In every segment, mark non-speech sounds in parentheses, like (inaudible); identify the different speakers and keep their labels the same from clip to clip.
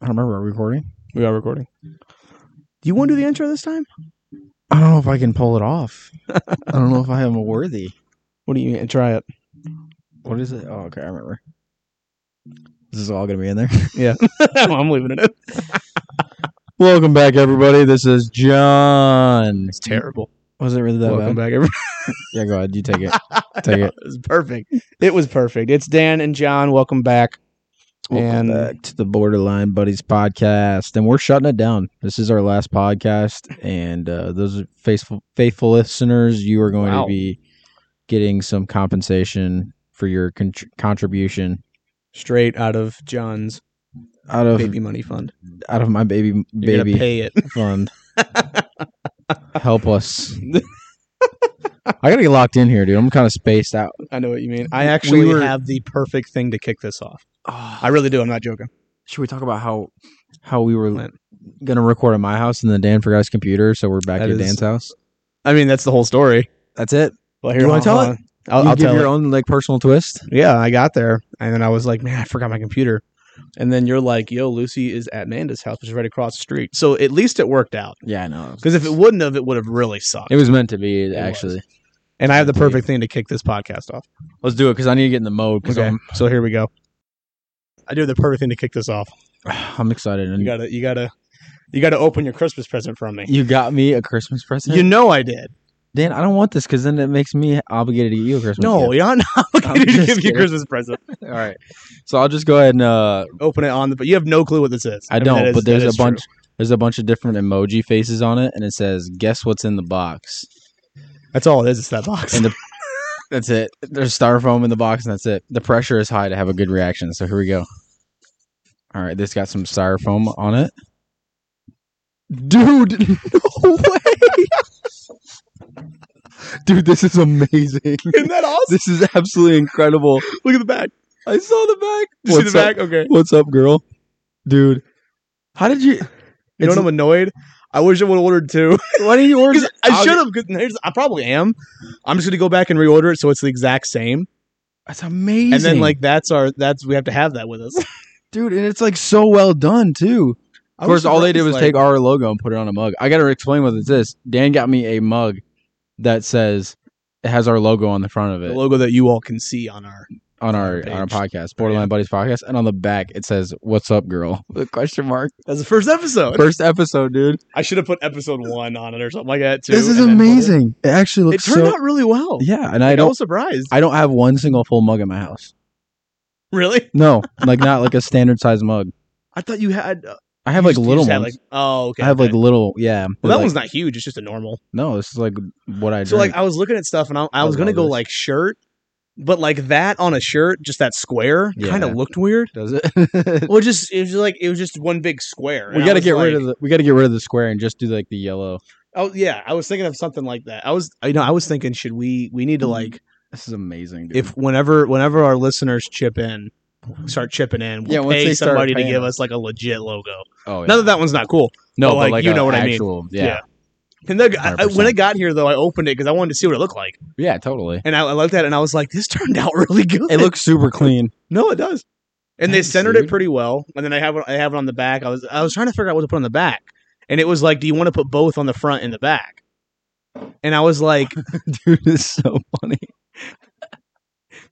Speaker 1: I don't remember. Are we recording?
Speaker 2: We are recording.
Speaker 1: Do you want to do the intro this time? I don't know if I can pull it (laughs) off. I don't know if I am worthy.
Speaker 2: What do you mean? Try (laughs) it.
Speaker 1: What is it? Oh, okay. I remember. This is all going to be in there. (laughs)
Speaker 2: I'm leaving it in.
Speaker 1: Welcome back, everybody. This is John.
Speaker 2: It's terrible.
Speaker 1: Was it really that
Speaker 2: (laughs) Welcome
Speaker 1: bad?
Speaker 2: back, everybody.
Speaker 1: Yeah, go ahead. You take (laughs) it. Take
Speaker 2: (laughs)
Speaker 1: it.
Speaker 2: It was perfect. It was perfect. It's Dan and John. Welcome back.
Speaker 1: Welcome
Speaker 2: And-
Speaker 1: back to the Borderline Buddies podcast, and we're shutting it down. This is our last podcast, and uh, those faithful faithful listeners, you are going
Speaker 2: Wow.
Speaker 1: to be getting some compensation for your contr contribution
Speaker 2: Straight out of John's
Speaker 1: out of
Speaker 2: baby money fund.
Speaker 1: out of my baby
Speaker 2: You're
Speaker 1: baby
Speaker 2: gonna pay it.
Speaker 1: (laughs) fund. Help us. I gotta get locked in here, dude. I'm kind of spaced (sighs) out.
Speaker 2: (laughs) I know what you mean. I actually
Speaker 1: were-
Speaker 2: have the perfect thing to kick this off. I really do. I'm not joking.
Speaker 1: Should we talk about how how we were
Speaker 2: Clint.
Speaker 1: gonna record at my house and then Dan forgot his computer, so we're back
Speaker 2: That
Speaker 1: at
Speaker 2: is-
Speaker 1: Dan's house.
Speaker 2: I mean, that's the whole story.
Speaker 1: That's it.
Speaker 2: Well, here,
Speaker 1: You wanna
Speaker 2: hold
Speaker 1: tell
Speaker 2: on,
Speaker 1: it?
Speaker 2: hold on. I'll,
Speaker 1: you
Speaker 2: I'll
Speaker 1: give
Speaker 2: tell
Speaker 1: your
Speaker 2: it.
Speaker 1: own like personal twist.
Speaker 2: Yeah, I got there, and then I was like, man, I forgot my computer. And then you're like, yo, Lucy is at Amanda's house, which is right across the street. So at least it worked out.
Speaker 1: Yeah, I know.
Speaker 2: Because if it wouldn't have, it would have really sucked.
Speaker 1: it was meant to be,
Speaker 2: was.
Speaker 1: actually.
Speaker 2: and I have the
Speaker 1: Indeed.
Speaker 2: perfect thing to kick this podcast off.
Speaker 1: Let's do it because I need to get in the mode. Because
Speaker 2: Okay,
Speaker 1: I'm, (sighs)
Speaker 2: so here we go. I do have the perfect thing to kick this off.
Speaker 1: I'm excited. And
Speaker 2: You
Speaker 1: you got,
Speaker 2: gotta, you gotta, you gotta open your Christmas present from me.
Speaker 1: me a Christmas present,
Speaker 2: You know I did.
Speaker 1: Oh, Dan. I don't want this because then it makes me obligated to get you a Christmas.
Speaker 2: No,
Speaker 1: gift.
Speaker 2: (laughs) you're not obligated to
Speaker 1: just
Speaker 2: give me a
Speaker 1: kidding.
Speaker 2: Christmas present.
Speaker 1: all right. So I'll just go ahead and uh,
Speaker 2: Open it on the, but you have no clue what this is.
Speaker 1: I
Speaker 2: mean,
Speaker 1: don't,
Speaker 2: that is-
Speaker 1: but there's
Speaker 2: that
Speaker 1: a
Speaker 2: is true.
Speaker 1: bunch. There's a bunch of different emoji faces on it, and it says, "Guess what's in the box."
Speaker 2: That's all it is. It's that box.
Speaker 1: And the- That's it. There's styrofoam in the box, and that's it. The pressure is high to have a good reaction. So here we go. All right, this got some styrofoam on it. Dude, (laughs) no way. Dude, this is
Speaker 2: (laughs)
Speaker 1: amazing.
Speaker 2: (laughs) Isn't that awesome?
Speaker 1: This is absolutely incredible.
Speaker 2: Look at the back.
Speaker 1: I saw the back.
Speaker 2: You
Speaker 1: What's
Speaker 2: see the
Speaker 1: up?
Speaker 2: back? Okay.
Speaker 1: What's up, girl? Dude, how did you?
Speaker 2: You know
Speaker 1: It's-
Speaker 2: what I'm annoyed? I wish I would have ordered two.
Speaker 1: Why didn't you (laughs) order?
Speaker 2: 'Cause (laughs) I
Speaker 1: I'll
Speaker 2: should have. 'cause here's- I probably am. I'm just gonna go back and reorder it so it's the exact same.
Speaker 1: That's amazing.
Speaker 2: And then like that's our that's we have to have that with
Speaker 1: (laughs)
Speaker 2: us.
Speaker 1: dude, and it's like so well done too. Of course, all they did was take our logo and put it on a mug. I got to explain what this is. Dan got me a mug that says it has our logo on the front of
Speaker 2: the
Speaker 1: it
Speaker 2: logo that you all can see on our.
Speaker 1: on our on our
Speaker 2: page.
Speaker 1: podcast, Borderline Buddies podcast, and on the back it says "What's up, girl?" with a question mark.
Speaker 2: That's the first episode.
Speaker 1: First episode, dude.
Speaker 2: I should have put episode one on it or something like that too.
Speaker 1: This is
Speaker 2: and then put it-
Speaker 1: amazing. It actually
Speaker 2: It
Speaker 1: looks
Speaker 2: turned
Speaker 1: so
Speaker 2: out really well.
Speaker 1: yeah, and
Speaker 2: Like,
Speaker 1: I
Speaker 2: I,
Speaker 1: don't
Speaker 2: was surprised.
Speaker 1: I don't have one single full mug in my house.
Speaker 2: (laughs) really?
Speaker 1: No, like not like a standard size mug.
Speaker 2: I thought you had. uh,
Speaker 1: I have
Speaker 2: you
Speaker 1: like
Speaker 2: just- you
Speaker 1: little
Speaker 2: just had,
Speaker 1: ones.
Speaker 2: like- oh, okay.
Speaker 1: I have
Speaker 2: okay.
Speaker 1: like little, yeah.
Speaker 2: Well, that
Speaker 1: like,
Speaker 2: one's not huge. It's just a normal.
Speaker 1: no. This is like what I drink.
Speaker 2: So like I was looking at stuff and I, I
Speaker 1: I
Speaker 2: was gonna
Speaker 1: love
Speaker 2: go
Speaker 1: this.
Speaker 2: like shirt, but like that on a shirt, just that square, kind
Speaker 1: Yeah.
Speaker 2: of looked weird.
Speaker 1: (laughs) does
Speaker 2: (laughs)
Speaker 1: it?
Speaker 2: Well, it just it was just like it was just one big square.
Speaker 1: We got to get rid of the we got to get rid of the square and just do like the yellow.
Speaker 2: Oh yeah, I was thinking of something like that. I was you know I was thinking should we we
Speaker 1: Mm-hmm.
Speaker 2: need to like
Speaker 1: This is amazing. Dude.
Speaker 2: if whenever whenever our listeners chip in start chipping in we'll
Speaker 1: Yeah, once
Speaker 2: pay
Speaker 1: they start
Speaker 2: somebody to
Speaker 1: paying
Speaker 2: give
Speaker 1: us.
Speaker 2: us like a legit logo.
Speaker 1: oh yeah.
Speaker 2: Not that that one's not cool.
Speaker 1: no,
Speaker 2: but,
Speaker 1: but
Speaker 2: like,
Speaker 1: like
Speaker 2: you
Speaker 1: a
Speaker 2: know what I mean.
Speaker 1: actual, I mean.
Speaker 2: Yeah.
Speaker 1: Yeah,
Speaker 2: And the, I, I- when
Speaker 1: 100%.
Speaker 2: it got here though, I opened it because I wanted to see what it looked like,
Speaker 1: yeah, totally.
Speaker 2: and I, I looked at it and I was like, this turned (laughs) out really good.
Speaker 1: It looks super clean. (laughs)
Speaker 2: no, it does. And
Speaker 1: Thanks,
Speaker 2: they centered
Speaker 1: dude.
Speaker 2: it pretty well. And then I have it, I have it on the back. I was I was trying to figure out what to put on the back, and it was like, do you want to put both on the front and the back? And I was like,
Speaker 1: dude, it's so funny.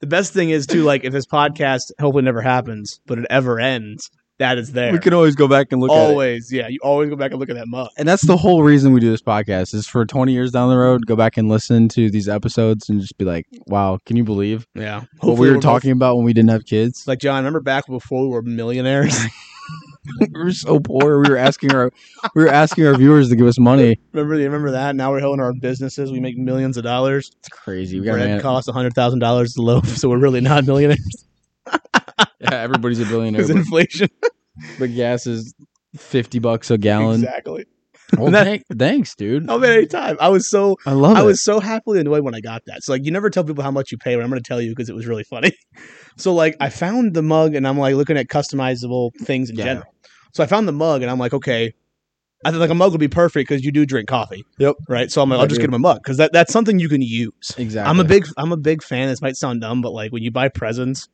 Speaker 2: The best thing is too, like if this podcast hopefully never happens, but it ever ends, that is there.
Speaker 1: We can always go back and look at it.
Speaker 2: always, yeah, you always go back and look at that mug.
Speaker 1: And that's the whole reason we do this podcast is for 20 years down the road, go back and listen to these episodes and just be like, wow, can you believe
Speaker 2: Yeah,
Speaker 1: what we were
Speaker 2: we're
Speaker 1: talking about when we didn't have kids?
Speaker 2: both- like John, remember back before we
Speaker 1: (laughs)
Speaker 2: were millionaires? (laughs)
Speaker 1: we were so poor. We were asking our we were asking our viewers to give us money.
Speaker 2: remember, you remember that? Now we're holding our businesses. We make millions of dollars.
Speaker 1: It's crazy. We got
Speaker 2: Bread
Speaker 1: man,
Speaker 2: costs hundred thousand dollars a loaf, (laughs) so we're really not millionaires
Speaker 1: (laughs) yeah, everybody's a billionaire.
Speaker 2: because
Speaker 1: but-
Speaker 2: inflation.
Speaker 1: The gas is fifty bucks a gallon.
Speaker 2: Exactly.
Speaker 1: Well,
Speaker 2: And that-
Speaker 1: thank- thanks, dude.
Speaker 2: How many time? I was so
Speaker 1: I love
Speaker 2: I
Speaker 1: it.
Speaker 2: was so happily annoyed when I got that. So like, you never tell people how much you pay, but I'm going to tell you because it was really funny. (laughs) So like, I found the mug and I'm like looking at customizable things in
Speaker 1: Yeah.
Speaker 2: general. So I found the mug and I'm like, okay, I think like a mug would be perfect because you do drink coffee.
Speaker 1: Yep.
Speaker 2: Right. So I'm like,
Speaker 1: I
Speaker 2: I'll just
Speaker 1: do.
Speaker 2: get him a mug because that, that's something you can use.
Speaker 1: exactly.
Speaker 2: I'm a big I'm a big fan. This might sound dumb, but like when you buy presents,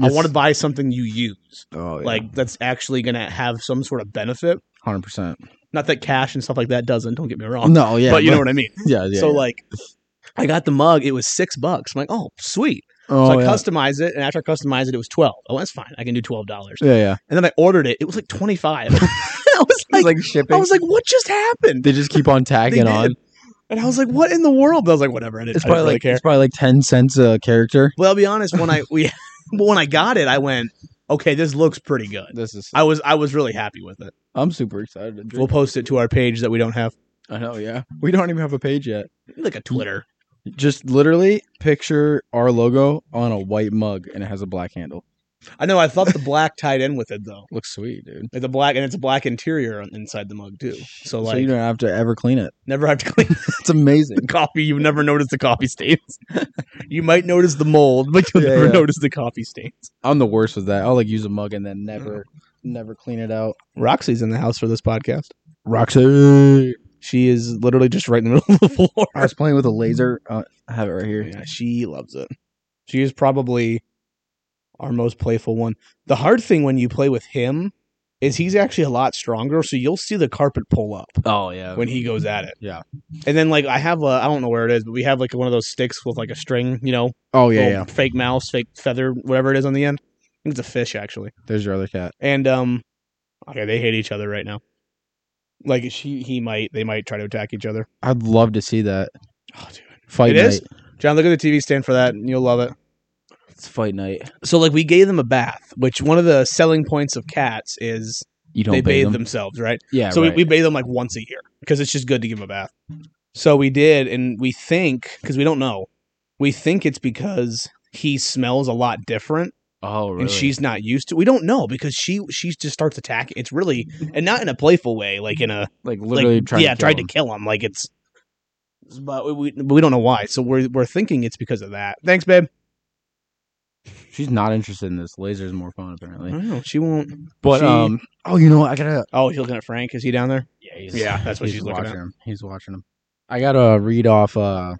Speaker 2: I want to buy something you use,
Speaker 1: oh, yeah.
Speaker 2: like that's actually gonna have some sort of benefit.
Speaker 1: hundred percent.
Speaker 2: Not that cash and stuff like that doesn't. Don't get me wrong,
Speaker 1: No, yeah,
Speaker 2: uh, but you know what I mean.
Speaker 1: yeah, yeah.
Speaker 2: so
Speaker 1: yeah.
Speaker 2: like, I got the mug. It was six bucks. I'm like, oh, sweet.
Speaker 1: oh,
Speaker 2: so I
Speaker 1: yeah.
Speaker 2: customized it, and after I customized it, it was twelve. Oh, that's fine. I can do twelve dollars.
Speaker 1: yeah, yeah.
Speaker 2: And then I ordered it. It was like twenty five. (laughs) I was
Speaker 1: It's
Speaker 2: like,
Speaker 1: like shipping.
Speaker 2: I was like, what just happened?
Speaker 1: they just keep on
Speaker 2: They
Speaker 1: tagging
Speaker 2: did.
Speaker 1: on.
Speaker 2: And I was like, what in the world? But I was like, whatever. I didn't,
Speaker 1: It's
Speaker 2: I didn't
Speaker 1: probably
Speaker 2: really
Speaker 1: like
Speaker 2: care.
Speaker 1: it's probably like ten cents a character.
Speaker 2: Well, I'll be honest. When I we (laughs) when I got it, I went, okay, this looks pretty good.
Speaker 1: This is.
Speaker 2: I was I was really happy with it.
Speaker 1: I'm super excited. to drink.
Speaker 2: We'll post it to our page that we don't have,
Speaker 1: I know. Yeah, we don't even have a page yet.
Speaker 2: like a Twitter.
Speaker 1: Just literally picture our logo on a white mug, and it has a black handle.
Speaker 2: I know. I thought the black tied in with it though.
Speaker 1: Looks sweet, dude.
Speaker 2: Like the black, and it's a black interior on- inside the mug too. So like,
Speaker 1: so you don't have to ever clean it. (laughs)
Speaker 2: never have to clean
Speaker 1: It's amazing.
Speaker 2: the coffee. You never notice the coffee stains. (laughs) you might notice the mold, but you'll
Speaker 1: Yeah,
Speaker 2: never
Speaker 1: yeah.
Speaker 2: notice the coffee stains.
Speaker 1: I'm the worst with that. I'll like use a mug and then never, never clean it out.
Speaker 2: Roxy's in the house for this podcast.
Speaker 1: Roxy,
Speaker 2: She is literally just right in the (laughs) middle of the floor.
Speaker 1: I was playing with a laser. Uh, I have it right here.
Speaker 2: Yeah, she loves it. She is probably our most playful one. The hard thing when you play with him is he's actually a lot stronger, so you'll see the carpet pull up
Speaker 1: Oh yeah.
Speaker 2: when he goes at it.
Speaker 1: Yeah.
Speaker 2: And then like I have a I don't know where it is, but we have like one of those sticks with like a string, you know,
Speaker 1: oh yeah,
Speaker 2: little
Speaker 1: yeah.
Speaker 2: fake mouse, fake feather, whatever it is on the end. I think it's a fish actually.
Speaker 1: There's your other cat.
Speaker 2: And um okay, they hate each other right now. Like she he might they might try to attack each other.
Speaker 1: I'd love to see that
Speaker 2: Oh dude.
Speaker 1: fight
Speaker 2: It
Speaker 1: night.
Speaker 2: is? John, look at the TV stand for that and you'll love it.
Speaker 1: It's fight night.
Speaker 2: so like we gave them a bath, which one of the selling points of cats is
Speaker 1: You don't
Speaker 2: they bathe,
Speaker 1: bathe them.
Speaker 2: themselves, right?
Speaker 1: Yeah.
Speaker 2: so
Speaker 1: right.
Speaker 2: we, we bathe them like once a year because it's just good to give them a bath. So we did, and we think because we don't know, we think it's because he smells a lot different
Speaker 1: oh really?
Speaker 2: and she's not used to. We don't know because she she just starts attacking. It's really and not in a playful way, like in a
Speaker 1: like
Speaker 2: like
Speaker 1: literally trying.
Speaker 2: yeah,
Speaker 1: to
Speaker 2: tried
Speaker 1: kill him.
Speaker 2: to kill him. Like it's. But we, we but we don't know why, so we're we're thinking it's because of that. Thanks, babe.
Speaker 1: She's not interested in this. Laser's more fun
Speaker 2: I
Speaker 1: apparently.
Speaker 2: don't know. She won't.
Speaker 1: But
Speaker 2: Mm-hmm. She-
Speaker 1: um. Oh, you know what? I gotta.
Speaker 2: Oh, he's looking at Frank. Is he down there?
Speaker 1: Yeah, he's, (laughs)
Speaker 2: Yeah, that's what she's looking
Speaker 1: watching
Speaker 2: at.
Speaker 1: him. He's watching him. I gotta read off. uh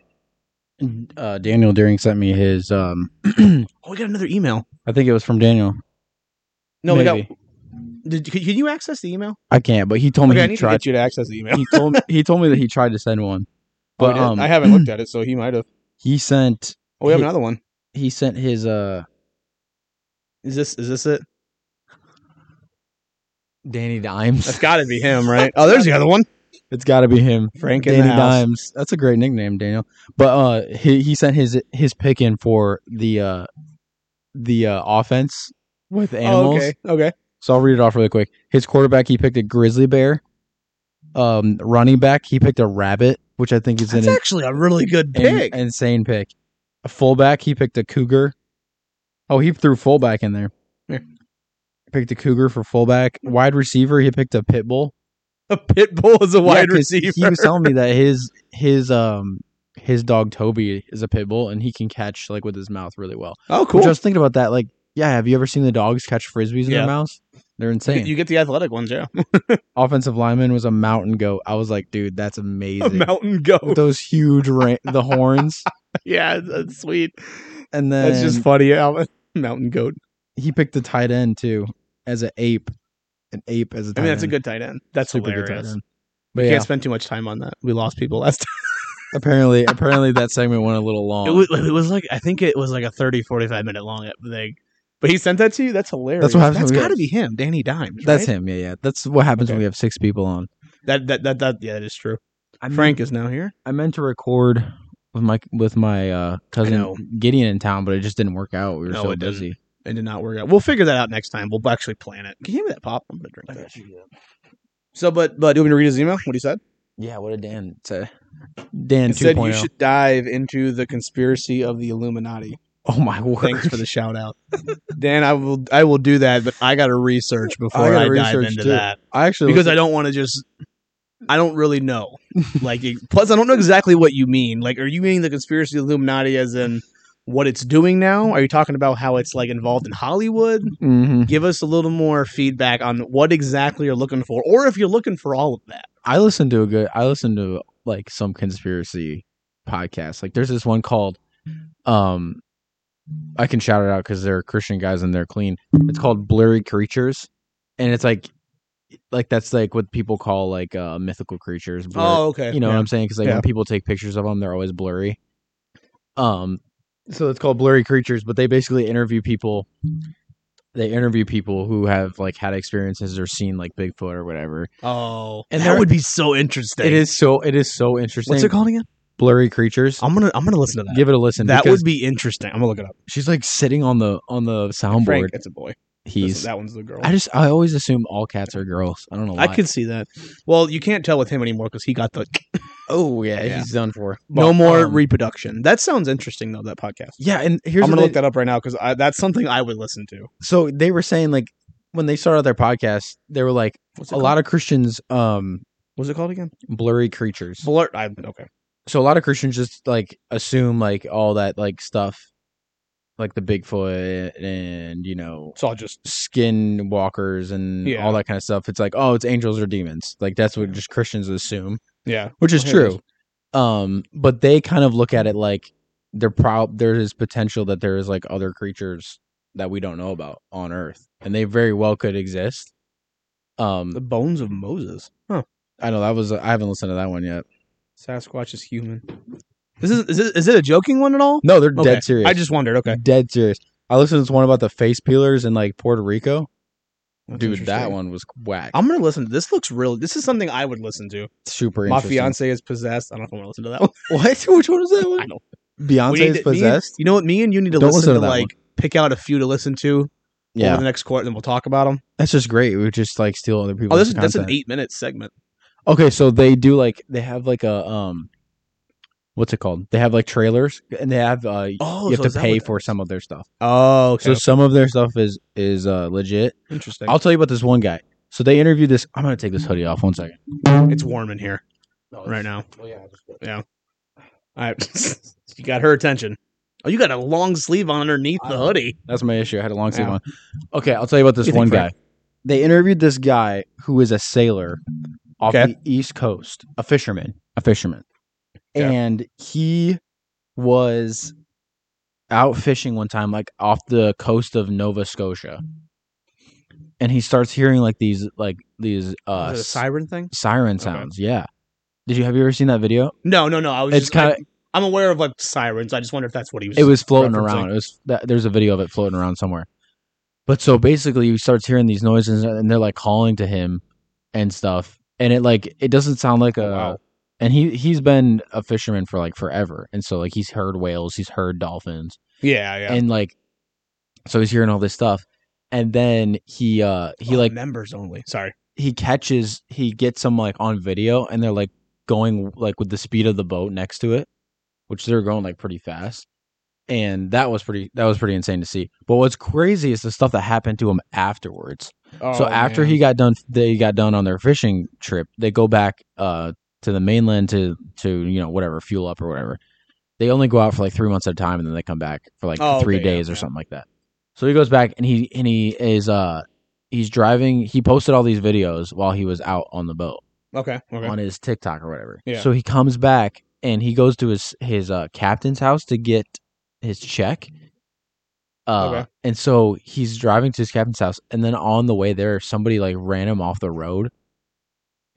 Speaker 1: uh Daniel Deering sent me his. um (clears throat)
Speaker 2: Oh, we got another email.
Speaker 1: I think it was from Daniel.
Speaker 2: No, we
Speaker 1: Maybe.
Speaker 2: got. Did, can can you access the email?
Speaker 1: I can't, but he told me
Speaker 2: okay, I
Speaker 1: he
Speaker 2: need
Speaker 1: tried.
Speaker 2: to get you to access the email.
Speaker 1: he told me, he told me that he tried to send one,
Speaker 2: (laughs) Oh, I
Speaker 1: but
Speaker 2: did.
Speaker 1: um,
Speaker 2: I haven't looked at it, so he might have.
Speaker 1: he sent
Speaker 2: Oh, we have
Speaker 1: he-
Speaker 2: another one.
Speaker 1: he sent his uh
Speaker 2: Is this is this it?
Speaker 1: Danny Dimes.
Speaker 2: That's got to be him, right? Oh, there's the other one.
Speaker 1: (laughs) it's got to be him,
Speaker 2: Frank in
Speaker 1: Danny
Speaker 2: the house.
Speaker 1: Dimes. That's a great nickname, Daniel. But uh, he he sent his his pick in for the uh the uh, offense with animals.
Speaker 2: Oh, okay. Okay.
Speaker 1: So I'll read it off really quick. His quarterback, he picked a grizzly bear. Um, running back, he picked a rabbit, which I think is
Speaker 2: That's
Speaker 1: an
Speaker 2: actually a really good
Speaker 1: in-
Speaker 2: pick.
Speaker 1: insane pick. A fullback, he picked a cougar. Oh, he threw fullback in there.
Speaker 2: Here.
Speaker 1: Picked a cougar for fullback. Wide receiver, he picked a pit bull.
Speaker 2: a pit bull is a
Speaker 1: Yeah,
Speaker 2: (laughs) wide
Speaker 1: 'cause
Speaker 2: receiver.
Speaker 1: He was telling me that his his um his dog Toby is a pit bull and he can catch like with his mouth really well.
Speaker 2: oh, cool.
Speaker 1: Which I was thinking about that. Like, yeah, have you ever seen the dogs catch frisbees in
Speaker 2: Yeah.
Speaker 1: their mouths? They're
Speaker 2: You-
Speaker 1: insane.
Speaker 2: you get the athletic ones, yeah.
Speaker 1: Offensive lineman was a mountain goat. I was like, dude, that's
Speaker 2: A
Speaker 1: amazing.
Speaker 2: (laughs) mountain goat.
Speaker 1: With those huge ra- the
Speaker 2: (laughs)
Speaker 1: horns,
Speaker 2: yeah, that's sweet.
Speaker 1: and then
Speaker 2: That's just funny, Alvin. (laughs) Mountain goat.
Speaker 1: he picked the tight end too as an ape, an ape as a
Speaker 2: I
Speaker 1: tight
Speaker 2: mean, that's a
Speaker 1: end.
Speaker 2: good tight end. That's hilarious.
Speaker 1: But
Speaker 2: We
Speaker 1: yeah,
Speaker 2: can't spend too much time on that. We lost people last (laughs)
Speaker 1: apparently, apparently that segment went a little long.
Speaker 2: It was, it was like I think it was like a 30 45 minute long thing. But he sent that to you? That's hilarious.
Speaker 1: That's what happens
Speaker 2: That's
Speaker 1: when we-
Speaker 2: got to be him, Danny Dimes.
Speaker 1: that's
Speaker 2: right?
Speaker 1: him. Yeah, yeah. That's what happens when
Speaker 2: Okay.
Speaker 1: we have six people on.
Speaker 2: That, that that that yeah, that is true.
Speaker 1: I
Speaker 2: Frank is now here.
Speaker 1: I meant to record with my with my uh,
Speaker 2: know.
Speaker 1: cousin Gideon in town, but it just didn't work out. We were
Speaker 2: No,
Speaker 1: so
Speaker 2: it didn't.
Speaker 1: busy.
Speaker 2: It did not work out. We'll figure that out next time. We'll actually plan it. Can you give me that pop? I'm gonna drink that. So, but but do you want me to read his email? What he said?
Speaker 1: Yeah, what a Dan. It's a Dan oh.
Speaker 2: He said
Speaker 1: 2.0.
Speaker 2: you should dive into the conspiracy of the Illuminati.
Speaker 1: oh my (laughs) word!
Speaker 2: Thanks for the shout out, (laughs) Dan. I will I will do that, but I got to research before I,
Speaker 1: gotta
Speaker 2: dive
Speaker 1: research
Speaker 2: into
Speaker 1: too.
Speaker 2: that.
Speaker 1: I actually
Speaker 2: because I don't want to just. I don't really know. Like, it- plus, I don't know exactly what you mean. Like, are you meaning the conspiracy of the Illuminati as in what it's doing now? Are you talking about how it's like involved in Hollywood?
Speaker 1: hmm
Speaker 2: Give us a little more feedback on what exactly you're looking for, or if you're looking for all of that.
Speaker 1: I listened to a good. I listened to like some conspiracy podcasts. Like there's this one called um I can shout it out because they're Christian guys and they're clean. It's called Blurry Creatures, and it's like, like that's like what people call like uh, mythical creatures. blur-
Speaker 2: Oh, okay.
Speaker 1: you know um, what
Speaker 2: Yeah.
Speaker 1: I'm saying? Because like
Speaker 2: Yeah.
Speaker 1: when people take pictures of them, they're always blurry. Um, so it's called blurry creatures, but they basically interview people. They interview people who have like had experiences or seen like Bigfoot or whatever.
Speaker 2: Oh,
Speaker 1: And
Speaker 2: and
Speaker 1: they're-
Speaker 2: that would be so interesting.
Speaker 1: It is so it is so interesting.
Speaker 2: What's it called again?
Speaker 1: Blurry creatures.
Speaker 2: I'm gonna I'm gonna listen to that.
Speaker 1: Give it a listen.
Speaker 2: that
Speaker 1: because
Speaker 2: would be interesting. I'm gonna look it up.
Speaker 1: she's like sitting on the on the soundboard.
Speaker 2: Frank, it's a boy. This-
Speaker 1: He's.
Speaker 2: that one's the girl.
Speaker 1: I just I always assume all cats are girls. I don't know. Why.
Speaker 2: I could see that. Well, you can't tell with him anymore because he got the
Speaker 1: Oh yeah,
Speaker 2: Yeah.
Speaker 1: he's done for.
Speaker 2: no
Speaker 1: But,
Speaker 2: more
Speaker 1: um,
Speaker 2: reproduction. That sounds interesting though. That podcast.
Speaker 1: yeah, and here's
Speaker 2: I'm
Speaker 1: what
Speaker 2: gonna
Speaker 1: they-
Speaker 2: look that up right now because that's something I would listen to.
Speaker 1: so they were saying like when they started their podcast, they were like
Speaker 2: What's
Speaker 1: a lot of Christians um
Speaker 2: What's it called again?
Speaker 1: blurry creatures.
Speaker 2: Blur. I, okay.
Speaker 1: So a lot of Christians just like assume like all that like stuff like the Bigfoot and you know
Speaker 2: So I'll just.
Speaker 1: skin walkers and
Speaker 2: Yeah.
Speaker 1: all that kind of stuff. It's like, oh, it's angels or demons. Like that's what just Christians assume,
Speaker 2: Yeah.
Speaker 1: which is
Speaker 2: Okay,
Speaker 1: true. Um but they kind of look at it like there pro- there is potential that there is like other creatures that we don't know about on earth and they very well could exist. Um
Speaker 2: The bones of Moses. Huh.
Speaker 1: I know that was. I haven't listened to that one yet.
Speaker 2: Sasquatch is human. This is is it, is it a joking one at all?
Speaker 1: No, they're
Speaker 2: Okay.
Speaker 1: dead serious.
Speaker 2: I just wondered. Okay.
Speaker 1: dead serious. I listened to this one about the face peelers in like Puerto Rico.
Speaker 2: That's
Speaker 1: Dude, that
Speaker 2: interesting.
Speaker 1: one was whack.
Speaker 2: I'm gonna listen. to This looks real. This is something I would listen to.
Speaker 1: Super
Speaker 2: My
Speaker 1: interesting.
Speaker 2: fiance is possessed. I don't know if I want to listen to that (laughs) one.
Speaker 1: (laughs) What? Which one was that
Speaker 2: I
Speaker 1: one?
Speaker 2: don't. We
Speaker 1: Beyonce is
Speaker 2: need to- me and-
Speaker 1: possessed.
Speaker 2: you know what? Me and you need to
Speaker 1: Don't
Speaker 2: listen,
Speaker 1: listen to
Speaker 2: to,
Speaker 1: that
Speaker 2: like pick out a few to listen to over
Speaker 1: Yeah,
Speaker 2: the next quarter, then we'll talk about them.
Speaker 1: that's just great. We just like steal other people's.
Speaker 2: Oh, this is, that's an
Speaker 1: content.
Speaker 2: eight minute segment.
Speaker 1: Okay, so they do like they have like a um, what's it called? They have like trailers and they have uh,
Speaker 2: Oh,
Speaker 1: you have to pay for some of their stuff.
Speaker 2: Oh,
Speaker 1: So some of their stuff is is uh legit.
Speaker 2: interesting.
Speaker 1: I'll tell you about this one guy. So they interviewed this. I'm gonna take this hoodie off. One second.
Speaker 2: it's warm in here right now.
Speaker 1: Well, yeah, I just-
Speaker 2: I, (laughs) you got her attention. Oh, you got a long sleeve on underneath
Speaker 1: I
Speaker 2: the
Speaker 1: know.
Speaker 2: hoodie.
Speaker 1: That's my issue. I had a long sleeve
Speaker 2: Yeah.
Speaker 1: on. Okay, I'll tell you about this
Speaker 2: You think
Speaker 1: one guy.
Speaker 2: Frank-
Speaker 1: They interviewed this guy who is a sailor off
Speaker 2: Okay.
Speaker 1: the East Coast, a fisherman, a fisherman,
Speaker 2: Yeah.
Speaker 1: and he was out fishing one time, like off the coast of Nova Scotia, and he starts hearing like these, like these uh,
Speaker 2: Is it a
Speaker 1: s-
Speaker 2: siren thing?
Speaker 1: siren
Speaker 2: Okay.
Speaker 1: sounds. Yeah. Did you have you ever seen that video?
Speaker 2: No, no, no. I was.
Speaker 1: It's
Speaker 2: just, I-
Speaker 1: kind of
Speaker 2: I'm aware of like sirens. I just wonder if that's what he was.
Speaker 1: it was floating
Speaker 2: referencing.
Speaker 1: around. It was that, there's a video of it floating around somewhere. But so basically, he starts hearing these noises, and they're like calling to him and stuff. And it like it doesn't sound like a.
Speaker 2: Oh, wow.
Speaker 1: And he he's been a fisherman for like forever, and so like he's heard whales, he's heard dolphins,
Speaker 2: Yeah, yeah.
Speaker 1: and like, so he's hearing all this stuff, and then he uh he
Speaker 2: Oh,
Speaker 1: like
Speaker 2: members only. Sorry.
Speaker 1: he catches he gets them like on video, and they're like going like with the speed of the boat next to it, which they're going like pretty fast and that was pretty that was pretty insane to see. But what's crazy is the stuff that happened to him afterwards.
Speaker 2: Oh,
Speaker 1: so after he got done they got done on their fishing trip, they go back uh to the mainland to to you know whatever fuel up or whatever. They only go out for like 3 months at a time and then they come back for like
Speaker 2: Oh,
Speaker 1: 3
Speaker 2: okay, yeah,
Speaker 1: days or
Speaker 2: yeah.
Speaker 1: something like that. So he goes back and he and he is uh he's driving, he posted all these videos while he was out on the boat
Speaker 2: okay, okay.
Speaker 1: on his TikTok or whatever.
Speaker 2: Yeah.
Speaker 1: So he comes back and he goes to his his uh, captain's house to get his check. Uh,
Speaker 2: Okay.
Speaker 1: And so he's driving to his captain's house, and then on the way there, somebody like ran him off the road,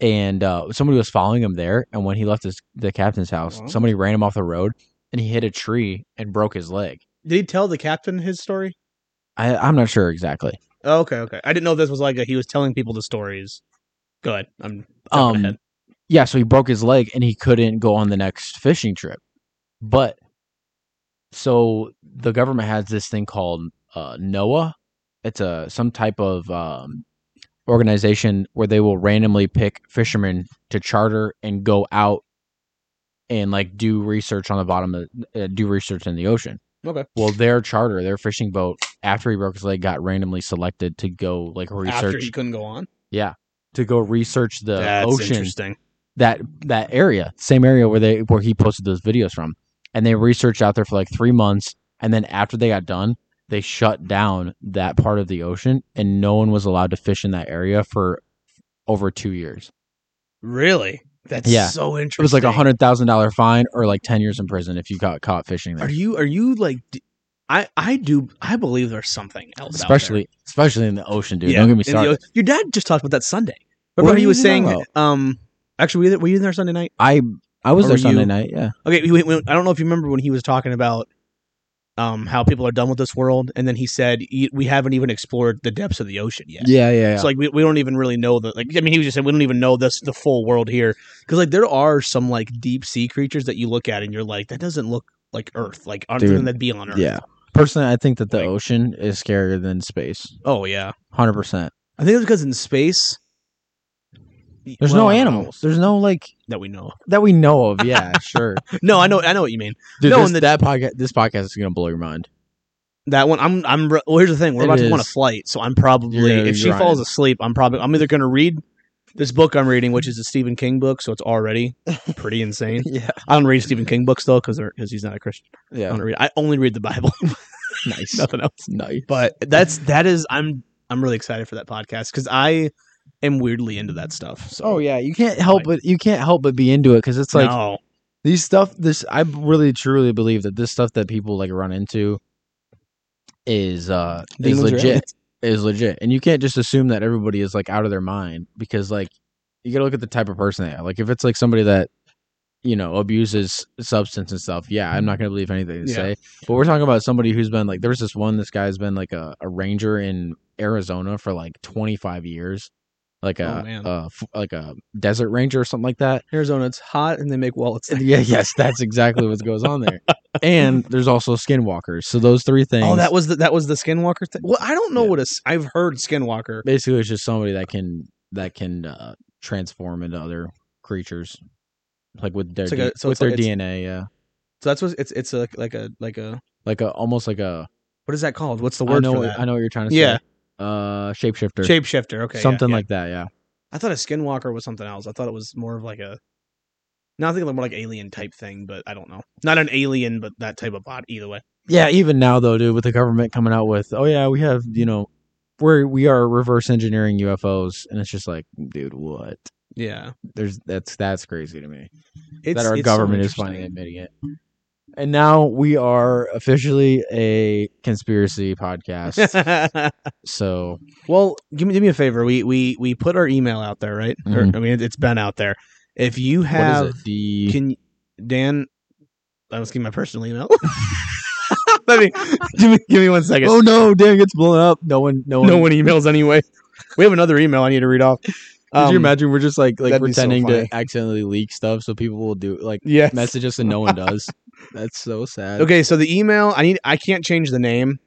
Speaker 1: and uh, somebody was following him there. And when he left his the captain's house,
Speaker 2: Oh.
Speaker 1: somebody ran him off the road, and he hit a tree and broke his leg.
Speaker 2: Did he tell the captain his story?
Speaker 1: I, I'm not sure exactly.
Speaker 2: Oh, okay, okay. I didn't know this was like a, he was telling people the stories. Go ahead. I'm
Speaker 1: Um,
Speaker 2: jumping ahead.
Speaker 1: yeah, so he broke his leg and he couldn't go on the next fishing trip. But so the government has this thing called uh, NOAA. It's a some type of um, organization where they will randomly pick fishermen to charter and go out and like do research on the bottom of uh, do research in the ocean.
Speaker 2: Okay.
Speaker 1: Well, their charter, their fishing boat, after he broke his leg, got randomly selected to go like
Speaker 2: After he
Speaker 1: research
Speaker 2: couldn't go on.
Speaker 1: to go research the
Speaker 2: That's
Speaker 1: ocean
Speaker 2: interesting.
Speaker 1: that that area, same area where they where he posted those videos from, and they researched out there for like three months, and then after they got done, they shut down that part of the ocean, and no one was allowed to fish in that area for over two years.
Speaker 2: Really? That's
Speaker 1: Yeah.
Speaker 2: so
Speaker 1: It
Speaker 2: interesting.
Speaker 1: was like a hundred thousand dollar fine or like ten years in prison if you got caught fishing
Speaker 2: Are
Speaker 1: there.
Speaker 2: you are you like d- I I do I believe there's something else, out there.
Speaker 1: especially especially in the ocean, dude.
Speaker 2: Yeah,
Speaker 1: Don't get me
Speaker 2: in the
Speaker 1: started.
Speaker 2: o- your dad just talked about that Sunday.
Speaker 1: What
Speaker 2: Remember
Speaker 1: are
Speaker 2: he
Speaker 1: you
Speaker 2: was
Speaker 1: talking
Speaker 2: saying, um, actually, were you, were you there Sunday night?
Speaker 1: I I was
Speaker 2: Or
Speaker 1: there
Speaker 2: you-
Speaker 1: Sunday night. Yeah,
Speaker 2: Okay, he went, went- I don't know if you remember when he was talking about um how people are done with this world, and then he said "Y- we haven't even explored the depths of the ocean yet.
Speaker 1: yeah, yeah. yeah.
Speaker 2: So like we, we don't even really know the like I mean he was just saying we don't even know this the full world here because like there are some like deep sea creatures that you look at and you're like that doesn't look like Earth like on
Speaker 1: Dude,
Speaker 2: something that'd be on Earth.
Speaker 1: yeah. Personally, I think that the
Speaker 2: Like-
Speaker 1: ocean is scarier than space.
Speaker 2: Oh yeah.
Speaker 1: Hundred percent.
Speaker 2: I think it's because in space
Speaker 1: There's
Speaker 2: well,
Speaker 1: no
Speaker 2: I don't know.
Speaker 1: animals. There's no like
Speaker 2: that we know.
Speaker 1: that we know of. Yeah, (laughs) sure.
Speaker 2: of. No, I know I know what you mean.
Speaker 1: Dude,
Speaker 2: No,
Speaker 1: this,
Speaker 2: and the-
Speaker 1: that podcast this podcast is gonna blow your mind.
Speaker 2: That one, I'm, I'm. re- Well, here's the thing: we're
Speaker 1: It
Speaker 2: about to go on a
Speaker 1: is.
Speaker 2: flight, so I'm probably
Speaker 1: You're
Speaker 2: if she
Speaker 1: grinding.
Speaker 2: falls asleep, I'm probably I'm either going to read this book I'm reading, which is a Stephen King book, so
Speaker 1: (laughs)
Speaker 2: it's already pretty insane.
Speaker 1: (laughs) Yeah,
Speaker 2: I don't read Stephen King books though, because because he's not a Christian. I
Speaker 1: yeah.
Speaker 2: don't read. I only read the Bible,
Speaker 1: (laughs)
Speaker 2: (laughs)
Speaker 1: Nice,
Speaker 2: nothing else.
Speaker 1: nice.
Speaker 2: But that's that is I'm I'm really excited for that podcast because I am weirdly into that stuff. So
Speaker 1: Oh yeah, you can't help but you can't help but be into it because it's like
Speaker 2: no.
Speaker 1: these stuff. This I really truly believe that this stuff that people like run into is uh
Speaker 2: Demons
Speaker 1: is
Speaker 2: are
Speaker 1: legit.
Speaker 2: (laughs) aliens.
Speaker 1: Is legit, and you can't just assume that everybody is like out of their mind because like you gotta look at the type of person they are. Like if it's like somebody that you know abuses substance and stuff, yeah, I'm not gonna believe anything they
Speaker 2: Yeah.
Speaker 1: say. But we're talking about somebody who's been like there was this one. This guy's been like a, a ranger in Arizona for like 25 years. Like
Speaker 2: Oh,
Speaker 1: a,
Speaker 2: man.
Speaker 1: a f- like a desert ranger or something like
Speaker 2: (laughs)
Speaker 1: that,
Speaker 2: Arizona, it's hot and they make wallets.
Speaker 1: yeah, yes, that's exactly what's goes on there. And there's also skinwalkers. So those three things.
Speaker 2: Oh, that was the that was the Skinwalker thing. Well, I don't know
Speaker 1: Yeah.
Speaker 2: what a s- I've heard Skinwalker.
Speaker 1: basically it's just somebody that can that can uh, transform into other creatures, like with their
Speaker 2: It's like
Speaker 1: D-
Speaker 2: a- so
Speaker 1: with
Speaker 2: it's like-
Speaker 1: their
Speaker 2: it's-
Speaker 1: DNA. Yeah,
Speaker 2: So that's what it's it's a like a like a
Speaker 1: like a almost like a.
Speaker 2: what is that called? What's the
Speaker 1: I
Speaker 2: word
Speaker 1: know.
Speaker 2: for
Speaker 1: what-
Speaker 2: that?
Speaker 1: I know what you're trying to say.
Speaker 2: Yeah.
Speaker 1: Uh, shapeshifter.
Speaker 2: Shapeshifter. Okay, yeah,
Speaker 1: something
Speaker 2: yeah.
Speaker 1: like that. Yeah.
Speaker 2: I thought a skinwalker was something else. I thought it was more of like a. Now I think more like alien type thing, but I don't know. Not an alien, but that type of bot. Either way,
Speaker 1: Yeah. Even now though, dude, with the government coming out with, oh yeah, we have you know. We're, we are reverse engineering UFOs, and it's just like, dude, what?
Speaker 2: yeah.
Speaker 1: There's that's that's crazy to me.
Speaker 2: It's,
Speaker 1: that our
Speaker 2: it's so
Speaker 1: government is finally
Speaker 2: interesting.
Speaker 1: admitting it. And now we are officially a conspiracy
Speaker 2: (laughs)
Speaker 1: podcast. so
Speaker 2: well, give me do me a favor. We we we put our email out there, right? Or,
Speaker 1: Mhm.
Speaker 2: I mean, it, it's been out there. If you have,
Speaker 1: what is it? The
Speaker 2: can Dan? I was getting my personal email.
Speaker 1: (laughs)
Speaker 2: (laughs) Let me give me give me one second.
Speaker 1: oh no, Dan gets blown up. No one, no one.
Speaker 2: no one emails anyway. We have another email I need to read off.
Speaker 1: Could
Speaker 2: Um,
Speaker 1: you imagine we're just like like
Speaker 2: that'd be so
Speaker 1: pretending
Speaker 2: funny.
Speaker 1: to accidentally leak stuff so people will do like
Speaker 2: Yes.
Speaker 1: message us and no one does. That's so sad.
Speaker 2: Okay, so the email I need I can't change the name,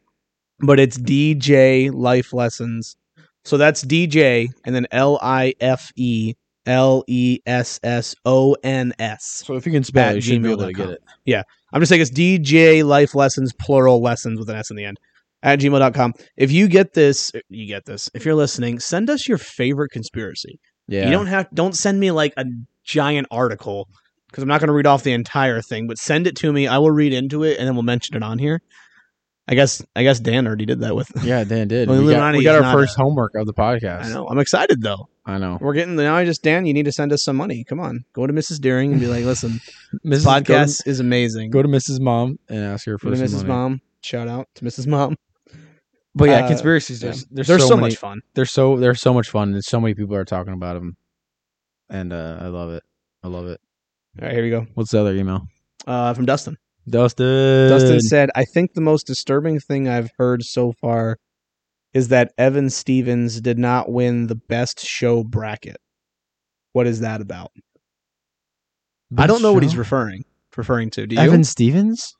Speaker 2: but it's DJ Life Lessons. So that's DJ and then L I F E L E S S O N S.
Speaker 1: So if you can spell
Speaker 2: At
Speaker 1: it, you should be able to
Speaker 2: gmail.com.
Speaker 1: get it.
Speaker 2: I'm just saying it's DJ Life Lessons, plural lessons with an S in the end, at gmail.com. If you get this, uh, you get this. If you're listening, send us your favorite conspiracy.
Speaker 1: Yeah.
Speaker 2: You don't have don't send me like a giant article because I'm not going to read off the entire thing, but send it to me. I will read into it and then we'll mention it on here. I guess I guess Dan already did that with.
Speaker 1: yeah, Dan did.
Speaker 2: Well,
Speaker 1: we got,
Speaker 2: Illuminati
Speaker 1: we got
Speaker 2: is
Speaker 1: our
Speaker 2: not
Speaker 1: first homework of the podcast.
Speaker 2: I know. I'm excited though.
Speaker 1: I know.
Speaker 2: We're getting now. I just Dan, you need to send us some money. Come on, go to Mrs. Deering and be
Speaker 1: (laughs)
Speaker 2: like, listen,
Speaker 1: Mrs.
Speaker 2: this podcast is amazing.
Speaker 1: Go to, go to Mrs. Mom and ask her
Speaker 2: Go
Speaker 1: for
Speaker 2: to
Speaker 1: some
Speaker 2: Mrs.
Speaker 1: money.
Speaker 2: Mom. Shout out to Mrs. Mom.
Speaker 1: But yeah,
Speaker 2: Uh,
Speaker 1: conspiracies.
Speaker 2: yeah.
Speaker 1: There's, there's
Speaker 2: They're so,
Speaker 1: so, many,
Speaker 2: much fun.
Speaker 1: they're so they're so much fun and so many people are talking about them and uh i love it i love it
Speaker 2: All right, here we go.
Speaker 1: what's the other email
Speaker 2: Uh, from Dustin.
Speaker 1: dustin
Speaker 2: Dustin said, I think the most disturbing thing I've heard so far is that Evan Stevens did not win the best show bracket. What is that about? I don't know what he's
Speaker 1: referring
Speaker 2: referring referring to. Do you?
Speaker 1: evan stevens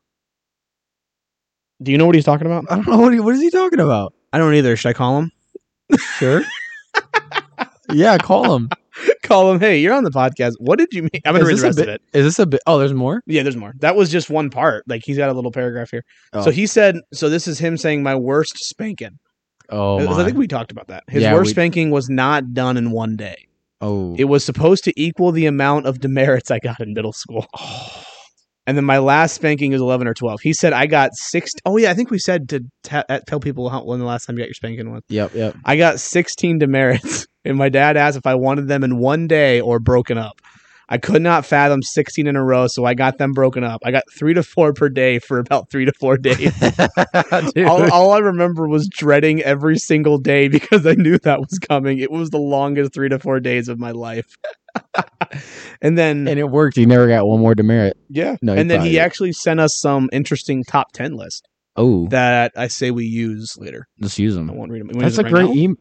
Speaker 2: do you know what he's talking about?
Speaker 1: i don't know what, he, what is he talking about
Speaker 2: I don't either. Should I call him?
Speaker 1: sure yeah call him
Speaker 2: (laughs) call him. Hey, you're on the podcast. What did you mean? I'm gonna
Speaker 1: Is
Speaker 2: read
Speaker 1: this
Speaker 2: the
Speaker 1: a
Speaker 2: rest
Speaker 1: bit-
Speaker 2: of it.
Speaker 1: (laughs) is this a bit oh there's more
Speaker 2: Yeah, there's more. That was just one part. Like he's got a little paragraph here.
Speaker 1: Oh.
Speaker 2: So he said. So this is him saying my worst spanking.
Speaker 1: oh
Speaker 2: I- I
Speaker 1: my.
Speaker 2: think we talked about that. His
Speaker 1: Yeah,
Speaker 2: worst
Speaker 1: we-
Speaker 2: spanking was not done in one day.
Speaker 1: oh
Speaker 2: It was supposed to equal the amount of demerits I got in
Speaker 1: (sighs)
Speaker 2: middle school.
Speaker 1: Oh.
Speaker 2: And then my last spanking was 11 or 12. He said I got six. Oh, yeah. I think we said to ta- uh, tell people how, when the last time you got your spanking was.
Speaker 1: yep yep
Speaker 2: (laughs) I got 16 demerits. And my dad asked if I wanted them in one day or broken up. I could not fathom 16 in a row, so I got them broken up. I got three to four per day for about three to four days.
Speaker 1: (laughs) Dude.
Speaker 2: all, all I remember was dreading every single day (laughs) because I knew that was coming. It was the longest three to four days of my life. (laughs) and then,
Speaker 1: and it worked. You never got one more demerit.
Speaker 2: yeah.
Speaker 1: No,
Speaker 2: and then
Speaker 1: probably
Speaker 2: he
Speaker 1: didn't.
Speaker 2: actually sent us some interesting top 10 list
Speaker 1: Oh,
Speaker 2: that I say we use later.
Speaker 1: let's use
Speaker 2: I
Speaker 1: them.
Speaker 2: won't read them. You wanna
Speaker 1: That's
Speaker 2: use
Speaker 1: a
Speaker 2: them right
Speaker 1: great
Speaker 2: now?
Speaker 1: email.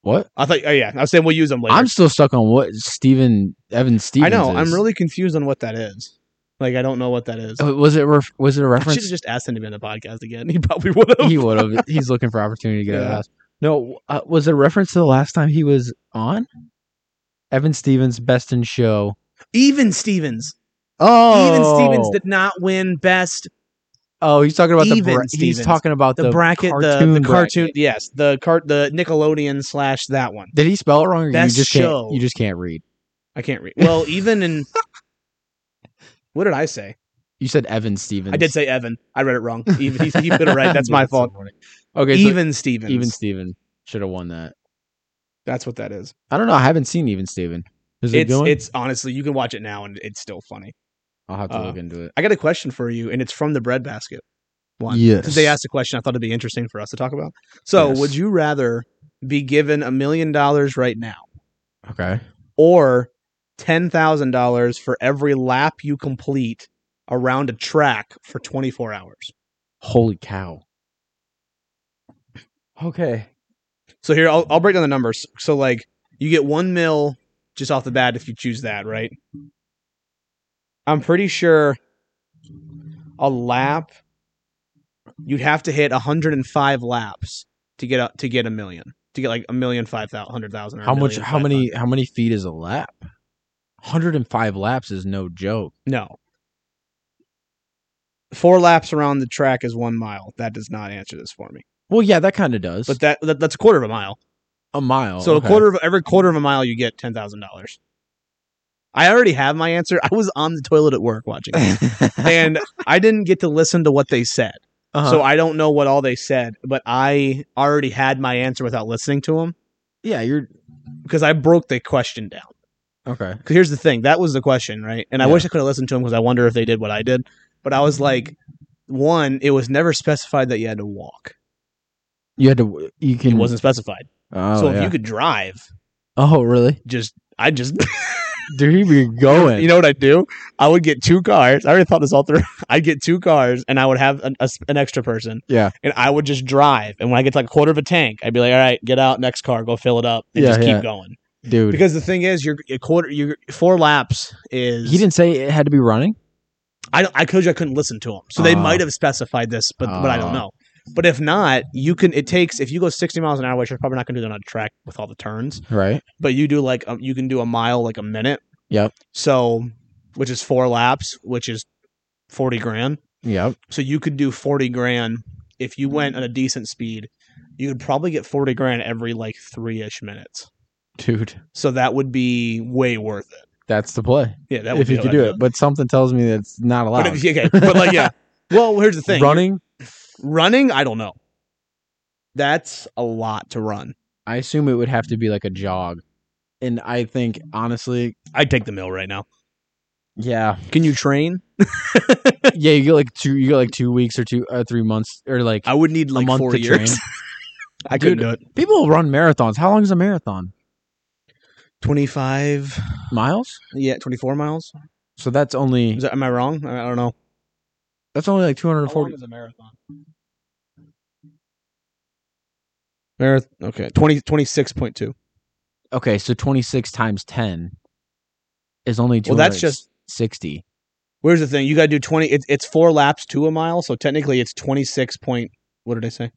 Speaker 1: What?
Speaker 2: I thought, oh, yeah. I was saying we'll use them later.
Speaker 1: I'm still stuck on what Steven Evan
Speaker 2: I
Speaker 1: Stevens.
Speaker 2: know. I'm
Speaker 1: is.
Speaker 2: really confused on what that is. Like, I don't know what that is.
Speaker 1: Uh, Was it ref- was it a
Speaker 2: I should
Speaker 1: (laughs) reference?
Speaker 2: have just asked him to be on the podcast again. (laughs) He probably would have.
Speaker 1: he would (laughs) have. He's looking for opportunity to get out of the
Speaker 2: Yeah.
Speaker 1: house. No, uh, was it a reference to the last time he was on? Evan Stevens, best in show.
Speaker 2: Even Stevens.
Speaker 1: Oh,
Speaker 2: Even Stevens did not win best
Speaker 1: Oh, he's talking about the.
Speaker 2: Even
Speaker 1: Bra- he's
Speaker 2: Stevens.
Speaker 1: talking about
Speaker 2: the,
Speaker 1: the,
Speaker 2: bracket
Speaker 1: cartoon
Speaker 2: the, the
Speaker 1: bracket.
Speaker 2: cartoon yes the cart the Nickelodeon slash that one.
Speaker 1: Did he spell it wrong? Or you
Speaker 2: Best
Speaker 1: just
Speaker 2: show.
Speaker 1: can't. You just can't read.
Speaker 2: I can't read. Well, even
Speaker 1: (laughs)
Speaker 2: in what did I say?
Speaker 1: You said Evan Stevens.
Speaker 2: I did say Evan. I read it wrong. Even, he, he put it right. That's
Speaker 1: Yeah, (laughs)
Speaker 2: my
Speaker 1: it's
Speaker 2: fault.
Speaker 1: the morning. Okay, so
Speaker 2: Even Stevens.
Speaker 1: even Steven should have won that.
Speaker 2: That's what that is.
Speaker 1: I don't know. I haven't seen even Steven. Is it
Speaker 2: It's
Speaker 1: going?
Speaker 2: it's honestly you can watch it now and it's still funny.
Speaker 1: I'll have to
Speaker 2: uh,
Speaker 1: look into it.
Speaker 2: I got a question for you, and it's from the bread basket. One.
Speaker 1: Yes.
Speaker 2: They asked a question I thought it'd be interesting for us to talk about. So,
Speaker 1: Yes.
Speaker 2: would you rather be given a million dollars right now
Speaker 1: Okay.
Speaker 2: or $10,000 for every lap you complete around a track for 24 hours?
Speaker 1: Holy cow. Okay.
Speaker 2: So, here, I'll, I'll break down the numbers. So, like, you get one mil just off the bat if you choose that, right? I'm pretty sure a lap, you'd have to hit 105 laps to get a, to get a million. To get like a million five thousand, hundred thousand.
Speaker 1: How much? How many? How many feet is a lap? 105 laps is no joke.
Speaker 2: No. Four laps around the track is one mile. That does not answer this for me.
Speaker 1: Well, yeah, that kind of does.
Speaker 2: But that, that that's a quarter of a mile.
Speaker 1: a mile.
Speaker 2: so
Speaker 1: Oh, okay.
Speaker 2: a quarter of every quarter of a mile, you get ten thousand dollars. I already have my answer. I was on the toilet at work watching,
Speaker 1: (laughs)
Speaker 2: it, (laughs) and I didn't get to listen to what they said.
Speaker 1: Uh-huh.
Speaker 2: So I don't know what all they said, but I already had my answer without listening to them
Speaker 1: yeah, you're
Speaker 2: because I broke the question down.
Speaker 1: okay.
Speaker 2: Because here's the thing that was the question, right? And I
Speaker 1: Yeah.
Speaker 2: wish I could have listened to him because I wonder if they did what I did. But I was like, one, it was never specified that you had to walk.
Speaker 1: You had to. You can.
Speaker 2: It wasn't specified.
Speaker 1: Mm-hmm. Oh,
Speaker 2: so if
Speaker 1: yeah.
Speaker 2: you could drive,
Speaker 1: oh really?
Speaker 2: just I just (laughs)
Speaker 1: Dude, (laughs) you're going.
Speaker 2: you know what I do? I would get two cars. I already thought this all through. (laughs) I'd get two cars, and I would have an, a s an extra person.
Speaker 1: Yeah.
Speaker 2: and I would just drive. And when I get to like a quarter of a tank, I'd be like, all right, get out, next car, go fill it up, and
Speaker 1: Yeah,
Speaker 2: just
Speaker 1: yeah.
Speaker 2: keep going.
Speaker 1: dude.
Speaker 2: Because the thing is, your a quarter, your four laps is
Speaker 1: he didn't say it had to be running.
Speaker 2: I don't, I told you I couldn't listen to them, so they
Speaker 1: Ah.
Speaker 2: might have specified this, but but I don't
Speaker 1: Ah.
Speaker 2: know. But if not, you can. It takes if you go sixty miles an hour, which you're probably not going to do that on a track with all the turns,
Speaker 1: Right.
Speaker 2: but you do like um, you can do a mile like a minute.
Speaker 1: Yep.
Speaker 2: So, which is four laps, which is forty grand.
Speaker 1: Yep.
Speaker 2: So you could do forty grand if you went at a decent speed. You could probably get forty grand every like three ish minutes.
Speaker 1: Dude,
Speaker 2: So that would be way worth it.
Speaker 1: that's the play.
Speaker 2: Yeah, that would
Speaker 1: if
Speaker 2: be
Speaker 1: you
Speaker 2: what
Speaker 1: could
Speaker 2: I'd
Speaker 1: do it, but something tells me that's not
Speaker 2: But
Speaker 1: allowed.
Speaker 2: if- okay, but
Speaker 1: (laughs)
Speaker 2: like yeah. Well, here's the thing.
Speaker 1: Running,
Speaker 2: Running, I don't know. That's a lot to run.
Speaker 1: I assume it would have to be like a jog, and I think honestly,
Speaker 2: I'd take the mill right now.
Speaker 1: (laughs) yeah,
Speaker 2: Can you train?
Speaker 1: yeah, you get like two, you get like two weeks or two, uh, three months, or like
Speaker 2: I would need like
Speaker 1: a month
Speaker 2: four
Speaker 1: to
Speaker 2: years. (laughs)
Speaker 1: train.
Speaker 2: I
Speaker 1: Dude.
Speaker 2: couldn't do it.
Speaker 1: People run marathons. How long is a marathon?
Speaker 2: Twenty five,
Speaker 1: Miles.
Speaker 2: yeah, twenty four miles.
Speaker 1: So that's only
Speaker 2: Is that, am I wrong? I I don't know.
Speaker 1: that's only like two hundred forty.
Speaker 2: is a marathon? Marathon. Okay, 20, 26.2.
Speaker 1: Okay, so twenty six times ten is only two.
Speaker 2: Well, that's just-
Speaker 1: sixty.
Speaker 2: Where's the thing? You got to do twenty. It's it's four laps to a mile, so technically it's twenty six point. What did I say?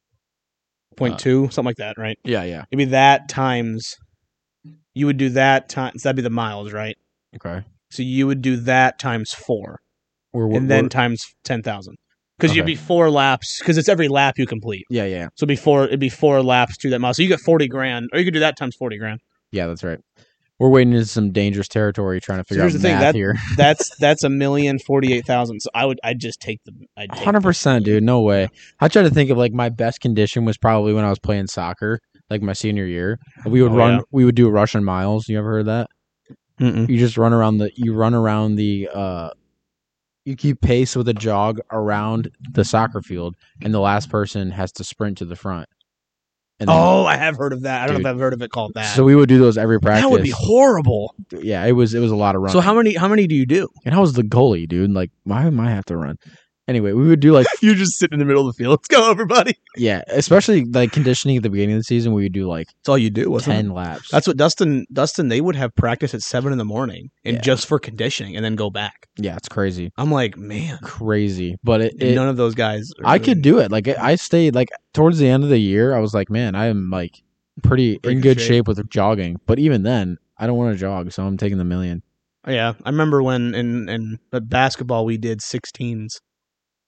Speaker 2: Point
Speaker 1: Uh,
Speaker 2: two, something like that, right?
Speaker 1: Yeah, yeah.
Speaker 2: It'd be that times you would do that times that'd be the miles, right?
Speaker 1: Okay.
Speaker 2: So you would do that times four,
Speaker 1: We're,
Speaker 2: and then times ten thousand, because you'd
Speaker 1: Okay.
Speaker 2: be four laps, because it's every lap you complete.
Speaker 1: yeah, yeah,
Speaker 2: So before it'd be four laps to that mile. So you get forty grand, or you could do that times forty grand.
Speaker 1: yeah. That's right. We're wading into some dangerous territory, trying to figure
Speaker 2: here's
Speaker 1: out
Speaker 2: the thing,
Speaker 1: math
Speaker 2: that-
Speaker 1: here.
Speaker 2: That's (laughs) that's a million forty eight thousand. So I would I'd just take the I'd take
Speaker 1: (laughs) Hundred
Speaker 2: the-
Speaker 1: percent, dude. No way. I try to think of like my best condition was probably when I was playing soccer, like my senior year. We would
Speaker 2: Oh,
Speaker 1: run.
Speaker 2: yeah.
Speaker 1: We would do Russian miles. You ever heard of that?
Speaker 2: Mm-mm.
Speaker 1: You just run around the you run around the uh you keep pace with a jog around the soccer field and the last person has to sprint to the front. And then-
Speaker 2: Oh, I have heard of that. I don't know
Speaker 1: Dude.
Speaker 2: if I've heard of it called that.
Speaker 1: so we would do those every practice.
Speaker 2: that would be horrible.
Speaker 1: yeah, it was it was a lot of running.
Speaker 2: So how many how many do you do?
Speaker 1: and I was the goalie, dude. Like why am I have to run? Anyway, we would do
Speaker 2: (laughs)
Speaker 1: like
Speaker 2: You just sit in the middle of the field. (laughs) Let's go, everybody.
Speaker 1: yeah, especially like conditioning at the beginning of the season, we would do like
Speaker 2: That's all you do. Wasn't it?
Speaker 1: ten laps.
Speaker 2: That's what Dustin Dustin they would have practice at seven in the morning and
Speaker 1: Yeah.
Speaker 2: just for conditioning and then go back.
Speaker 1: yeah, it's crazy,
Speaker 2: I'm like, man,
Speaker 1: crazy. But it, it
Speaker 2: none of those guys. are
Speaker 1: I
Speaker 2: doing-
Speaker 1: could do it. Like I I stayed like towards the end of the year, I was like, man, I am like pretty
Speaker 2: Pretty
Speaker 1: in
Speaker 2: good
Speaker 1: good shape. with jogging. But even then, I don't want to jog, so I'm taking the million.
Speaker 2: Yeah, I remember when in in at basketball we did 16s,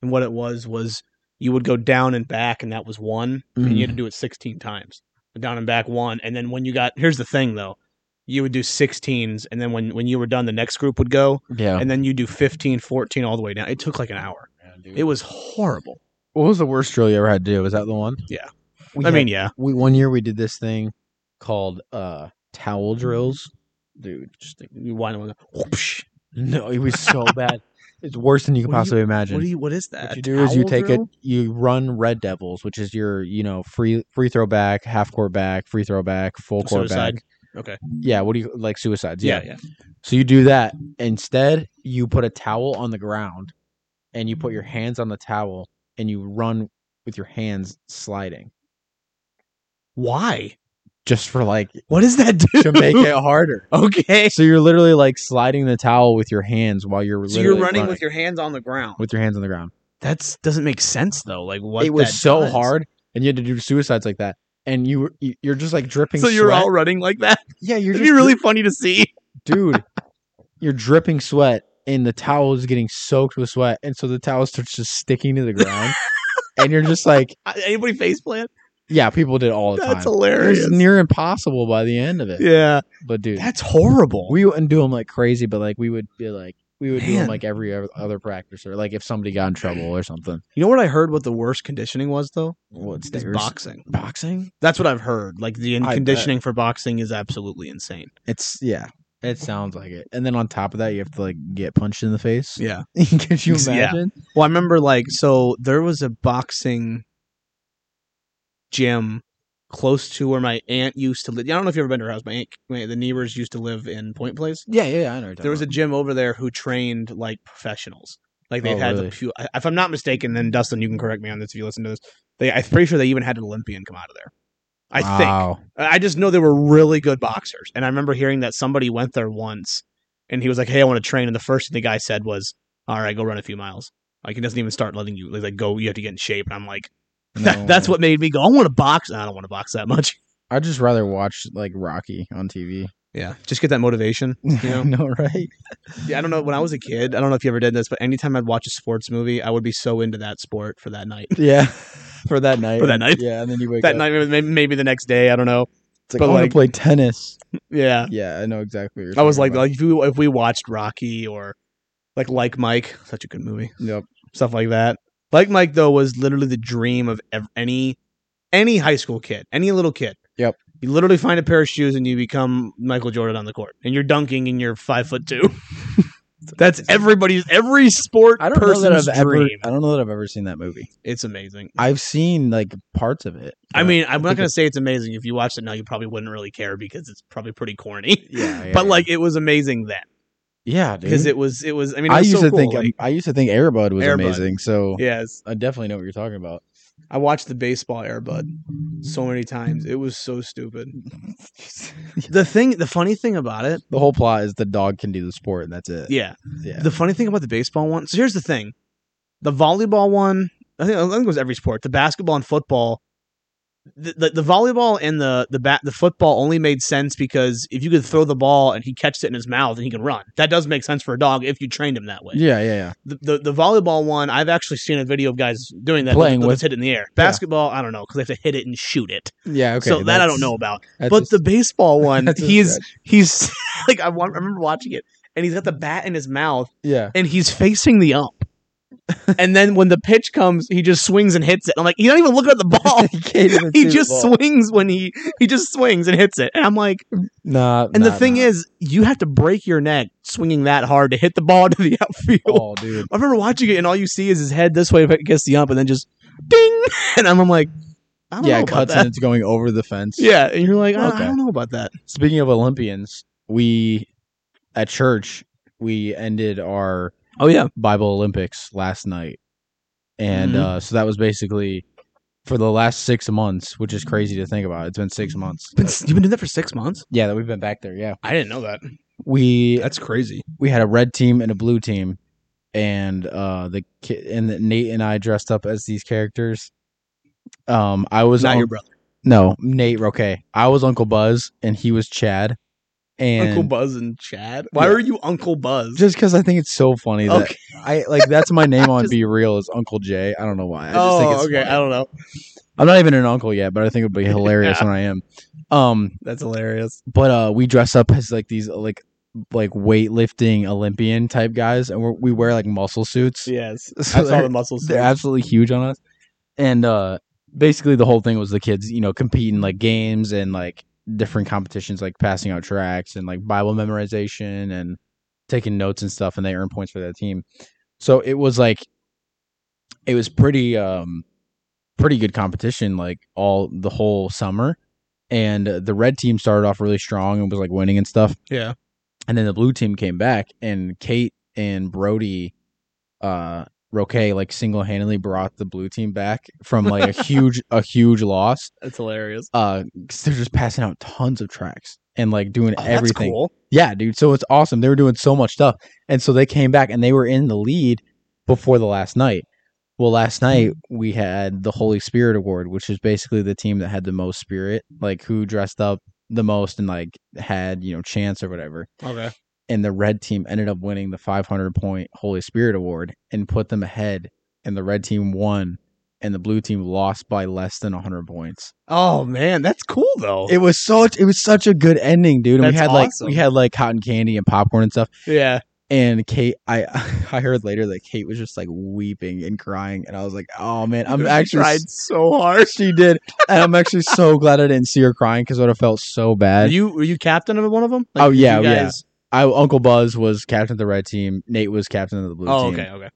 Speaker 2: and what it was was you would go down and back, and that was one, and you had to
Speaker 1: Mm-hmm.
Speaker 2: do it 16 times. Down and back one, and then when you got here's the thing though, you would do 16s, and then when when you were done, the next group would go,
Speaker 1: Yeah.
Speaker 2: and then you do 15, 14 all the way down. It took like an hour. It was horrible.
Speaker 1: what was the worst drill you ever had to do? Was that the one?
Speaker 2: Yeah.
Speaker 1: We
Speaker 2: I
Speaker 1: had-
Speaker 2: mean, yeah,
Speaker 1: we one year we did this thing called uh towel
Speaker 2: (laughs)
Speaker 1: drills. Dude, just like,
Speaker 2: you wind up with a whoopsh.
Speaker 1: no, it was (laughs) so bad. It's worse than you could
Speaker 2: What do you-
Speaker 1: possibly imagine.
Speaker 2: What do you? What is that?
Speaker 1: what you do is you
Speaker 2: Towel
Speaker 1: take
Speaker 2: drill?
Speaker 1: it, you run Red Devils, which is your, you know, free free throw back, half court back, free throw back, full court
Speaker 2: Suicide.
Speaker 1: back.
Speaker 2: Okay.
Speaker 1: Yeah, what do you like suicides?
Speaker 2: Yeah, yeah.
Speaker 1: So you do that. Instead, you put a towel on the ground and you put your hands on the towel and you run with your hands sliding
Speaker 2: Why?
Speaker 1: just for
Speaker 2: (laughs)
Speaker 1: like
Speaker 2: What does that do
Speaker 1: to make it harder.
Speaker 2: Okay.
Speaker 1: So you're literally like sliding the towel with your hands while you're
Speaker 2: So you're
Speaker 1: literally
Speaker 2: running, with your hands on the ground.
Speaker 1: with your hands on the ground.
Speaker 2: That's doesn't make sense though. Like what
Speaker 1: it was
Speaker 2: that
Speaker 1: so
Speaker 2: does.
Speaker 1: hard and you had to do suicides like that. And you were- you- you're just like dripping
Speaker 2: So you're
Speaker 1: sweat.
Speaker 2: all running like that.
Speaker 1: Yeah, you're
Speaker 2: It'd
Speaker 1: just
Speaker 2: be really funny to see.
Speaker 1: dude, you're dripping sweat and the towel is getting soaked with sweat. And so the towel starts just sticking to the
Speaker 2: (laughs)
Speaker 1: ground. and you're just like,
Speaker 2: I- Anybody face plant?
Speaker 1: yeah, people did all the
Speaker 2: That's
Speaker 1: time.
Speaker 2: hilarious.
Speaker 1: It's near impossible by the end of it.
Speaker 2: yeah,
Speaker 1: But dude,
Speaker 2: that's horrible.
Speaker 1: we wouldn't do them like crazy, but like we would be like, we would do 'em do
Speaker 2: Man.
Speaker 1: them like every oth- other practice or like if somebody got in trouble or something.
Speaker 2: you know what I heard? What the worst conditioning was though?
Speaker 1: What
Speaker 2: Is
Speaker 1: stairs?
Speaker 2: boxing.
Speaker 1: boxing?
Speaker 2: That's what I've heard. Like the in-
Speaker 1: I bet.
Speaker 2: conditioning for boxing is absolutely insane.
Speaker 1: It's yeah. It sounds like it. And then on top of that, you have to like get punched in the face. (laughs)
Speaker 2: Yeah.
Speaker 1: Could you
Speaker 2: Yeah.
Speaker 1: imagine?
Speaker 2: Well, I remember like so there was a boxing gym close to where my aunt used to live. I don't know if you've ever been to her house. My aunt, my, the neighbors used to live in Point Place.
Speaker 1: Yeah, yeah, yeah I know. what you're
Speaker 2: There was a
Speaker 1: talking
Speaker 2: gym over there who trained like professionals. Like they
Speaker 1: Oh,
Speaker 2: had
Speaker 1: really?
Speaker 2: the pu- I- if I'm not mistaken, then Dustin, you can correct me on this if you listen to this. They, I'm pretty sure they even had an Olympian come out of there. I
Speaker 1: about.
Speaker 2: think.
Speaker 1: Wow.
Speaker 2: I just know they were really good boxers. And I remember hearing that somebody went there once and he was like, Hey, I want to train. And the first thing the guy said was, All right, go run a few miles. Like he doesn't even start letting you he's like go you have to get in shape. And I'm like, (laughs) (laughs) that, that's
Speaker 1: No.
Speaker 2: what made me go, I want to box. I don't want to box that much. (laughs)
Speaker 1: I'd just rather watch like Rocky on (laughs) TV.
Speaker 2: Yeah. Just get that motivation. You know?
Speaker 1: no, right?
Speaker 2: yeah, I don't know. When I was a kid, I don't know if you ever did this, but anytime I'd watch a sports movie, I would be so into that sport for that night.
Speaker 1: Yeah, for that night.
Speaker 2: (laughs) For that night.
Speaker 1: Yeah, and then you wake
Speaker 2: (laughs) That
Speaker 1: up.
Speaker 2: night maybe, maybe the next day, I don't know.
Speaker 1: It's like,
Speaker 2: but
Speaker 1: I want
Speaker 2: like-
Speaker 1: to play tennis.
Speaker 2: Yeah.
Speaker 1: Yeah, I know exactly. What you're
Speaker 2: I was like
Speaker 1: talking
Speaker 2: like if we if we watched Rocky or like Like Mike, such a good movie.
Speaker 1: about.
Speaker 2: stuff like that. Like Mike though was literally the dream of ev- any any high school kid, any little kid.
Speaker 1: Yep.
Speaker 2: You literally find a pair of shoes and you become Michael Jordan on the court, and you're dunking and you're five
Speaker 1: (laughs)
Speaker 2: foot two. That's everybody's every sport
Speaker 1: Yep. I don't know that
Speaker 2: person's
Speaker 1: I've ever.
Speaker 2: dream.
Speaker 1: I don't know that I've ever seen that movie.
Speaker 2: It's amazing.
Speaker 1: I've seen like parts of it.
Speaker 2: I
Speaker 1: but-
Speaker 2: mean, I'm not
Speaker 1: think
Speaker 2: gonna say it's amazing. If you watched it now, you probably wouldn't really care because it's probably pretty corny.
Speaker 1: yeah, yeah,
Speaker 2: but
Speaker 1: yeah.
Speaker 2: like, it was amazing then
Speaker 1: yeah,
Speaker 2: because
Speaker 1: dude.
Speaker 2: it was it was. I mean, it
Speaker 1: I
Speaker 2: was
Speaker 1: used
Speaker 2: so
Speaker 1: to
Speaker 2: cool,
Speaker 1: think
Speaker 2: like,
Speaker 1: I used to think Airbud was
Speaker 2: Air Bud.
Speaker 1: amazing. So
Speaker 2: yes,
Speaker 1: I definitely know what you're talking about.
Speaker 2: I watched the baseball Airbud so many times. It was so stupid. (laughs) The thing, the funny thing about it,
Speaker 1: the whole plot is the dog can do the sport, and that's it.
Speaker 2: yeah.
Speaker 1: Yeah.
Speaker 2: The funny thing about the baseball one. So here's the thing: the volleyball one. I think, I think it was every sport. The basketball and football. The, the, the volleyball and the the bat the football only made sense because if you could throw the ball and he catches it in his mouth and he can run, that does make sense for a dog if you trained him that way.
Speaker 1: yeah, yeah, yeah.
Speaker 2: The, the the volleyball one, I've actually seen a video of guys doing that
Speaker 1: Playing
Speaker 2: they'll
Speaker 1: with-
Speaker 2: just hit it in the air. Basketball, I don't know because they have to hit it and shoot it.
Speaker 1: Yeah, okay.
Speaker 2: so that I don't
Speaker 1: that's-
Speaker 2: know about.
Speaker 1: that's
Speaker 2: But
Speaker 1: a-
Speaker 2: the
Speaker 1: (laughs)
Speaker 2: baseball one,
Speaker 1: that's a
Speaker 2: he's
Speaker 1: stretch.
Speaker 2: he's (laughs) like I, want, I remember watching it and he's got the bat in his mouth
Speaker 1: yeah. (laughs)
Speaker 2: and he's facing the ump and then when the pitch comes, he just swings and hits it. I'm like, he's not even looking at the ball.
Speaker 1: (laughs) he can't even
Speaker 2: (laughs) he
Speaker 1: see the
Speaker 2: just
Speaker 1: ball.
Speaker 2: swings when he he just swings and hits it. And I'm like,
Speaker 1: Nah,
Speaker 2: and the
Speaker 1: nah,
Speaker 2: thing
Speaker 1: nah.
Speaker 2: (laughs) is, you have to break your neck swinging that hard to hit the ball (laughs) to the outfield.
Speaker 1: oh, dude,
Speaker 2: I remember watching it, and all you see is his head this way against the ump, and then just ding. (laughs) And I'm, I'm like, I don't
Speaker 1: yeah,
Speaker 2: know
Speaker 1: it
Speaker 2: about
Speaker 1: cuts
Speaker 2: that.
Speaker 1: and it's going over the fence.
Speaker 2: Yeah, and you're like, I, I
Speaker 1: Okay.
Speaker 2: don't know about that.
Speaker 1: Speaking of Olympians, we at church we ended our
Speaker 2: Oh yeah,
Speaker 1: Bible Olympics last night, and
Speaker 2: Mhm.
Speaker 1: uh, so that was basically for the last six months, which is crazy to think about. It's been six
Speaker 2: Mm-hmm.
Speaker 1: months.
Speaker 2: Been- you've been doing that for six months.
Speaker 1: Yeah, that we've been back there. Yeah,
Speaker 2: I didn't know that.
Speaker 1: we
Speaker 3: That's crazy.
Speaker 1: we had a red team and a blue team, and uh, the ki- and the, Nate and I dressed up as these characters. Um, I was
Speaker 2: Not
Speaker 1: on-
Speaker 2: your brother,
Speaker 1: no Nate Roque. I was Uncle Buzz, and he was Chad. And
Speaker 2: Uncle Buzz and Chad. Why
Speaker 1: Yeah.
Speaker 2: are you Uncle Buzz?
Speaker 1: just because I think it's so funny that
Speaker 2: okay.
Speaker 1: I like that's my name on
Speaker 2: (laughs) Just-
Speaker 1: Be Real is Uncle J. I don't know why. I just
Speaker 2: oh,
Speaker 1: think it's
Speaker 2: okay.
Speaker 1: funny.
Speaker 2: I don't know.
Speaker 1: I'm not even an uncle yet, but I think it would
Speaker 2: (laughs)
Speaker 1: be hilarious when I am. Um,
Speaker 2: That's hilarious.
Speaker 1: but uh, we dress up as like these like like weightlifting Olympian type guys, and we're, we wear like muscle suits. (laughs)
Speaker 2: Yes,
Speaker 1: So
Speaker 2: I saw
Speaker 1: they're-
Speaker 2: the muscles.
Speaker 1: They're absolutely huge on us. And uh basically the whole thing was the kids, you know, competing like games and like different competitions like passing out tracks and like Bible memorization and taking notes and stuff and they earn points for that team. So it was like it was pretty um pretty good competition like all the whole summer and uh, the red team started off really strong and was like winning and stuff
Speaker 2: Yeah.
Speaker 1: and then the blue team came back and Kate and Brody uh Roque like single handedly brought the blue team back from like
Speaker 2: (laughs)
Speaker 1: a huge a huge loss.
Speaker 2: That's hilarious.
Speaker 1: Uh 'cause they're just passing out tons of tracks and like doing
Speaker 2: Oh, that's
Speaker 1: everything.
Speaker 2: cool.
Speaker 1: Yeah, dude. So it's awesome. They were doing so much stuff. And so they came back and they were in the lead before the last night. Well, last
Speaker 2: Mm.
Speaker 1: night we had the Holy Spirit Award, which is basically the team that had the most spirit, like who dressed up the most and like had, you know, chance or whatever
Speaker 2: Okay.
Speaker 1: and the red team ended up winning the 500 point Holy Spirit Award and put them ahead. And the red team won, and the blue team lost by less than 100 points.
Speaker 2: Oh man, that's cool though.
Speaker 1: It was such it was such a good ending, dude. And we
Speaker 2: That's
Speaker 1: had
Speaker 2: awesome.
Speaker 1: like we had like cotton candy and popcorn and stuff.
Speaker 2: yeah.
Speaker 1: And Kate, I (laughs) I heard later that Kate was just like weeping and crying, and I was like, oh man, I'm
Speaker 2: (laughs) She
Speaker 1: actually
Speaker 2: tried so
Speaker 1: (laughs)
Speaker 2: hard.
Speaker 1: she did, and I'm actually
Speaker 2: (laughs)
Speaker 1: so glad I didn't see her crying because I would have felt so
Speaker 2: Were
Speaker 1: bad.
Speaker 2: you were you captain of one of them?
Speaker 1: Oh,
Speaker 2: did
Speaker 1: yeah,
Speaker 2: you
Speaker 1: yeah. I Uncle Buzz was captain of the red team, Nate was captain of the blue
Speaker 2: Oh
Speaker 1: team.
Speaker 2: okay, okay.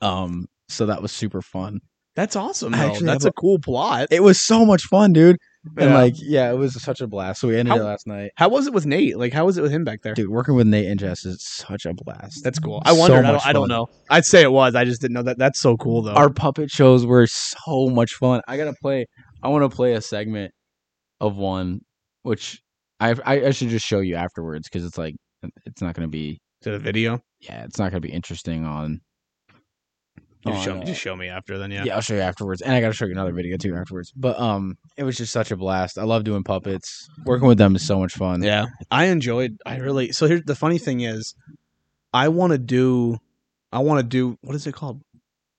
Speaker 1: Um, so that was super fun.
Speaker 2: That's awesome.
Speaker 1: I
Speaker 2: Though.
Speaker 1: actually
Speaker 2: That's
Speaker 1: have
Speaker 2: a cool plot.
Speaker 1: It was so much fun, dude. And
Speaker 2: Yeah.
Speaker 1: like, yeah, it was such a blast. So we ended
Speaker 2: How-
Speaker 1: it last night.
Speaker 2: how was it with Nate? Like, how was it with him back there?
Speaker 1: Dude, working with Nate and Jess is such a blast.
Speaker 2: That's cool. I
Speaker 1: So
Speaker 2: wondered. I,
Speaker 1: much
Speaker 2: don't, I don't
Speaker 1: fun.
Speaker 2: know. I'd say it was. I just didn't know that. That's so cool though.
Speaker 1: Our puppet shows were so much fun. I gotta play. I want to play a segment of one, which I I, I should just show you afterwards because it's like it's not gonna be
Speaker 2: to the video.
Speaker 1: yeah, it's not gonna be interesting on.
Speaker 2: You
Speaker 1: on,
Speaker 2: show me.
Speaker 1: uh,
Speaker 2: Just show me after then. Yeah.
Speaker 1: yeah. I'll show you afterwards, and I got to show you another video too afterwards. But um, it was just such a blast. I love doing puppets. Working with them is so much fun.
Speaker 2: Yeah. I enjoyed. I really. So here's the funny thing is, I want to do. I want to do. What is it called?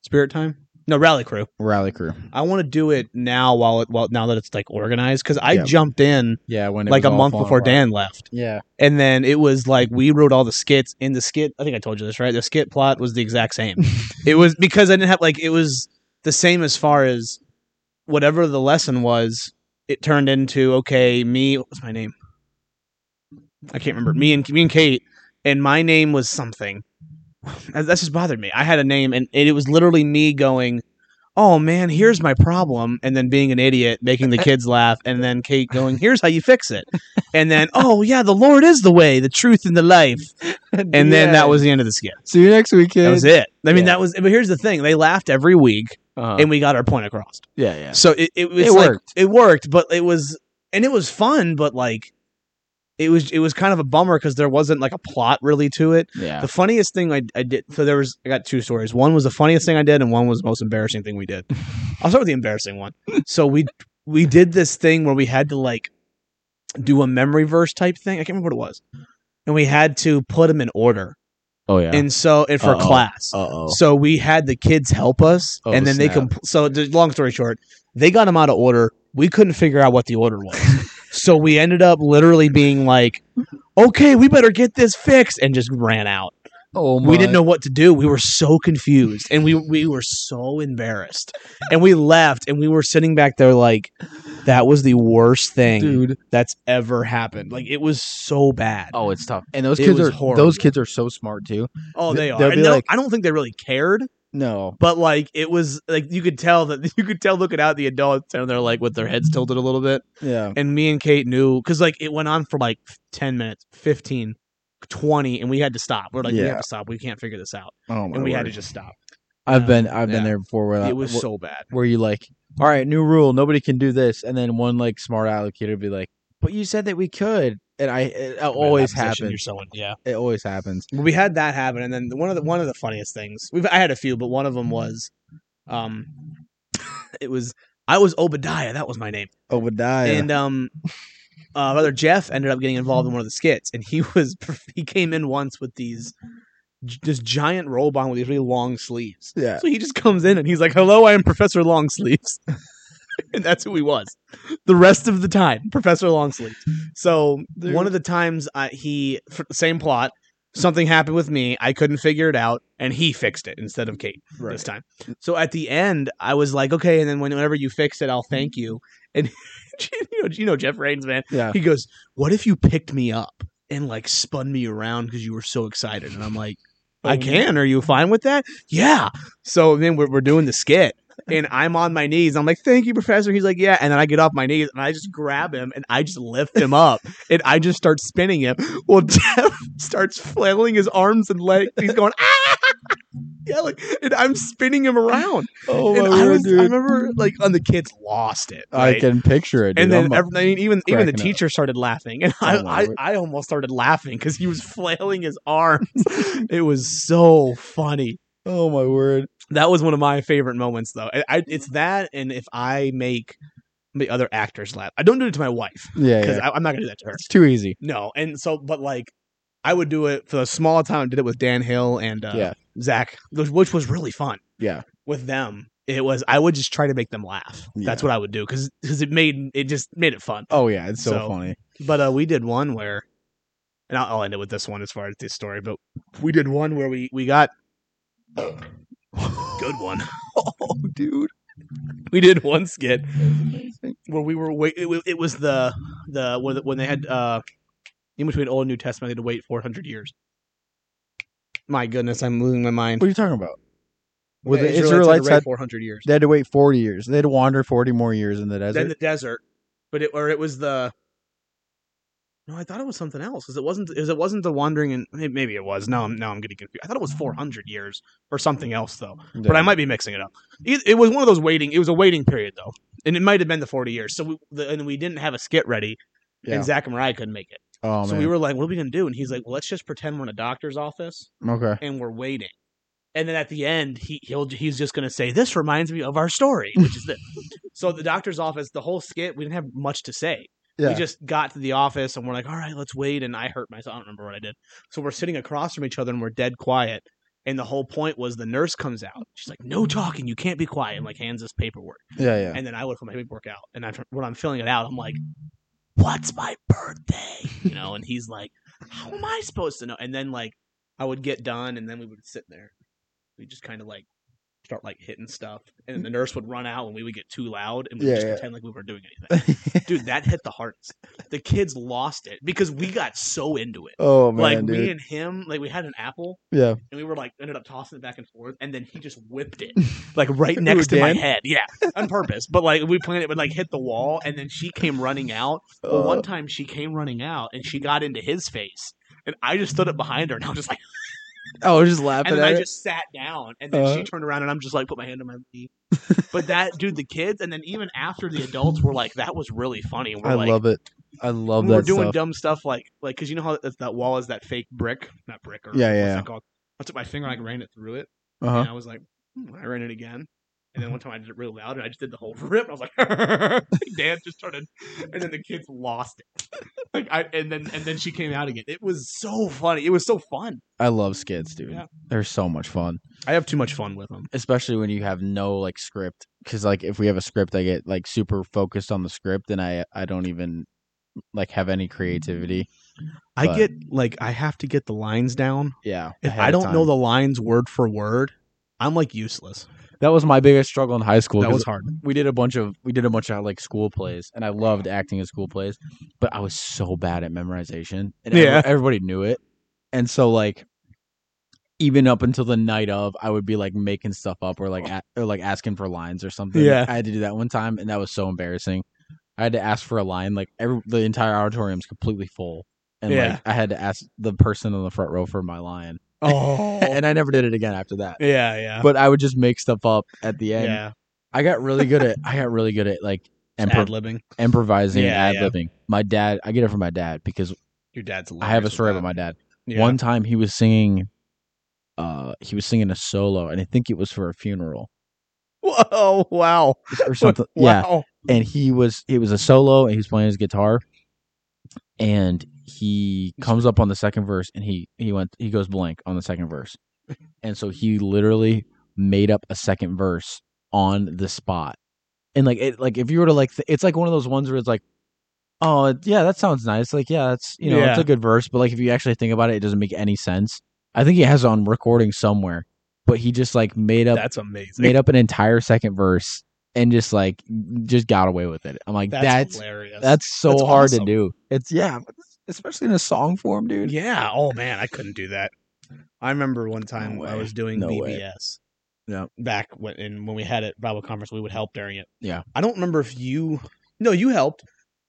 Speaker 2: Spirit time. No, rally crew.
Speaker 1: Rally crew.
Speaker 2: I want to do it now while it while now that it's like organized because I
Speaker 1: Yeah.
Speaker 2: jumped in
Speaker 1: Yeah, when it
Speaker 2: like
Speaker 1: was
Speaker 2: a
Speaker 1: all
Speaker 2: month
Speaker 1: falling
Speaker 2: before
Speaker 1: apart.
Speaker 2: Dan left.
Speaker 1: Yeah,
Speaker 2: And then it was like we wrote all the skits in the skit. I think I told you this, right? The skit plot was the exact same. it was because I didn't have like it was the same as far as whatever the lesson was. It turned into okay, me. What was my name? I can't remember. Me and me and Kate, and my name was something. That that just bothered me. I had a name, and it was literally me going, "Oh man, here's my problem," and then being an idiot, making the kids laugh, and then Kate going, "Here's how you fix it." and then oh yeah the lord is the way the truth and the life
Speaker 1: (laughs) (laughs) and
Speaker 2: and then that was the end of the skit
Speaker 1: see you next weekend.
Speaker 2: that was it i mean
Speaker 1: Yeah.
Speaker 2: that was but here's the thing they laughed every week
Speaker 1: Uh-huh.
Speaker 2: and we got our point across
Speaker 1: yeah, yeah.
Speaker 2: so it, it,
Speaker 1: It
Speaker 2: it like,
Speaker 1: worked.
Speaker 2: worked it worked but it was and it was fun but like it was it was kind of a bummer because there wasn't like a plot really to it
Speaker 1: Yeah,
Speaker 2: the funniest thing I, I did so there was i got two stories one was the funniest thing i did and one was the most embarrassing thing we did
Speaker 1: (laughs)
Speaker 2: i'll start with the embarrassing one so we we did this thing where we had to like do a memory verse type thing i can't remember what it was and we had to put them in order
Speaker 1: oh yeah.
Speaker 2: and so and for
Speaker 1: Uh-oh.
Speaker 2: class
Speaker 1: uh oh,
Speaker 2: so we had the kids help us
Speaker 1: Oh,
Speaker 2: and then they
Speaker 1: snap.
Speaker 2: compl- so the- long story short they got them out of order we couldn't figure out what the order
Speaker 1: (laughs)
Speaker 2: was so we ended up literally being like okay we better get this fixed and just ran out
Speaker 1: Oh
Speaker 2: we didn't know what to do. We were so confused and we we were so embarrassed. And we left and we were sitting back there like that was the worst thing
Speaker 1: dude.
Speaker 2: that's ever happened. Like it was so bad.
Speaker 1: Oh, it's tough. And those
Speaker 2: It
Speaker 1: kids
Speaker 2: was
Speaker 1: are
Speaker 2: horrible.
Speaker 1: those kids are so smart too.
Speaker 2: Oh,
Speaker 1: th-
Speaker 2: they are.
Speaker 1: they'll
Speaker 2: And
Speaker 1: be
Speaker 2: they don't-
Speaker 1: like-
Speaker 2: I don't think they really cared,
Speaker 1: No,
Speaker 2: but like it was like you could tell that (laughs) you could tell looking out at the adults and they're like with their heads tilted a little bit.
Speaker 1: yeah,
Speaker 2: And me and Kate knew cuz like it went on for like 10 minutes, 15, 20 and we had to stop. We're like we
Speaker 1: Yeah.
Speaker 2: have to stop. We can't figure this out.
Speaker 1: oh my
Speaker 2: and we had
Speaker 1: word.
Speaker 2: to just stop.
Speaker 1: I've been I've
Speaker 2: Yeah.
Speaker 1: been there before where I-
Speaker 2: it was
Speaker 1: wh-
Speaker 2: so bad.
Speaker 1: where you like, all right, new rule, nobody can do this, and then one like smart aleck kid would be like, but you said that we could, and I it always happens.
Speaker 2: yeah.
Speaker 1: It always happens.
Speaker 2: Well, we had that happen, and then one of the one of the funniest things we've I had a few, but one of them was, um, (laughs) it was I was Obadiah, that was my name,
Speaker 1: Obadiah.
Speaker 2: and um, uh, rather Jeff ended up getting involved in one of the skits, and he (laughs) was he came in once with these j- this giant robe on with these really long sleeves,
Speaker 1: yeah.
Speaker 2: so he just comes in and he's like, "Hello, I am Professor Long Sleeves," (laughs) and that's who he was. The rest of the time, Professor Long Sleeves. So
Speaker 1: Dude.
Speaker 2: one of the times I, he, for the same plot, something happened with me. I couldn't figure it out, and he fixed it instead of Kate this time. So at the end, I was like, "Okay," and then when- whenever you fix it, I'll thank you. And (laughs) you know, you know Jeff Rains, man.
Speaker 1: Yeah.
Speaker 2: He goes, "What if you picked me up and like spun me around because you were so excited?" And I'm like, "I can. Are you fine with that?" Yeah. So then we're, we're doing the skit, and I'm on my knees. I'm like, "Thank you, Professor." He's like, "Yeah." And then I get off my knees and I just grab him and I just lift him up and I just start spinning him. Well, (laughs) Jeff starts flailing his arms and legs. He's going, "Ah!" Yeah, like, and I'm spinning him around.
Speaker 1: Oh
Speaker 2: and I was, I remember, like, on the kids lost it. right?
Speaker 1: I can picture it. Dude.
Speaker 2: and then
Speaker 1: I'm a-
Speaker 2: every, I mean, even even the
Speaker 1: cracking up.
Speaker 2: teacher started laughing, and I,
Speaker 1: Oh, my
Speaker 2: I,
Speaker 1: word.
Speaker 2: I almost started laughing because he was (laughs) flailing his arms. it was so funny.
Speaker 1: oh my word.
Speaker 2: That was one of my favorite moments, though. I, I, it's that, and if I make the other actors laugh, I don't do it to my wife
Speaker 1: Yeah,
Speaker 2: because
Speaker 1: yeah.
Speaker 2: I'm not gonna do that to her.
Speaker 1: It's too easy.
Speaker 2: No, and so, but like, I would do it for the small time. I did it with Dan Hill and uh,
Speaker 1: Yeah.
Speaker 2: Zach, which which was really fun.
Speaker 1: Yeah.
Speaker 2: with them, it was. I would just try to make them laugh. That's
Speaker 1: Yeah.
Speaker 2: what I would do because it made it just made it fun.
Speaker 1: Oh yeah, it's so,
Speaker 2: So-
Speaker 1: funny.
Speaker 2: But uh, we did one where, and I'll, I'll end it with this one as far as this story. But we did one where we we got good (laughs) one.
Speaker 1: Oh dude.
Speaker 2: We did one skit where we were wait. It, wa- it was the the when- when they had uh in between Old and New Testament, they had to wait four hundred years. My goodness, I'm losing my mind.
Speaker 1: What are you talking about? Well, the
Speaker 2: Israelites had
Speaker 1: Israelites
Speaker 2: to
Speaker 1: had
Speaker 2: four hundred years.
Speaker 1: they had to wait forty years. They had to wander forty more years in the
Speaker 2: Then
Speaker 1: desert.
Speaker 2: the desert, but it or it was the. No, I thought it was something else because it wasn't. Because it wasn't the wandering and may- maybe it was. No, I'm now I'm getting confused. I thought it was
Speaker 1: Mm.
Speaker 2: 400 years or something else though, but I might be mixing it up. E, It, it was one of those waiting. It was a waiting period though, and it might have been the 40 years. So we the, and we didn't have a skit ready,
Speaker 1: Yeah.
Speaker 2: and Zach and Mariah couldn't make it.
Speaker 1: Oh man.
Speaker 2: so we were like, "What are we gonna do?" And he's like, well, "Let's just pretend we're in a doctor's office
Speaker 1: okay.
Speaker 2: and we're waiting." And then at the end, he he'll he's just gonna say, "This reminds me of our story," which is the so the doctor's office. The whole skit, we didn't have much to say.
Speaker 1: Yeah.
Speaker 2: We just got to the office and we're like, "All right, let's wait." And I hurt myself. I don't remember what I did. So we're sitting across from each other and we're dead quiet. And the whole point was the nurse comes out. She's like, "No talking. You can't be quiet." And like hands us paperwork.
Speaker 1: yeah, yeah.
Speaker 2: And then I would put my paperwork out. And I, when I'm filling it out, I'm like, "What's my birthday?" You know. And he's like, "How am I supposed to know?" And then like I would get done, and then we would sit there. We just kind of like start like hitting stuff, and then the nurse would run out when we would get too loud, and we would
Speaker 1: Yeah,
Speaker 2: just
Speaker 1: yeah.
Speaker 2: pretend like we were doing anything. Dude, that hit the hardest. The kids lost it because we got so into it.
Speaker 1: (laughs) oh man,
Speaker 2: like
Speaker 1: dude.
Speaker 2: me and him, like we had an apple,
Speaker 1: yeah.
Speaker 2: and we were like ended up tossing it back and forth, and then he just whipped it like right next to my
Speaker 1: Dan?
Speaker 2: head, yeah, on purpose. But like we planned it would like hit the wall, and then she came running out. (laughs) Well,
Speaker 1: Uh,
Speaker 2: one time she came running out and she got into his face, and I just stood up behind her and I was just like,
Speaker 1: oh, just
Speaker 2: and
Speaker 1: laughing
Speaker 2: then
Speaker 1: at
Speaker 2: I
Speaker 1: it.
Speaker 2: just sat down, and then she
Speaker 1: Uh.
Speaker 2: turned around and I'm just like put my hand on my knee. but that dude, the kids, and then even after the adults were like, that was really funny. And we're
Speaker 1: I
Speaker 2: like,
Speaker 1: love it. I love
Speaker 2: when
Speaker 1: that
Speaker 2: we're doing
Speaker 1: stuff.
Speaker 2: dumb stuff like like because you know how that, that wall is that fake brick, not brick or
Speaker 1: Yeah, yeah,
Speaker 2: what's
Speaker 1: yeah.
Speaker 2: that called? I took my finger and I ran it through it,
Speaker 1: uh-huh. Mm-hmm.
Speaker 2: and I was like, hmm, I ran it again. And then one time I did it really loud, and I just did the whole (laughs) rip. I was like, Dan just started, and then the kids lost it. (laughs) Like I, and then and then she came out again. It was so funny. It was so fun.
Speaker 1: I love skits, dude.
Speaker 2: Yeah.
Speaker 1: They're so much fun,
Speaker 2: I have too much fun with them.
Speaker 1: especially when you have no like script. Because like if we have a script, I get like super focused on the script, and I I don't even like have
Speaker 2: Mm.
Speaker 1: any creativity.
Speaker 2: I
Speaker 1: But-
Speaker 2: get like I have to get the lines down.
Speaker 1: Yeah,
Speaker 2: If
Speaker 1: ahead
Speaker 2: I
Speaker 1: of
Speaker 2: don't know
Speaker 1: time.
Speaker 2: the lines word for word, I'm like useless.
Speaker 1: that was my biggest struggle in high school.
Speaker 2: that
Speaker 1: 'cause
Speaker 2: was hard.
Speaker 1: (laughs) we did a bunch of we did a bunch of like school plays, and I loved acting in school plays, but I was so bad at memorization, and every-
Speaker 2: Yeah.
Speaker 1: everybody knew it, and so like even up until the night of, I would be like making stuff up or like a- or like asking for lines or something.
Speaker 2: Yeah.
Speaker 1: I had to do that one time, and that was so embarrassing. I had to ask for a line like every the entire auditorium's completely full, and
Speaker 2: Yeah.
Speaker 1: like I had to ask the person in the front row for my line,
Speaker 2: (laughs) Oh, yeah,
Speaker 1: and I never did it again after that.
Speaker 2: yeah,
Speaker 1: But I would just make stuff up at the end.
Speaker 2: yeah.
Speaker 1: I got really good at I got really good at
Speaker 2: (laughs)
Speaker 1: like
Speaker 2: Ad
Speaker 1: impro-
Speaker 2: libbing.
Speaker 1: improvising
Speaker 2: Yeah,
Speaker 1: and
Speaker 2: yeah.
Speaker 1: ad libbing. My dad, I get it from my dad because
Speaker 2: Your dad's.
Speaker 1: I have a story about my dad.
Speaker 2: yeah.
Speaker 1: One time he was singing, uh, he was singing a solo, and I think it was for a funeral
Speaker 2: (laughs) Whoa! Wow! (laughs)
Speaker 1: or something. Yeah,
Speaker 2: Wow!
Speaker 1: and he was it was a solo, and he was playing his guitar, and he comes up on the second verse, and he he went he goes blank on the second verse, and so he literally made up a second verse on the spot, and like it like if you were to like th- it's like one of those ones where it's like. Oh yeah, that sounds nice. Like yeah, that's you know it's
Speaker 2: Yeah.
Speaker 1: a good verse, but like if you actually think about it, it doesn't make any sense. I think he has it on recording somewhere, but he just like made up
Speaker 2: That's amazing.
Speaker 1: made up an entire second verse and just like just got away with it. I'm like,
Speaker 2: that's,
Speaker 1: that's that's,
Speaker 2: hilarious.
Speaker 1: so hard
Speaker 2: That's
Speaker 1: to
Speaker 2: awesome.
Speaker 1: do. It's yeah, especially in a song form, dude.
Speaker 2: Yeah. Oh man, I couldn't do that. I remember one time I
Speaker 1: way.
Speaker 2: was doing
Speaker 1: No way.
Speaker 2: BBS.
Speaker 1: Yeah.
Speaker 2: Back when and when we had it Bible conference, we would help during it.
Speaker 1: Yeah.
Speaker 2: I don't remember if you. No, you helped.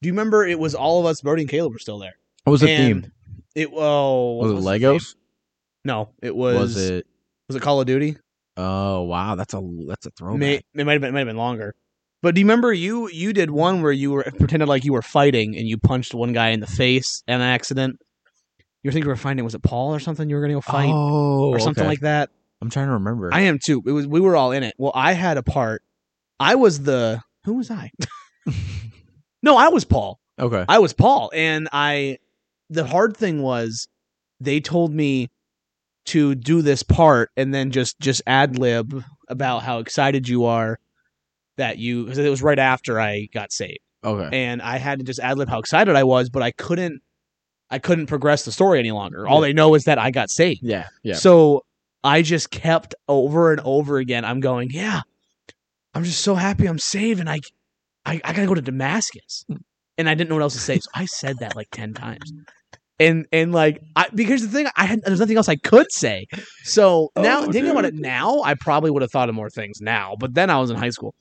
Speaker 2: Do you remember it was all of us? Brody and Caleb were still there.
Speaker 1: What was the
Speaker 2: And
Speaker 1: theme?
Speaker 2: It oh,
Speaker 1: Was
Speaker 2: what
Speaker 1: it
Speaker 2: the
Speaker 1: Legos?
Speaker 2: theme? No, it was.
Speaker 1: Was, it?
Speaker 2: was it Call of Duty?
Speaker 1: Oh wow, that's a that's a throwback.
Speaker 2: May, it might have been, might have been longer. But do you remember you you did one where you were pretended like you were fighting and you punched one guy in the face in an accident. You were thinking you were fighting. Was it Paul or something? You were going to go fight
Speaker 1: oh,
Speaker 2: or something
Speaker 1: okay.
Speaker 2: like that.
Speaker 1: I'm trying to remember.
Speaker 2: I am too. It was we were all in it. Well, I had a part. I was the who was I? (laughs) no, I was Paul.
Speaker 1: okay.
Speaker 2: I was Paul, and I. The hard thing was, they told me to do this part and then just just ad lib about how excited you are that you because it was right after I got saved,
Speaker 1: Okay.
Speaker 2: and I had to just ad lib how excited I was, but I couldn't. I couldn't progress the story any longer. All they know is that I got saved.
Speaker 1: Yeah. Yeah.
Speaker 2: So I just kept over and over again. I'm going, yeah, I'm just so happy I'm saved, and I, I, I gotta go to Damascus, and I didn't know what else to say, so I said that like ten times, and and like I because the thing I had there's nothing else I could say. So now
Speaker 1: Oh,
Speaker 2: thinking about it
Speaker 1: dude.
Speaker 2: now, I probably would have thought of more things now, but then I was in high school.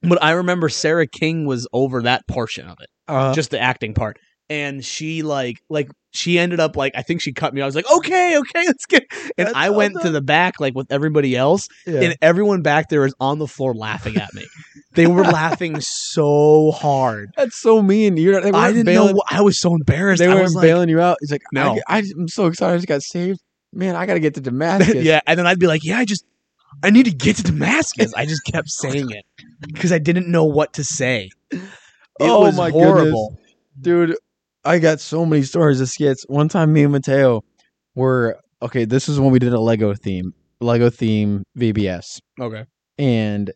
Speaker 2: But I remember Sarah King was over that portion of it
Speaker 1: Uh,
Speaker 2: just the acting part. And she like like she ended up like I think she cut me. I was like, okay, okay, let's
Speaker 1: (laughs)
Speaker 2: get. And
Speaker 1: That's
Speaker 2: I
Speaker 1: so
Speaker 2: went to
Speaker 1: dumb.
Speaker 2: the back like with everybody else,
Speaker 1: yeah.
Speaker 2: and everyone back there is on the floor laughing at me.
Speaker 1: (laughs)
Speaker 2: they were laughing so hard.
Speaker 1: that's so mean. You're they
Speaker 2: I
Speaker 1: weren't
Speaker 2: didn't
Speaker 1: bailing,
Speaker 2: know. what- I was so embarrassed.
Speaker 1: They
Speaker 2: I
Speaker 1: were
Speaker 2: was like,
Speaker 1: bailing you out. He's like,
Speaker 2: No.
Speaker 1: I, am so excited. I just got saved. Man, I got to get to Damascus.
Speaker 2: (laughs) yeah. And then I'd be like, yeah, I just I need to get to Damascus. I
Speaker 1: (laughs)
Speaker 2: just kept saying it because I didn't know what to say. It
Speaker 1: Oh
Speaker 2: was
Speaker 1: my goodness.
Speaker 2: horrible.
Speaker 1: dude i got so many stories of skits one time me and mateo were okay this is when we did a lego theme lego theme vbs
Speaker 2: Okay.
Speaker 1: and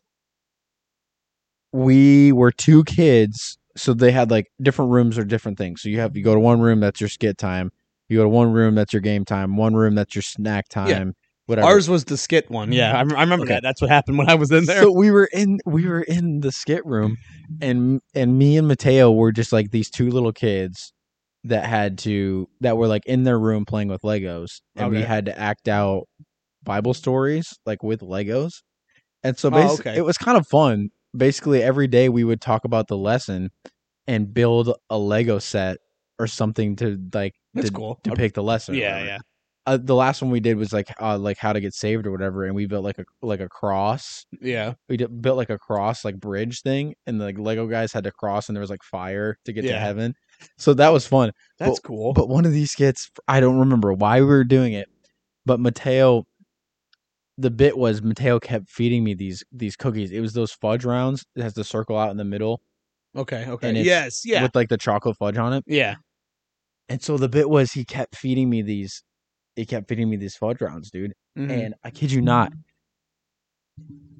Speaker 1: we were two kids so they had like different rooms or different things so you have you go to one room that's your skit time you go to one room that's your game time one room that's your snack time whatever
Speaker 2: Ours was the skit one. Yeah, I, I remember
Speaker 1: Okay.
Speaker 2: that. That's what happened when I was in there.
Speaker 1: So we were in we were in the skit room, and and me and Mateo were just like these two little kids that had to that were like in their room playing with Legos, and we
Speaker 2: Okay.
Speaker 1: had to act out Bible stories like with Legos, and so
Speaker 2: Oh,
Speaker 1: basically
Speaker 2: okay.
Speaker 1: it was kind of fun. Basically, every day we would talk about the lesson and build a Lego set or something to like
Speaker 2: That's
Speaker 1: to
Speaker 2: cool.
Speaker 1: depict the lesson. or
Speaker 2: yeah,
Speaker 1: whatever
Speaker 2: yeah.
Speaker 1: uh, the last one we did was like uh, like how to get saved or whatever, and we built like a like a cross.
Speaker 2: Yeah.
Speaker 1: We did, built like a cross like bridge thing, and like Lego guys had to cross, and there was like fire to get to
Speaker 2: Yeah.
Speaker 1: heaven. So that was fun.
Speaker 2: That's cool.
Speaker 1: But one of these skits, I don't remember why we were doing it, but Mateo, the bit was Mateo kept feeding me these these cookies. It was those fudge rounds. It has the circle out in the middle
Speaker 2: okay, okay.
Speaker 1: and it's-
Speaker 2: yes, yeah.
Speaker 1: with like the chocolate fudge on it.
Speaker 2: yeah.
Speaker 1: And so the bit was he kept feeding me these,
Speaker 2: Mm-hmm.
Speaker 1: he kept feeding me these fudge rounds, dude.
Speaker 2: Mhm.
Speaker 1: and I kid you not,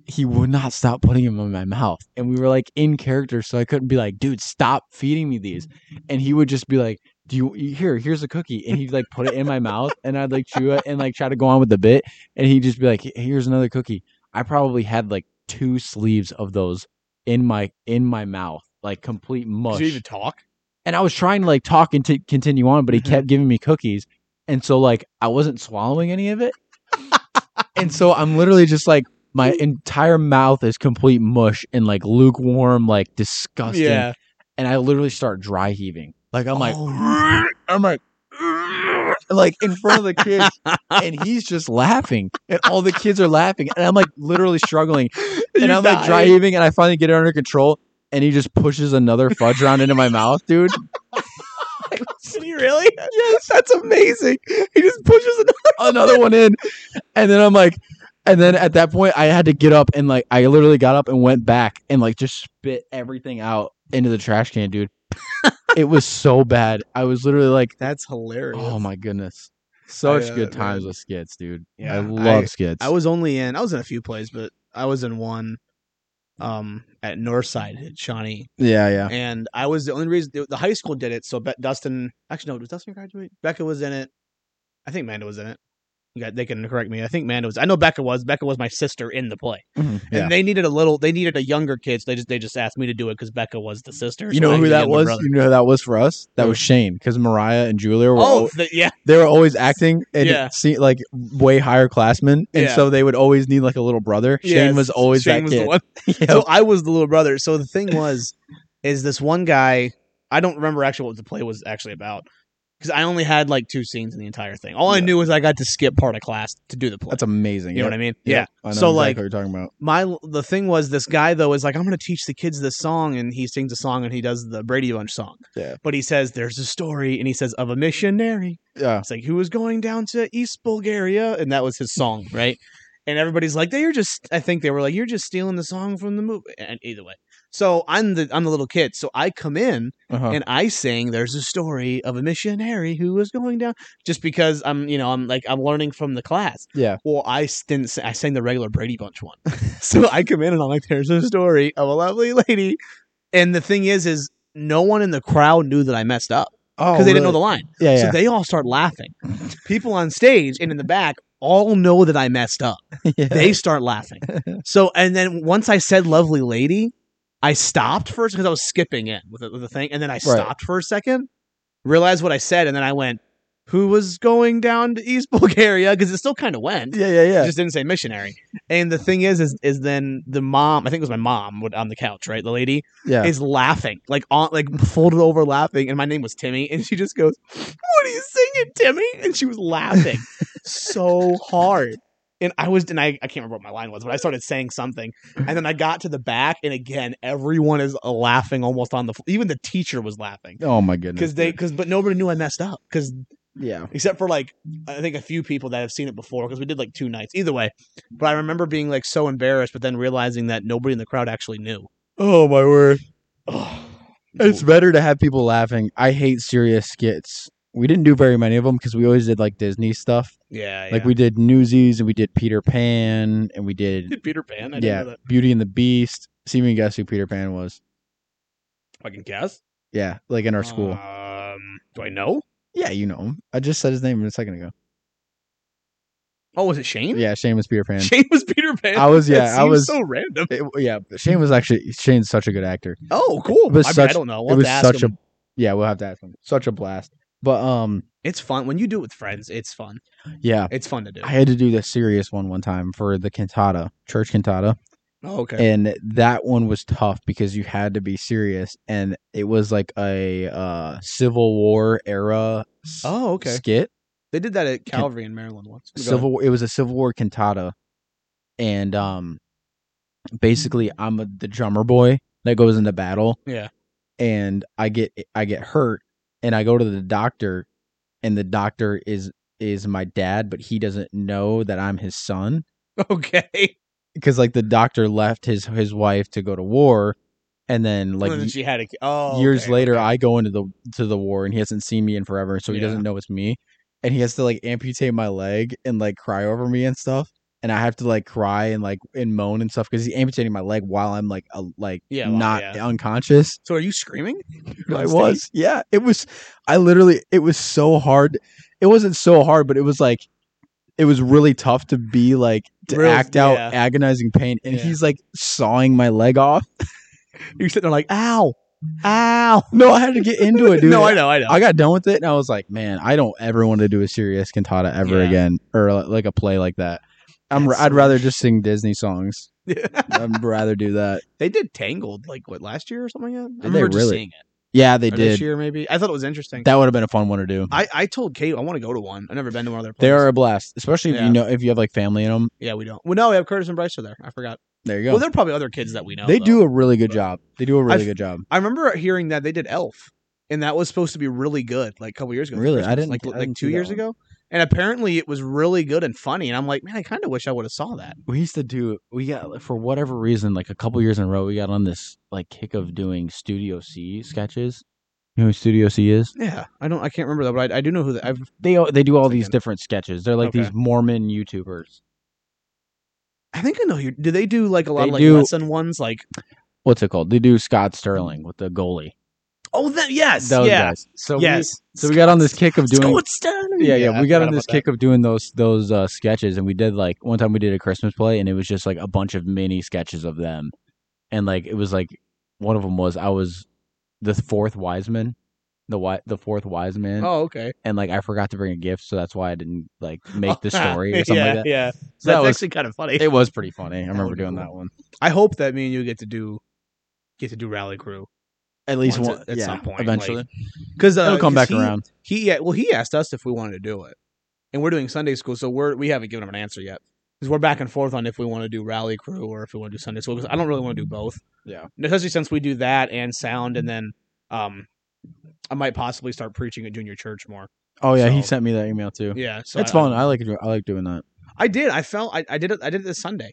Speaker 1: he would not stop putting them in my mouth. And we were like in character, so I couldn't be like, dude, stop feeding me these. And he would just be like, do you here? Here's a cookie, and he'd like put it in my mouth, and I'd like chew it and like try to go on with the bit, and he'd just be like, here's another cookie. I probably had like two sleeves of those in my in my mouth, like complete mush
Speaker 2: Did you even talk?
Speaker 1: and I was trying to like talk and t- continue on, but he
Speaker 2: Mhm.
Speaker 1: kept giving me cookies, and so like I wasn't swallowing any of it, and so I'm literally just like
Speaker 2: (laughs)
Speaker 1: my entire mouth is complete mush and like lukewarm, like disgusting,
Speaker 2: Yeah.
Speaker 1: and I literally start dry heaving. Like I'm like
Speaker 2: Oh.
Speaker 1: I'm like (laughs) like in front of the kids, and he's just laughing, and all the kids are laughing, and I'm like literally
Speaker 2: (laughs)
Speaker 1: struggling, and
Speaker 2: You're
Speaker 1: I'm like dry
Speaker 2: dying.
Speaker 1: heaving, and I finally get it under control, and he just pushes another fudge round into my mouth, dude.
Speaker 2: (laughs) Did
Speaker 1: (laughs)
Speaker 2: he really? Yes. That's amazing. He just pushes it.
Speaker 1: another one in. And then I'm like, and then at that point, I had to get up and like, I literally got up and went back and like just spit everything out into the trash can,
Speaker 2: (laughs)
Speaker 1: dude. it was so bad. I was literally like,
Speaker 2: (laughs) That's hilarious.
Speaker 1: oh my goodness. Such
Speaker 2: uh,
Speaker 1: good times
Speaker 2: man.
Speaker 1: with skits, dude.
Speaker 2: Yeah,
Speaker 1: I
Speaker 2: I-
Speaker 1: love skits.
Speaker 2: I was only in I was in a few plays, but I was in one um at Northside at Shawnee.
Speaker 1: (clears throat) yeah, yeah.
Speaker 2: (laughs) And I was the only reason the, the high school did it, so Be- Dustin actually no, did Dustin graduate? Becca was in it. I think Manda was in it. You got- they can correct me. I think Manda was I know Becca was. Becca was my sister in the play.
Speaker 1: Mhm. Yeah.
Speaker 2: (clears throat) And they needed a little they needed a younger kid, so they just they just asked me to do it because Becca was the sister.
Speaker 1: You
Speaker 2: so I
Speaker 1: know
Speaker 2: had
Speaker 1: who
Speaker 2: to
Speaker 1: that
Speaker 2: give my
Speaker 1: was?
Speaker 2: brother.
Speaker 1: You know who that was for us? That
Speaker 2: Who?
Speaker 1: was Shane because Mariah and Julia were
Speaker 2: Oh, the, yeah.
Speaker 1: they were always acting and
Speaker 2: Yeah.
Speaker 1: it seemed like way higher classmen, and
Speaker 2: Yeah.
Speaker 1: so they would always need like a little brother. Shane
Speaker 2: Yes,
Speaker 1: was always
Speaker 2: Shane
Speaker 1: that
Speaker 2: was the
Speaker 1: kid. (laughs)
Speaker 2: one. So I was the little brother. So the thing was, is this one guy? I don't remember actually what the play was actually about because I only had like two scenes in the entire thing. All I
Speaker 1: Yeah.
Speaker 2: knew was I got to skip part of class to do the play.
Speaker 1: That's amazing.
Speaker 2: you know what I mean? Yeah.
Speaker 1: I know
Speaker 2: So,
Speaker 1: exactly
Speaker 2: like-
Speaker 1: what you're talking about.
Speaker 2: My the thing was, this guy though is like, I'm going to teach the kids this song, and he sings a song and he does the Brady Bunch song.
Speaker 1: Yeah.
Speaker 2: But he says there's a story, and he says of a missionary
Speaker 1: Yeah.
Speaker 2: It's like who was going down to East Bulgaria, and that was his song, right? And everybody's like, "They're just." I think they were like, "You're just stealing the song from the movie." And either way, so I'm the I'm the little kid, so I come in
Speaker 1: Uh-huh.
Speaker 2: and I sing. There's a story of a missionary who was going down, just because I'm you know I'm like I'm learning from the class.
Speaker 1: yeah.
Speaker 2: Well, I s- didn't. Sing, I sang the regular Brady
Speaker 1: (laughs)
Speaker 2: Bunch one, (laughs) so I come in and I'm like, "There's a story of a lovely lady," and the thing is, is no one in the crowd knew that I messed up
Speaker 1: Oh,
Speaker 2: because they didn't know the line.
Speaker 1: the. Yeah.
Speaker 2: So they all start laughing. People on stage and in the back all know that I messed up.
Speaker 1: (laughs) yeah. yeah.
Speaker 2: They start laughing. So, and then once I said lovely lady, I stopped first because I was skipping it with the, with the thing. And then I stopped for a second, realized what I said, and then I went, who was going down to East (laughs) Bulgaria? Because it still kind of went.
Speaker 1: yeah. Yeah.
Speaker 2: It
Speaker 1: Yeah.
Speaker 2: just didn't say missionary. And the thing is, is, is then the mom, I think it was my mom would- on the couch, right? The lady
Speaker 1: Yeah.
Speaker 2: is laughing, like on, like folded over laughing. And my name was Timmy, and she just goes, "What are you singing, Timmy?" And she was laughing so hard. And I was, and I, I can't remember what my line was, but I started saying something, and then I got to the back, and again, everyone is uh, laughing almost on the, fl- even the teacher was laughing
Speaker 1: oh my goodness.
Speaker 2: because they, because but nobody knew I messed up because
Speaker 1: Yeah.
Speaker 2: except for like I think a few people that have seen it before because we did like two nights either way. But I remember being like so embarrassed, but then realizing that nobody in the crowd actually knew.
Speaker 1: Oh my word. It's
Speaker 2: It's-
Speaker 1: better to have people laughing. I hate serious skits. We didn't do very many of them because we always did like Disney stuff.
Speaker 2: yeah,
Speaker 1: Like
Speaker 2: yeah.
Speaker 1: we did Newsies and we did Peter Pan and we did
Speaker 2: did Peter Pan. I didn't
Speaker 1: yeah
Speaker 2: know that.
Speaker 1: Beauty and the Beast. See if you can guess who Peter Pan was.
Speaker 2: I can guess.
Speaker 1: Yeah, like in our school.
Speaker 2: Um, do I know?
Speaker 1: Yeah, you know him. I just said his name a second ago.
Speaker 2: Oh, was it Shane?
Speaker 1: Yeah, Shane was Peter (laughs) Pan.
Speaker 2: Shane was Peter Pan.
Speaker 1: I was
Speaker 2: That
Speaker 1: yeah, I
Speaker 2: seems
Speaker 1: was
Speaker 2: so random.
Speaker 1: It, yeah, Shane was actually Shane's such a good actor.
Speaker 2: Oh, cool.
Speaker 1: It was
Speaker 2: I, mean,
Speaker 1: such-
Speaker 2: I don't know. We'll
Speaker 1: it
Speaker 2: have
Speaker 1: was
Speaker 2: to ask
Speaker 1: such
Speaker 2: him.
Speaker 1: a yeah. We'll have to ask him. Such a blast. But um,
Speaker 2: It's fun when you do it with friends. It's fun.
Speaker 1: yeah,
Speaker 2: It's fun to do.
Speaker 1: I had to do the serious one one time for the cantata, church cantata,
Speaker 2: oh, okay.
Speaker 1: and that one was tough because you had to be serious, and it was like a uh Civil War era s-
Speaker 2: oh, okay.
Speaker 1: skit.
Speaker 2: They did that at Calvary in Maryland once. Go ahead.
Speaker 1: Civil. It was a Civil War cantata, and um,
Speaker 2: Mm-hmm.
Speaker 1: basically I'm a, the drummer boy that goes into battle.
Speaker 2: Yeah.
Speaker 1: and I get I get hurt, and I go to the doctor, and the doctor is is my dad, but he doesn't know that I'm his son
Speaker 2: (laughs) Okay.
Speaker 1: because like the doctor left his his wife to go to war, and then (laughs) like
Speaker 2: and then
Speaker 1: y-
Speaker 2: she had a. Oh,
Speaker 1: years
Speaker 2: okay,
Speaker 1: later
Speaker 2: okay.
Speaker 1: I go into the to the war and he hasn't seen me in forever, so he
Speaker 2: Yeah.
Speaker 1: doesn't know it's me. And he has to like amputate my leg and like cry over me and stuff. and I have to like cry and like and moan and stuff because he's amputating my leg while I'm like a, like
Speaker 2: Yeah, well,
Speaker 1: not
Speaker 2: yeah. (laughs)
Speaker 1: unconscious.
Speaker 2: So are you screaming?
Speaker 1: I was yeah. It was I literally it was so hard. It wasn't so hard, but it was like it was really tough to be like to
Speaker 2: Real-
Speaker 1: act out
Speaker 2: yeah.
Speaker 1: agonizing pain, and
Speaker 2: Yeah.
Speaker 1: he's like sawing my leg off.
Speaker 2: You're sitting there like, ow, ow. (laughs)
Speaker 1: No, I had to get into it, dude.
Speaker 2: no, I know, I know.
Speaker 1: I got done with it and I was like, man, I don't ever want to do a serious cantata ever
Speaker 2: Yeah.
Speaker 1: again or li- like a play like that. I'm,
Speaker 2: That's
Speaker 1: I'd
Speaker 2: so
Speaker 1: rather just sing Disney songs. (laughs) I'd rather do that.
Speaker 2: (laughs) they did Tangled like what last year or something. Like that?
Speaker 1: they
Speaker 2: I remember just
Speaker 1: really?
Speaker 2: seeing it.
Speaker 1: Yeah, they
Speaker 2: Or this
Speaker 1: did.
Speaker 2: year maybe. I thought it was interesting.
Speaker 1: That would have been a fun one to do.
Speaker 2: I, I told Kate I want to go to one. I've never been to one of their plays.
Speaker 1: They are a blast, especially if
Speaker 2: Yeah.
Speaker 1: you know if you have like family in them.
Speaker 2: yeah, we don't. Well, no, we have Curtis and Bryce are there. I forgot.
Speaker 1: There you go.
Speaker 2: Well, there are probably other kids that we know.
Speaker 1: they
Speaker 2: though.
Speaker 1: do a really good
Speaker 2: but-
Speaker 1: job. They do a really
Speaker 2: I've-
Speaker 1: good job.
Speaker 2: I remember hearing that they did Elf, and that was supposed to be really good, like a couple years ago. for
Speaker 1: Really? I
Speaker 2: Christmas,
Speaker 1: didn't-
Speaker 2: like
Speaker 1: I
Speaker 2: like
Speaker 1: didn't
Speaker 2: two
Speaker 1: see that
Speaker 2: years
Speaker 1: one.
Speaker 2: ago, and apparently it was really good and funny. And I'm like, man, I kind of wish I would have saw that.
Speaker 1: We used to do. We got for whatever reason, like a couple years in a row, we got on this like kick of doing Studio C sketches. You know who Studio C is?
Speaker 2: Yeah, I don't, I can't remember that, but I, I do know who that. I've
Speaker 1: They they do all these
Speaker 2: Thinking.
Speaker 1: different sketches. They're like
Speaker 2: Okay.
Speaker 1: these Mormon YouTubers.
Speaker 2: I think I know you. Do they do like a lot
Speaker 1: They
Speaker 2: of like
Speaker 1: do-
Speaker 2: lesson ones? Like
Speaker 1: what's it called? They do Scott Sterling with the goalie.
Speaker 2: oh, that Mm-hmm. yes,
Speaker 1: Those
Speaker 2: yeah,
Speaker 1: guys. So
Speaker 2: yes.
Speaker 1: we, so we got on this kick of doing.
Speaker 2: Scott Sterling.
Speaker 1: Yeah, yeah,
Speaker 2: I
Speaker 1: we got
Speaker 2: forgot
Speaker 1: on this
Speaker 2: about that.
Speaker 1: kick of doing those those uh, sketches, and we did like one time we did a Christmas play, and it was just like a bunch of mini sketches of them, and like it was like one of them was I was the fourth wise man, the wi- the fourth wise man,
Speaker 2: Oh, okay.
Speaker 1: and like I forgot to bring a gift, so that's why I didn't like
Speaker 2: (laughs)
Speaker 1: make the story or something
Speaker 2: yeah,
Speaker 1: like that.
Speaker 2: Yeah,
Speaker 1: So that
Speaker 2: that's
Speaker 1: was
Speaker 2: actually kind of funny.
Speaker 1: it was pretty funny. I remember
Speaker 2: would be
Speaker 1: doing
Speaker 2: cool.
Speaker 1: that one
Speaker 2: I hope that me and you get to do get to do rally crew
Speaker 1: at least
Speaker 2: Once
Speaker 1: one
Speaker 2: at- at
Speaker 1: yeah,
Speaker 2: some point,
Speaker 1: Eventually,
Speaker 2: like, because uh,
Speaker 1: it'll come
Speaker 2: 'cause
Speaker 1: back
Speaker 2: he,
Speaker 1: around.
Speaker 2: He yeah, well, he asked us if we wanted to do it, and we're doing Sunday school, so we're we haven't given him an answer yet because we're back and forth on if we want to do rally crew or if we want to do Sunday school. Because I don't really want to do both,
Speaker 1: Yeah,
Speaker 2: especially since we do that and sound, and then um, I might possibly start preaching at junior church more.
Speaker 1: Oh yeah, he
Speaker 2: So-
Speaker 1: sent me that email too.
Speaker 2: Yeah, so
Speaker 1: it's
Speaker 2: I-
Speaker 1: fun. I like do- I like doing that.
Speaker 2: I did. I felt I, I did it. I did it this Sunday,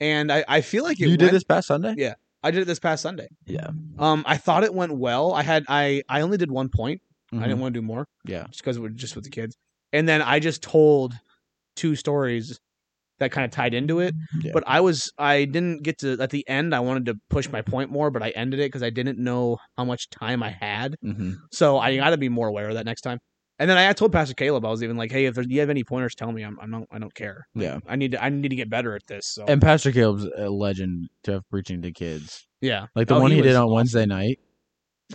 Speaker 2: and I, I feel like it
Speaker 1: you
Speaker 2: went,
Speaker 1: did this past Sunday.
Speaker 2: Yeah. I did it this past Sunday.
Speaker 1: Yeah.
Speaker 2: Um, I thought it went well. I had I I only did one point. I
Speaker 1: Mhm.
Speaker 2: didn't want to do more.
Speaker 1: Yeah.
Speaker 2: just because we're just with the kids. And then I just told two stories that kind of tied into it.
Speaker 1: Yeah.
Speaker 2: But I was I didn't get to at the end. I wanted to push my point more, but I ended it because I didn't know how much time I had.
Speaker 1: Mhm.
Speaker 2: So I got to be more aware of that next time. And then I told Pastor Caleb I was even like, hey, if there's, you have any pointers, tell me. I'm, I'm not, I don't care.
Speaker 1: Yeah.
Speaker 2: I need to I need to get better at this. So
Speaker 1: And Pastor Caleb's a legend to have preaching to kids.
Speaker 2: yeah,
Speaker 1: Like the
Speaker 2: Oh,
Speaker 1: one he, did
Speaker 2: was
Speaker 1: on
Speaker 2: awesome.
Speaker 1: Wednesday night.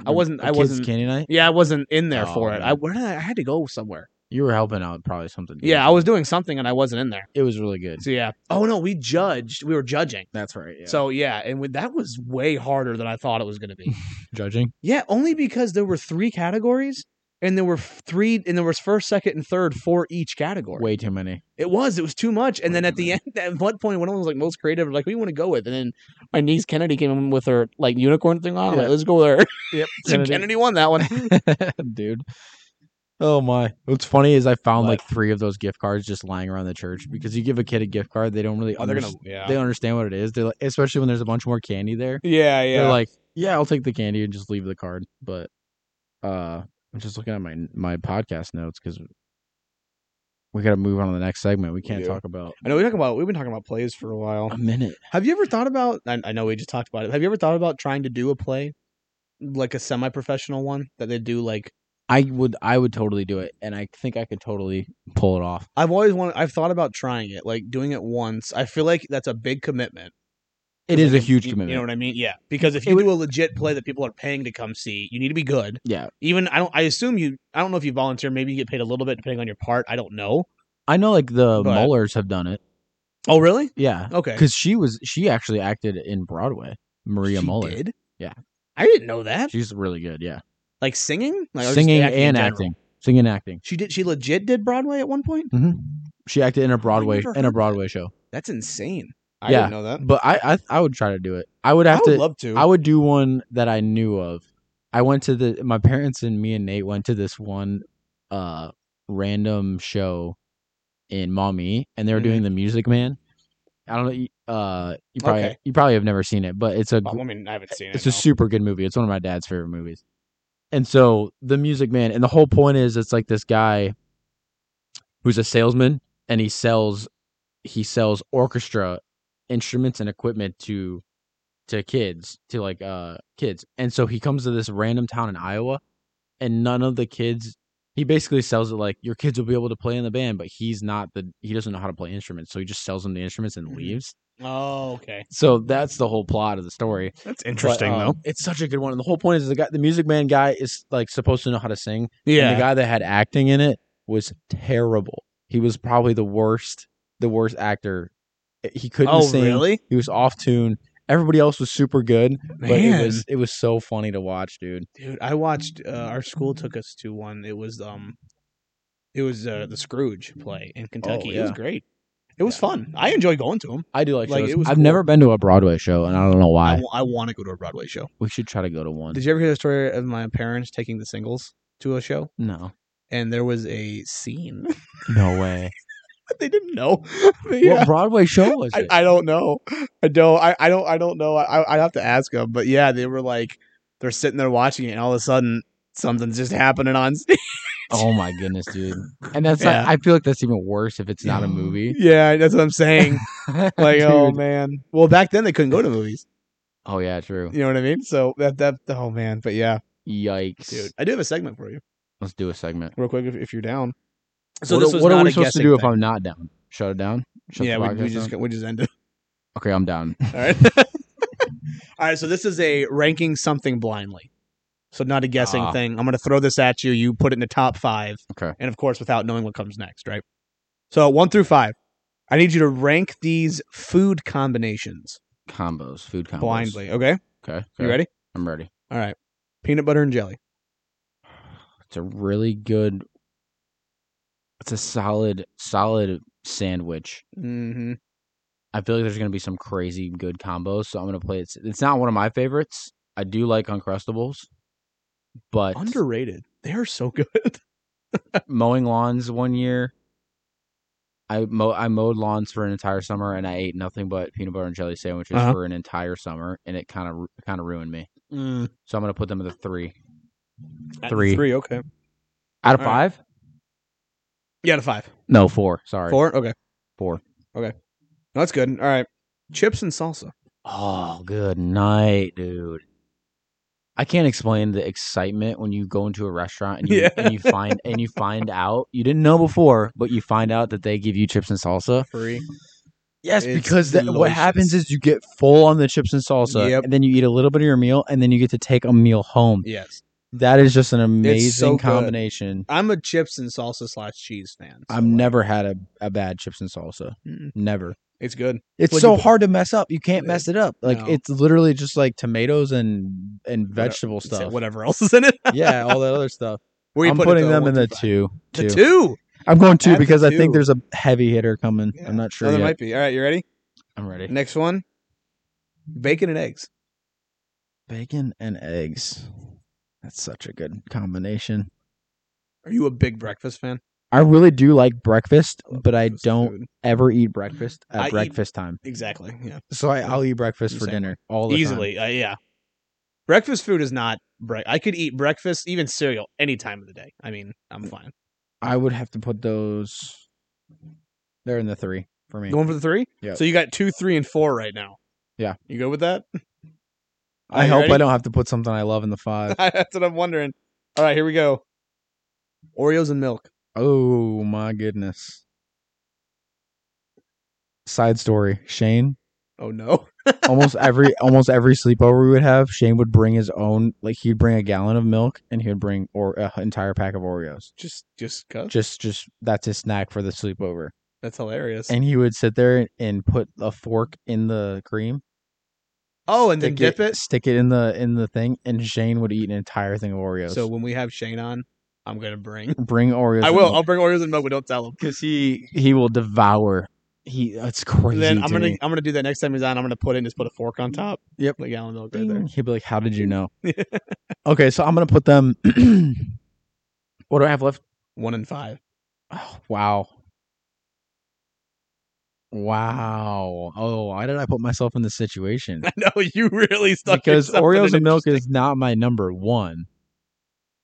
Speaker 2: I wasn't-
Speaker 1: The
Speaker 2: I
Speaker 1: kids'
Speaker 2: wasn't-
Speaker 1: candy night.
Speaker 2: Yeah, I wasn't in there
Speaker 1: Oh,
Speaker 2: for it.
Speaker 1: man.
Speaker 2: I where did I, I had to go somewhere.
Speaker 1: You were helping out probably something.
Speaker 2: Yeah, I was doing something and I wasn't in there.
Speaker 1: it was really good.
Speaker 2: So yeah. Oh no, we judged. We were judging.
Speaker 1: That's right. Yeah.
Speaker 2: So yeah, and with, that was way harder than I thought it was going to be. (laughs)
Speaker 1: judging.
Speaker 2: yeah, only because there were three categories, and there were f- three, and there was first, second, and third for each category.
Speaker 1: Way too
Speaker 2: (laughs)
Speaker 1: many.
Speaker 2: It was, it was too much. And then
Speaker 1: Wait a
Speaker 2: at the end, (laughs) at one point, one of them was like most creative, like we want to go with. And then my niece Kennedy came in with her like unicorn thing on. I'm
Speaker 1: Yeah.
Speaker 2: like, let's go with her. (laughs)
Speaker 1: Yep.
Speaker 2: so Kennedy. won that one.
Speaker 1: (laughs) Dude. Oh my. What's funny is I found
Speaker 2: What?
Speaker 1: like three of those gift cards just lying around the church because you give a kid a gift card, they don't really
Speaker 2: Oh, they're
Speaker 1: underst-
Speaker 2: gonna, yeah,
Speaker 1: they understand what it is. They're like, especially when there's a bunch more candy there.
Speaker 2: (laughs) yeah, yeah.
Speaker 1: they're like, yeah, I'll take the candy and just leave the card. But uh, I'm just looking at my my podcast notes because we got to move on to the next segment. We can't
Speaker 2: do.
Speaker 1: talk about
Speaker 2: I know we talk about we've been talking about plays for a while.
Speaker 1: a minute.
Speaker 2: Have you ever thought about? I, I know we just talked about it. Have you ever thought about trying to do a play, like a semi-professional one that they do? Like
Speaker 1: I would I would totally do it, and I think I could totally pull it off.
Speaker 2: I've always wanted. I've thought about trying it, like doing it once. I feel like that's a big commitment.
Speaker 1: It is a
Speaker 2: Like,
Speaker 1: huge
Speaker 2: you-
Speaker 1: commitment.
Speaker 2: You know what I mean? Yeah, because if
Speaker 1: It
Speaker 2: you
Speaker 1: would-
Speaker 2: do a legit play that people are paying to come see, you need to be good.
Speaker 1: yeah,
Speaker 2: Even I don't. I assume you. I don't know if you volunteer. Maybe you get paid a little bit depending on your part. I don't know.
Speaker 1: I know like the
Speaker 2: But-
Speaker 1: Mullers have done it.
Speaker 2: Oh really?
Speaker 1: Yeah,
Speaker 2: Okay.
Speaker 1: because she was she actually acted in Broadway. Maria
Speaker 2: She
Speaker 1: Muller.
Speaker 2: did?
Speaker 1: Yeah.
Speaker 2: I didn't know that.
Speaker 1: She's really good. Yeah,
Speaker 2: Like singing, like or just
Speaker 1: singing
Speaker 2: acting in
Speaker 1: and
Speaker 2: general?
Speaker 1: acting, singing and acting.
Speaker 2: She did. She legit did Broadway at one point.
Speaker 1: hmm She acted in a Broadway
Speaker 2: never
Speaker 1: in
Speaker 2: heard
Speaker 1: a
Speaker 2: that.
Speaker 1: Broadway show.
Speaker 2: That's insane. I
Speaker 1: Yeah.
Speaker 2: didn't know that.
Speaker 1: But I, I I would try to do it. I would
Speaker 2: I
Speaker 1: have
Speaker 2: would
Speaker 1: to.
Speaker 2: love to.
Speaker 1: I would do one that I knew of. I went to the my parents and me and Nate went to this one uh random show in Maumee and they were
Speaker 2: Mhm.
Speaker 1: doing the Music Man. I don't know you- uh you probably
Speaker 2: Okay.
Speaker 1: you probably have never seen it, but it's a
Speaker 2: Well,
Speaker 1: gr-
Speaker 2: Um, I mean, I haven't seen it.
Speaker 1: it's a
Speaker 2: no.
Speaker 1: super good movie. It's one of my dad's favorite movies. And so the Music Man and the whole point is it's like this guy who's a salesman and he sells he sells orchestra instruments and equipment to to kids to like uh kids and so he comes to this random town in iowa and none of the kids he basically sells it like your kids will be able to play in the band but he's not the he doesn't know how to play instruments so he just sells them the instruments and
Speaker 2: Mhm.
Speaker 1: leaves
Speaker 2: Oh, okay.
Speaker 1: so that's the whole plot of the story
Speaker 2: That's
Speaker 1: But, um, it's such a good one and the whole point is the guy the music man guy is like supposed to know how to sing and
Speaker 2: Yeah.
Speaker 1: the guy that had acting in it was terrible he was probably the worst the worst actor Eh, he couldn't
Speaker 2: oh,
Speaker 1: sing
Speaker 2: really?
Speaker 1: he was off tune. Everybody else was super good, but
Speaker 2: Man.
Speaker 1: it was it was so funny to watch, dude.
Speaker 2: Dude, I watched. Uh, our school took us to one. It was um, it was uh, the Scrooge play in Kentucky. It was
Speaker 1: yeah.
Speaker 2: great. It was
Speaker 1: Yeah.
Speaker 2: fun. I enjoy going to them.
Speaker 1: I do like,
Speaker 2: Like,
Speaker 1: shows.
Speaker 2: it was
Speaker 1: I've
Speaker 2: cool.
Speaker 1: never been to a Broadway show, and I don't know
Speaker 2: I
Speaker 1: why.
Speaker 2: want to go to a Broadway show.
Speaker 1: we should try to go to one.
Speaker 2: Did you ever hear the story of my parents taking the singles to a show?
Speaker 1: no,
Speaker 2: And there was a scene. (laughs)
Speaker 1: no way. (laughs)
Speaker 2: they didn't know. (laughs) They, uh,
Speaker 1: What Broadway (laughs) show was
Speaker 2: I,
Speaker 1: it?
Speaker 2: I don't know. I don't. I, I don't. I don't know. I I have to ask them. But yeah, they were like, they're sitting there watching it, and all of a sudden, something's just happening on stage.
Speaker 1: oh my goodness, dude. And that's
Speaker 2: Yeah.
Speaker 1: not, I feel like that's even worse if it's not a movie.
Speaker 2: (laughs) Yeah, that's what
Speaker 1: (laughs)
Speaker 2: I'm saying.
Speaker 1: like
Speaker 2: Like, oh man. Well, back then they couldn't go
Speaker 1: (laughs)
Speaker 2: to movies.
Speaker 1: oh yeah, true.
Speaker 2: You know what I mean? So that that oh man. But yeah,
Speaker 1: Yikes,
Speaker 2: dude, I do have a segment for you,
Speaker 1: Let's do a segment.
Speaker 2: real quick, if, if you're down.
Speaker 1: what, what are
Speaker 2: not
Speaker 1: we
Speaker 2: a
Speaker 1: supposed to
Speaker 2: guessing
Speaker 1: do if
Speaker 2: thing.
Speaker 1: I'm not down? Shut it down. Shut
Speaker 2: yeah,
Speaker 1: the
Speaker 2: we, we
Speaker 1: podcast
Speaker 2: just
Speaker 1: down?
Speaker 2: we just ended.
Speaker 1: okay. I'm down.
Speaker 2: All right. (laughs) All right. So this is a ranking something blindly. So not a guessing
Speaker 1: Ah.
Speaker 2: thing. I'm going to throw this at you. You put it in the top five.
Speaker 1: Okay.
Speaker 2: And of course, without knowing what comes next, right? So one through five. I need you to rank these food combinations
Speaker 1: Combos, food combos.
Speaker 2: blindly. Okay.
Speaker 1: Okay, okay.
Speaker 2: You ready?
Speaker 1: I'm ready.
Speaker 2: All right. Peanut butter and jelly.
Speaker 1: It's a really good. It's a solid, solid sandwich.
Speaker 2: Mm-hmm.
Speaker 1: I feel like there's gonna be some crazy good combos, so I'm gonna play it. It's not one of my favorites. I do like Uncrustables, but
Speaker 2: Underrated. They are so (laughs) good.
Speaker 1: mowing lawns one year. I mow I mowed lawns for an entire summer, and I ate nothing but peanut butter and jelly sandwiches
Speaker 2: Uh-huh.
Speaker 1: for an entire summer, and it kind of kind of ruined me. So I'm gonna put them at the three
Speaker 2: At
Speaker 1: Three.
Speaker 2: Three. Okay.
Speaker 1: out of
Speaker 2: All right.
Speaker 1: five.
Speaker 2: You got a five.
Speaker 1: No, four. Sorry,
Speaker 2: Four. Okay.
Speaker 1: Four.
Speaker 2: No, that's good. All right. Chips and salsa.
Speaker 1: Oh, good night, dude. I can't explain the excitement when you go into a restaurant and you,
Speaker 2: Yeah.
Speaker 1: and you find and you find out you didn't know before, but you find out that they give you chips and salsa.
Speaker 2: Three.
Speaker 1: Yes,
Speaker 2: It's
Speaker 1: because that, what
Speaker 2: delicious.
Speaker 1: happens is you get full on the chips and salsa,
Speaker 2: Yep.
Speaker 1: and then you eat a little bit of your meal, and then you get to take a meal home.
Speaker 2: Yes.
Speaker 1: That is just an amazing
Speaker 2: so good.
Speaker 1: combination.
Speaker 2: I'm a chips and salsa slash cheese fan. so,
Speaker 1: I've
Speaker 2: like,
Speaker 1: never had a, a bad chips and salsa.
Speaker 2: Mm-mm.
Speaker 1: Never.
Speaker 2: It's good.
Speaker 1: It's
Speaker 2: What'd
Speaker 1: so
Speaker 2: you put? Uh,
Speaker 1: hard to mess up. You can't mess it up. Like
Speaker 2: No.
Speaker 1: it's literally just like tomatoes and and
Speaker 2: Whatever-
Speaker 1: vegetable
Speaker 2: Say
Speaker 1: stuff.
Speaker 2: (laughs) Whatever else is in it.
Speaker 1: yeah, all that other stuff.
Speaker 2: Where you
Speaker 1: I'm
Speaker 2: put it,
Speaker 1: putting
Speaker 2: though?
Speaker 1: them
Speaker 2: One
Speaker 1: in the
Speaker 2: through
Speaker 1: two, two.
Speaker 2: five? The two.
Speaker 1: I'm going two
Speaker 2: Add the
Speaker 1: because I think
Speaker 2: two.
Speaker 1: there's a heavy hitter coming.
Speaker 2: Yeah.
Speaker 1: I'm not
Speaker 2: oh,
Speaker 1: sure
Speaker 2: there
Speaker 1: yet.
Speaker 2: might be. All right, you ready?
Speaker 1: I'm ready.
Speaker 2: Next one. Bacon and eggs.
Speaker 1: Bacon and eggs. That's such a good combination.
Speaker 2: Are you a big breakfast fan?
Speaker 1: I really do like breakfast, but I
Speaker 2: Breakfast
Speaker 1: don't
Speaker 2: food.
Speaker 1: ever eat breakfast at
Speaker 2: I eat-
Speaker 1: breakfast time.
Speaker 2: Exactly. Yeah.
Speaker 1: So I, I'll eat breakfast
Speaker 2: The
Speaker 1: for
Speaker 2: same
Speaker 1: dinner all the time.
Speaker 2: Easily. Uh, yeah. Breakfast food is not break. I could eat breakfast, even cereal, any time of the day. I mean,
Speaker 1: Mm,
Speaker 2: I'm fine.
Speaker 1: I would have to put those. They're in the three for me.
Speaker 2: Going for the three.
Speaker 1: Yeah.
Speaker 2: So you got two, three, and four right now.
Speaker 1: Yeah.
Speaker 2: You good with that? (laughs)
Speaker 1: I
Speaker 2: You
Speaker 1: hope
Speaker 2: ready?
Speaker 1: I don't have to put something I love in the
Speaker 2: (laughs)
Speaker 1: five.
Speaker 2: That's what I'm wondering. All right, here we go. Oreos and milk.
Speaker 1: Oh my goodness. Side story, Shane.
Speaker 2: Oh no. (laughs)
Speaker 1: Almost every almost every sleepover we would have, Shane would bring his own. Like he'd bring a gallon of milk and he would bring or an entire pack of Oreos.
Speaker 2: Just, just cuz.
Speaker 1: Just just that's his snack for the sleepover.
Speaker 2: That's hilarious.
Speaker 1: And he would sit there and put a fork in the cream.
Speaker 2: oh, and then
Speaker 1: stick
Speaker 2: dip it.
Speaker 1: stick it in the in the thing, and Shane would eat an entire thing of Oreos.
Speaker 2: So when we have Shane on, I'm gonna (laughs) bring.
Speaker 1: bring Oreos.
Speaker 2: I will. I'll bring Oreos and milk, but don't tell him.
Speaker 1: because he he will devour. He that's crazy.
Speaker 2: Then I'm
Speaker 1: to
Speaker 2: gonna
Speaker 1: me.
Speaker 2: I'm gonna do that next time he's on. I'm gonna put in just put a fork on top.
Speaker 1: Yep.
Speaker 2: like gallon milk right there.
Speaker 1: Ding. He'd be like, "How did you
Speaker 2: (laughs)
Speaker 1: know?" okay, so I'm gonna put them. (clears throat) what do I have left?
Speaker 2: One and five. (laughs)
Speaker 1: Oh, wow, wow. Oh, why did I put myself in this situation?
Speaker 2: (laughs) I know you really stuck
Speaker 1: because
Speaker 2: yourself in
Speaker 1: Oreos
Speaker 2: an
Speaker 1: and milk is
Speaker 2: interesting-
Speaker 1: not my number one.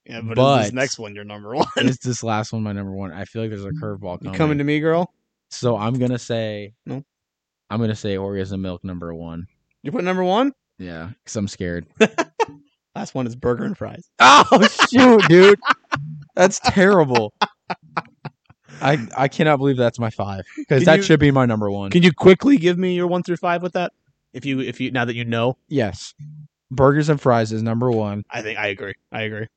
Speaker 2: Yeah, but, is
Speaker 1: but-
Speaker 2: this next one your number one?
Speaker 1: (laughs) Is this last one my number one? I feel like there's a curveball
Speaker 2: You
Speaker 1: Mm, coming.
Speaker 2: coming to me, girl?
Speaker 1: So I'm gonna say
Speaker 2: No.
Speaker 1: I'm gonna say orgasm milk number one.
Speaker 2: You put number one.
Speaker 1: Yeah, because I'm scared.
Speaker 2: Last one is burger and (laughs) fries.
Speaker 1: Oh shoot, (laughs) dude, that's terrible. I I cannot believe that's my five because
Speaker 2: Can
Speaker 1: that
Speaker 2: you-
Speaker 1: should be my number one.
Speaker 2: Can you quickly give me your one through five with that? If you if you now that you know,
Speaker 1: yes, burgers and fries is number one.
Speaker 2: I think I agree. I agree.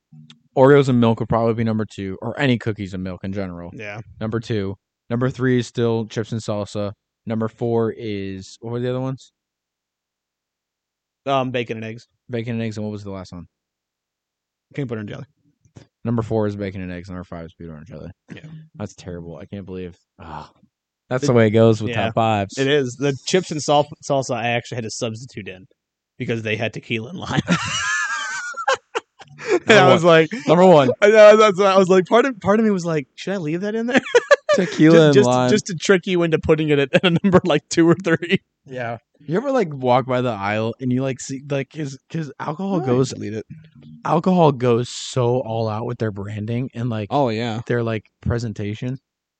Speaker 1: Oreos and milk would probably be number two, or any cookies and milk in general.
Speaker 2: Yeah.
Speaker 1: Number two, number three is still chips and salsa. Number four is what were the other ones?
Speaker 2: Um, bacon and eggs,
Speaker 1: Bacon and eggs, and what was the last one?
Speaker 2: peanut butter and jelly.
Speaker 1: Number four is bacon and eggs. Number five is peanut butter and jelly.
Speaker 2: Yeah.
Speaker 1: that's terrible. I can't believe. ah, that's the way it goes with
Speaker 2: Yeah.
Speaker 1: top fives.
Speaker 2: It is the chips and sal- salsa. I actually had to substitute in because they had tequila in line. and I was like,
Speaker 1: (laughs) Number (laughs) one,
Speaker 2: (laughs) I, I, that's what I was like, part of part of me was like, should I leave that in there?
Speaker 1: tequila
Speaker 2: just,
Speaker 1: and
Speaker 2: just,
Speaker 1: lime.
Speaker 2: just to trick you into putting it at, at a number like two or three.
Speaker 1: yeah. You ever like walk by the aisle and you like see like because because alcohol goes
Speaker 2: delete it.
Speaker 1: alcohol goes so all out with their branding and like
Speaker 2: Oh yeah,
Speaker 1: their like presentation,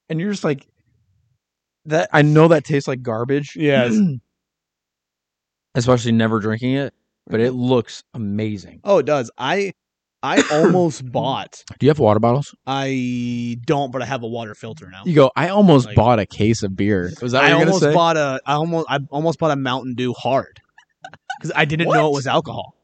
Speaker 1: and you're just like that. I know that tastes like garbage. (clears throat)
Speaker 2: Yes.
Speaker 1: Especially never drinking it, but it looks amazing.
Speaker 2: oh it does. I
Speaker 1: (coughs)
Speaker 2: I almost bought.
Speaker 1: Do you have water bottles?
Speaker 2: I don't, but I have a water filter now.
Speaker 1: You go. I almost
Speaker 2: Like-
Speaker 1: bought a case of beer. Was that what
Speaker 2: I
Speaker 1: you're gonna
Speaker 2: almost
Speaker 1: say?
Speaker 2: bought a I almost I almost bought a Mountain Dew hard because I didn't know
Speaker 1: What?
Speaker 2: it was alcohol.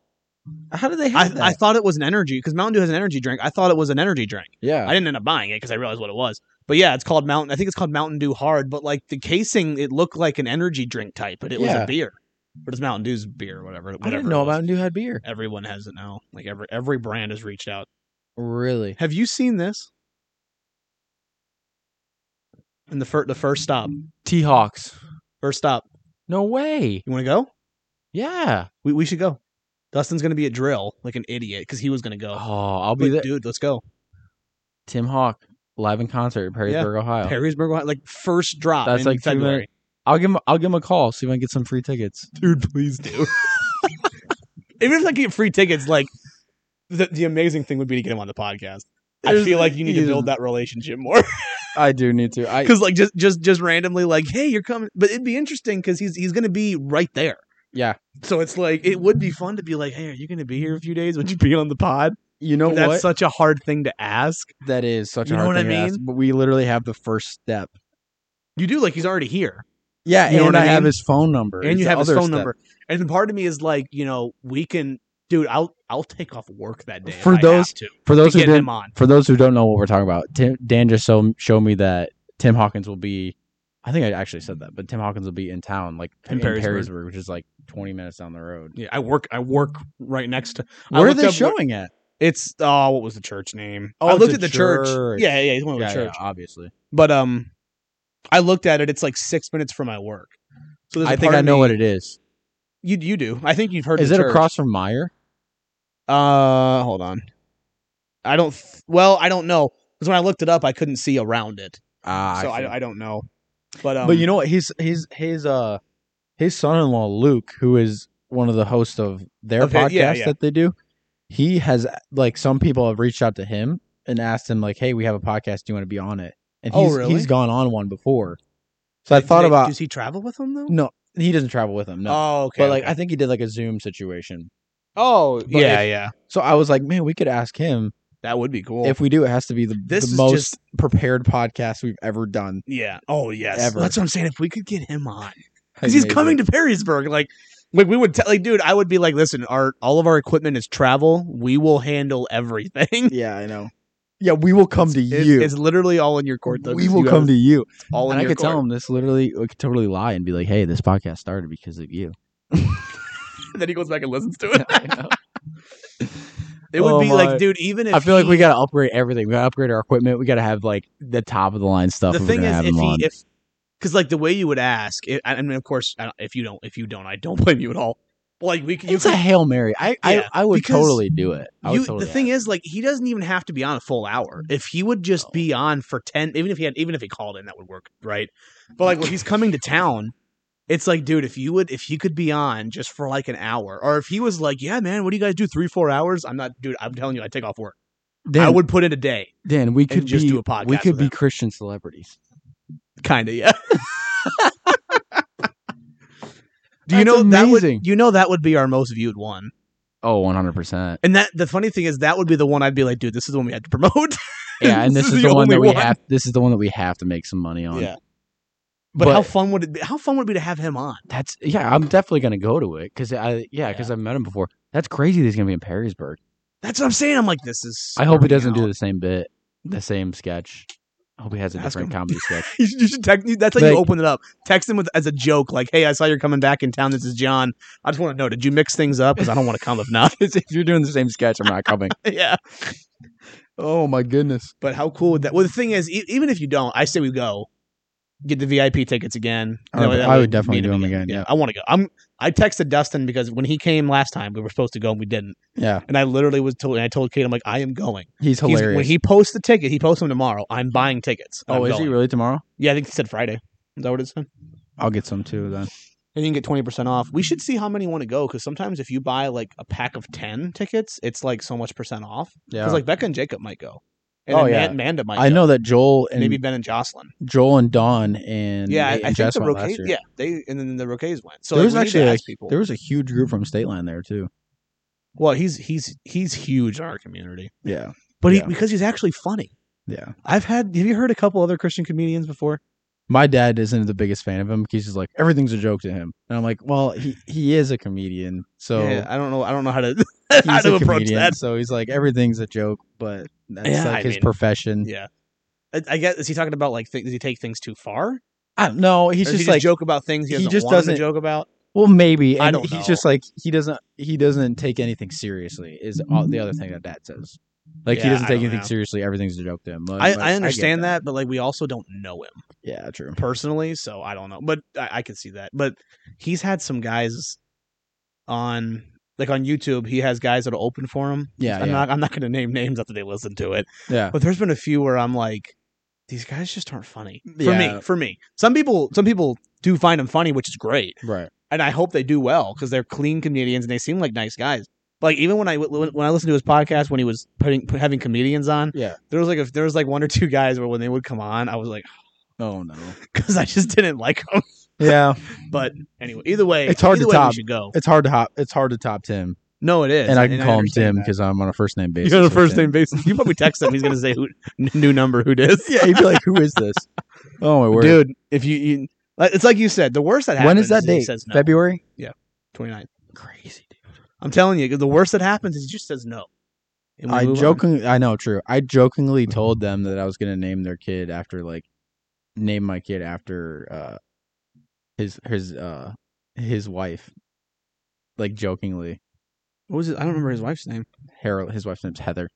Speaker 1: How did they
Speaker 2: I,
Speaker 1: have that?
Speaker 2: I thought it was an energy because Mountain Dew has an energy drink. I thought it was an energy drink.
Speaker 1: yeah.
Speaker 2: I didn't end up buying it because I realized what it was. But yeah, it's called Mountain. I think it's called Mountain Dew Hard. But like the casing, it looked like an energy drink type, but it was
Speaker 1: Yeah.
Speaker 2: a beer. But it's Mountain Dew's beer, or whatever.
Speaker 1: I
Speaker 2: whatever
Speaker 1: didn't
Speaker 2: it
Speaker 1: know
Speaker 2: was.
Speaker 1: Mountain Dew had beer.
Speaker 2: Everyone has it now. Like every every brand has reached out.
Speaker 1: Really?
Speaker 2: Have you seen this? In the first the first stop,
Speaker 1: T Hawks.
Speaker 2: first stop.
Speaker 1: No way.
Speaker 2: You want to go?
Speaker 1: Yeah.
Speaker 2: We we should go. Dustin's gonna be a drill like an idiot because he was gonna go.
Speaker 1: Oh, I'll
Speaker 2: I'm
Speaker 1: be
Speaker 2: like,
Speaker 1: there.
Speaker 2: dude. Let's go.
Speaker 1: Tim Hawk live in concert in Perrysburg, Ohio.
Speaker 2: Perrysburg, Ohio- like first drop.
Speaker 1: That's
Speaker 2: in
Speaker 1: like two
Speaker 2: February.
Speaker 1: I'll give him. I'll give him a call. See if I can get some free tickets.
Speaker 2: Dude, please do. (laughs) Even if I get free tickets, like the the amazing thing would be to get him on the podcast. I
Speaker 1: There's-
Speaker 2: feel like you need to
Speaker 1: he's-
Speaker 2: build that relationship more
Speaker 1: (laughs) I do need to.
Speaker 2: (laughs)
Speaker 1: I
Speaker 2: because like just just just randomly like hey you're coming but it'd be interesting because he's he's gonna be right there
Speaker 1: yeah.
Speaker 2: so it's like it would be fun to be like hey are you gonna be here a few days would you be on the pod
Speaker 1: You know
Speaker 2: that's
Speaker 1: what?
Speaker 2: such a hard thing to ask
Speaker 1: that is such
Speaker 2: You
Speaker 1: a
Speaker 2: know
Speaker 1: hard
Speaker 2: what I
Speaker 1: thing to ask,
Speaker 2: mean?
Speaker 1: but we literally have the first step.
Speaker 2: you do like he's already here
Speaker 1: Yeah,
Speaker 2: You know
Speaker 1: and
Speaker 2: what I
Speaker 1: I, have
Speaker 2: mean?
Speaker 1: his phone number.
Speaker 2: and
Speaker 1: It's
Speaker 2: you
Speaker 1: the
Speaker 2: have his
Speaker 1: other
Speaker 2: phone
Speaker 1: step.
Speaker 2: number. And then part of me is like, you know, we can, dude. I'll I'll take off work that day if
Speaker 1: For
Speaker 2: I have
Speaker 1: those-
Speaker 2: to,
Speaker 1: For
Speaker 2: to
Speaker 1: those who
Speaker 2: get
Speaker 1: didn't,
Speaker 2: him on.
Speaker 1: for those who don't know what we're talking about, Tim, Dan just so, showed me that Tim Hawkins will be. I think I actually said that, but Tim Hawkins will be in town, like
Speaker 2: In
Speaker 1: in,
Speaker 2: Perrysburg.
Speaker 1: Perrysburg. which is like twenty minutes down the road.
Speaker 2: Yeah, I work. I work right next to. I
Speaker 1: Where are
Speaker 2: looked
Speaker 1: they
Speaker 2: up where-
Speaker 1: showing at?
Speaker 2: It's oh, what was the church name? Oh, I
Speaker 1: it's
Speaker 2: looked
Speaker 1: a
Speaker 2: at the church.
Speaker 1: church.
Speaker 2: Yeah, yeah, he's one of
Speaker 1: Yeah,
Speaker 2: the
Speaker 1: yeah,
Speaker 2: Oh, church.
Speaker 1: obviously.
Speaker 2: But um, I looked at it. It's like six minutes from my work. So there's a
Speaker 1: I think
Speaker 2: part
Speaker 1: I
Speaker 2: of
Speaker 1: know
Speaker 2: me-
Speaker 1: what it is.
Speaker 2: you you do. I think you've heard.
Speaker 1: Is
Speaker 2: the
Speaker 1: it
Speaker 2: church.
Speaker 1: across from Meyer?
Speaker 2: Uh, hold on. I don't. Th- well, I don't know because when I looked it up, I couldn't see around it,
Speaker 1: Ah,
Speaker 2: so
Speaker 1: see.
Speaker 2: I, I don't know. But um,
Speaker 1: but you know what? His his his uh his son-in-law Luke, who is one of the hosts of their
Speaker 2: Of
Speaker 1: podcast
Speaker 2: it, yeah, yeah.
Speaker 1: that they do, he has like some people have reached out to him and asked him like, "Hey, we have a podcast. Do you want to be on it?" And
Speaker 2: Oh,
Speaker 1: he's
Speaker 2: really?
Speaker 1: he's gone on one before. So I
Speaker 2: Do
Speaker 1: thought
Speaker 2: they-
Speaker 1: about
Speaker 2: Does he travel with them though?
Speaker 1: no, he doesn't travel with him. No,
Speaker 2: Oh, okay.
Speaker 1: but like
Speaker 2: okay.
Speaker 1: I think he did like a Zoom situation.
Speaker 2: oh, yeah,
Speaker 1: if-
Speaker 2: yeah,
Speaker 1: So I was like, man, we could ask him.
Speaker 2: that would be cool.
Speaker 1: If we do, it has to be the,
Speaker 2: This
Speaker 1: the
Speaker 2: is
Speaker 1: most
Speaker 2: just-
Speaker 1: prepared podcast we've ever done.
Speaker 2: yeah. Oh, yes.
Speaker 1: Ever.
Speaker 2: That's what I'm saying. If we could get him on, because he's coming to Perrysburg, like. Like we would tell, like, dude, I would be like, listen, our all of our equipment is travel. We will handle everything. (laughs)
Speaker 1: Yeah, I know. Yeah, we will come to
Speaker 2: It's-
Speaker 1: you.
Speaker 2: It's literally all in your court, though.
Speaker 1: we will come to you.
Speaker 2: all in
Speaker 1: And I
Speaker 2: your
Speaker 1: could
Speaker 2: court.
Speaker 1: tell him this literally, we could totally lie and be like, hey, this podcast started because of
Speaker 2: (laughs)
Speaker 1: you.
Speaker 2: then he goes back and listens to it.
Speaker 1: (laughs) I
Speaker 2: It would
Speaker 1: Oh
Speaker 2: be
Speaker 1: my.
Speaker 2: like, dude, even if
Speaker 1: feel like
Speaker 2: he-
Speaker 1: we got to upgrade everything. We got to upgrade our equipment. We got to have like the top of the line stuff.
Speaker 2: the
Speaker 1: if we're
Speaker 2: thing
Speaker 1: gonna
Speaker 2: is
Speaker 1: have
Speaker 2: if
Speaker 1: him on.
Speaker 2: he if because like the way you would ask i i mean of course I don't- if you don't if you don't i don't (laughs) blame you at all But, like we c- you
Speaker 1: it's a
Speaker 2: could-
Speaker 1: Hail Mary. I,
Speaker 2: Yeah,
Speaker 1: I, I would
Speaker 2: because
Speaker 1: totally do it. I would
Speaker 2: you,
Speaker 1: totally
Speaker 2: the thing is like he doesn't even have to be on a full hour if he would just
Speaker 1: No.
Speaker 2: be on for 10 even if he had even if he called in that would work right but like when he's coming to town it's like dude if you would if he could be on just for like an hour or if he was like yeah man what do you guys do three four hours i'm not dude i'm telling you i take off work
Speaker 1: Dan,
Speaker 2: i would put in a day
Speaker 1: Dan, we could
Speaker 2: just
Speaker 1: be,
Speaker 2: do a podcast
Speaker 1: We could
Speaker 2: with
Speaker 1: be
Speaker 2: him.
Speaker 1: Christian celebrities.
Speaker 2: Kind of, (laughs) yeah. Do you
Speaker 1: That's
Speaker 2: know that
Speaker 1: amazing.
Speaker 2: would you know that would be our most viewed one?
Speaker 1: Oh,
Speaker 2: (laughs)
Speaker 1: 100%.
Speaker 2: And that the funny thing is that would be the one I'd be like, dude, this is the one we had to promote.
Speaker 1: (laughs) Yeah, and this, is, the, one
Speaker 2: only
Speaker 1: that we have this is the one that we have to make some money on.
Speaker 2: Yeah. But,
Speaker 1: But-
Speaker 2: how fun would it be? How fun would it be to have him on?
Speaker 1: That's yeah, I'm definitely going to go to it cuz I yeah, cuz I've met him before. That's crazy that he's going to be in Perrysburg.
Speaker 2: That's what I'm saying. I'm like, this is.
Speaker 1: I hope he doesn't
Speaker 2: do (laughs)
Speaker 1: do the same bit, the same sketch. I hope he has a
Speaker 2: Ask
Speaker 1: different
Speaker 2: him.
Speaker 1: comedy sketch.
Speaker 2: You should, you should text. That's how you
Speaker 1: Like-
Speaker 2: open it up. Text him with as a joke, like, "Hey, I saw you're coming back in town. This is John. I just want to know, did you mix things up? Because I don't want to come if not."
Speaker 1: (laughs)
Speaker 2: (laughs)
Speaker 1: if you're doing the same sketch, I'm not coming.
Speaker 2: yeah.
Speaker 1: (laughs) oh my goodness.
Speaker 2: But how cool would that? Well, the thing is, e- even if you don't, I say we go get the VIP tickets again.
Speaker 1: I would-
Speaker 2: That way- that
Speaker 1: I
Speaker 2: way
Speaker 1: would
Speaker 2: we
Speaker 1: definitely
Speaker 2: meet
Speaker 1: do
Speaker 2: him
Speaker 1: 'em again, yeah.
Speaker 2: I want to go. I'm. I texted Dustin because when he came last time, we were supposed to go and we didn't.
Speaker 1: Yeah,
Speaker 2: And I literally was told. And I told Kate, I'm like, I am going.
Speaker 1: he's
Speaker 2: He's-
Speaker 1: hilarious.
Speaker 2: when he posts the ticket, he posts them tomorrow. I'm buying tickets.
Speaker 1: oh, is he
Speaker 2: Really?
Speaker 1: really tomorrow?
Speaker 2: Yeah, I think he said Friday. Is that what it said?
Speaker 1: I'll get some too then.
Speaker 2: and you can get 20% off. We should see how many want to go because sometimes if you buy like a pack of 10 tickets, it's like so much percent off.
Speaker 1: Yeah.
Speaker 2: Because like Becca and Jacob might go. And
Speaker 1: Oh,
Speaker 2: then
Speaker 1: yeah.
Speaker 2: Man- Manda might
Speaker 1: I
Speaker 2: go.
Speaker 1: know that Joel and
Speaker 2: Maybe Ben and Jocelyn.
Speaker 1: Joel and Don and
Speaker 2: yeah,
Speaker 1: Nate
Speaker 2: I, I
Speaker 1: and
Speaker 2: think
Speaker 1: Jess
Speaker 2: the
Speaker 1: went last
Speaker 2: Roquets.
Speaker 1: year.
Speaker 2: Yeah, they and then the Roquets went. So
Speaker 1: There was
Speaker 2: like, we need to
Speaker 1: actually a-
Speaker 2: ask people.
Speaker 1: There was a huge group from State Line there too.
Speaker 2: well, he's he's he's huge in our community,
Speaker 1: Yeah,
Speaker 2: but he,
Speaker 1: Yeah.
Speaker 2: because he's actually funny.
Speaker 1: yeah.
Speaker 2: I've had. Have you heard a couple other Christian comedians before?
Speaker 1: My dad isn't the biggest fan of him because he's like everything's a joke to him, and I'm like, well, he he is a comedian, so
Speaker 2: yeah, I don't know. I don't know how to (laughs) how
Speaker 1: he's
Speaker 2: to
Speaker 1: a
Speaker 2: approach
Speaker 1: comedian,
Speaker 2: that.
Speaker 1: so he's like everything's a joke, but that's
Speaker 2: Yeah,
Speaker 1: like
Speaker 2: I
Speaker 1: his
Speaker 2: mean-
Speaker 1: profession.
Speaker 2: Yeah, I, I guess is he talking about like th- does he take things too far?
Speaker 1: I, no, he's
Speaker 2: Or does
Speaker 1: just
Speaker 2: he
Speaker 1: like
Speaker 2: joke about things he,
Speaker 1: he
Speaker 2: doesn't
Speaker 1: just
Speaker 2: want him
Speaker 1: doesn't-
Speaker 2: to joke about.
Speaker 1: well, maybe.
Speaker 2: I
Speaker 1: And
Speaker 2: don't
Speaker 1: he's
Speaker 2: know.
Speaker 1: just like he doesn't he doesn't take anything seriously. Is all, the other thing that dad says. Like he
Speaker 2: Yeah,
Speaker 1: doesn't
Speaker 2: I
Speaker 1: take
Speaker 2: don't
Speaker 1: anything
Speaker 2: know.
Speaker 1: seriously. Everything's a joke to him. Like,
Speaker 2: I,
Speaker 1: but
Speaker 2: I
Speaker 1: get
Speaker 2: understand that. but like we also don't know him
Speaker 1: Yeah, true.
Speaker 2: personally, so I don't know. But I, I could see that. But he's had some guys on like on YouTube. He has guys that are open for him.
Speaker 1: Yeah,
Speaker 2: I'm
Speaker 1: yeah.
Speaker 2: not. I'm not going to name names after they listen to it.
Speaker 1: Yeah.
Speaker 2: But there's been a few where I'm like, these guys just aren't funny for
Speaker 1: Yeah.
Speaker 2: me. For me, some people, some people do find them funny, which is great,
Speaker 1: Right.
Speaker 2: and I hope they do well because they're clean comedians and they seem like nice guys. Like even when I when when I listened to his podcast when he was putting having comedians on,
Speaker 1: Yeah.
Speaker 2: there was like a, there was like one or two guys where when they would come on, I was like, (laughs)
Speaker 1: Oh no.
Speaker 2: because I just didn't like them.
Speaker 1: Yeah.
Speaker 2: But anyway, either way,
Speaker 1: It's hard
Speaker 2: either
Speaker 1: to
Speaker 2: way
Speaker 1: top.
Speaker 2: We should go.
Speaker 1: It's hard to hop. It's hard to top Tim,
Speaker 2: No, it is,
Speaker 1: and I can call him Tim
Speaker 2: understand that.
Speaker 1: because I'm on a first name basis.
Speaker 2: You're the
Speaker 1: with
Speaker 2: first
Speaker 1: him.
Speaker 2: name basis. You probably text him. He's gonna say who new number. Who this?
Speaker 1: (laughs) Yeah, he'd be like, "Who is this?" Oh my word,
Speaker 2: dude. If you, you, like- it's like you said, the worst that happens.
Speaker 1: When is that
Speaker 2: he
Speaker 1: date?
Speaker 2: Says no.
Speaker 1: February.
Speaker 2: 29th.
Speaker 1: Crazy, dude.
Speaker 2: I'm telling you, the worst that happens is he just says no. And we
Speaker 1: I
Speaker 2: move on.
Speaker 1: joking. I know, true. I jokingly told them that I was gonna name their kid after like name my kid after uh his his uh his wife, like jokingly.
Speaker 2: What was it? I don't remember his wife's name.
Speaker 1: Harold, his wife's name's Heather.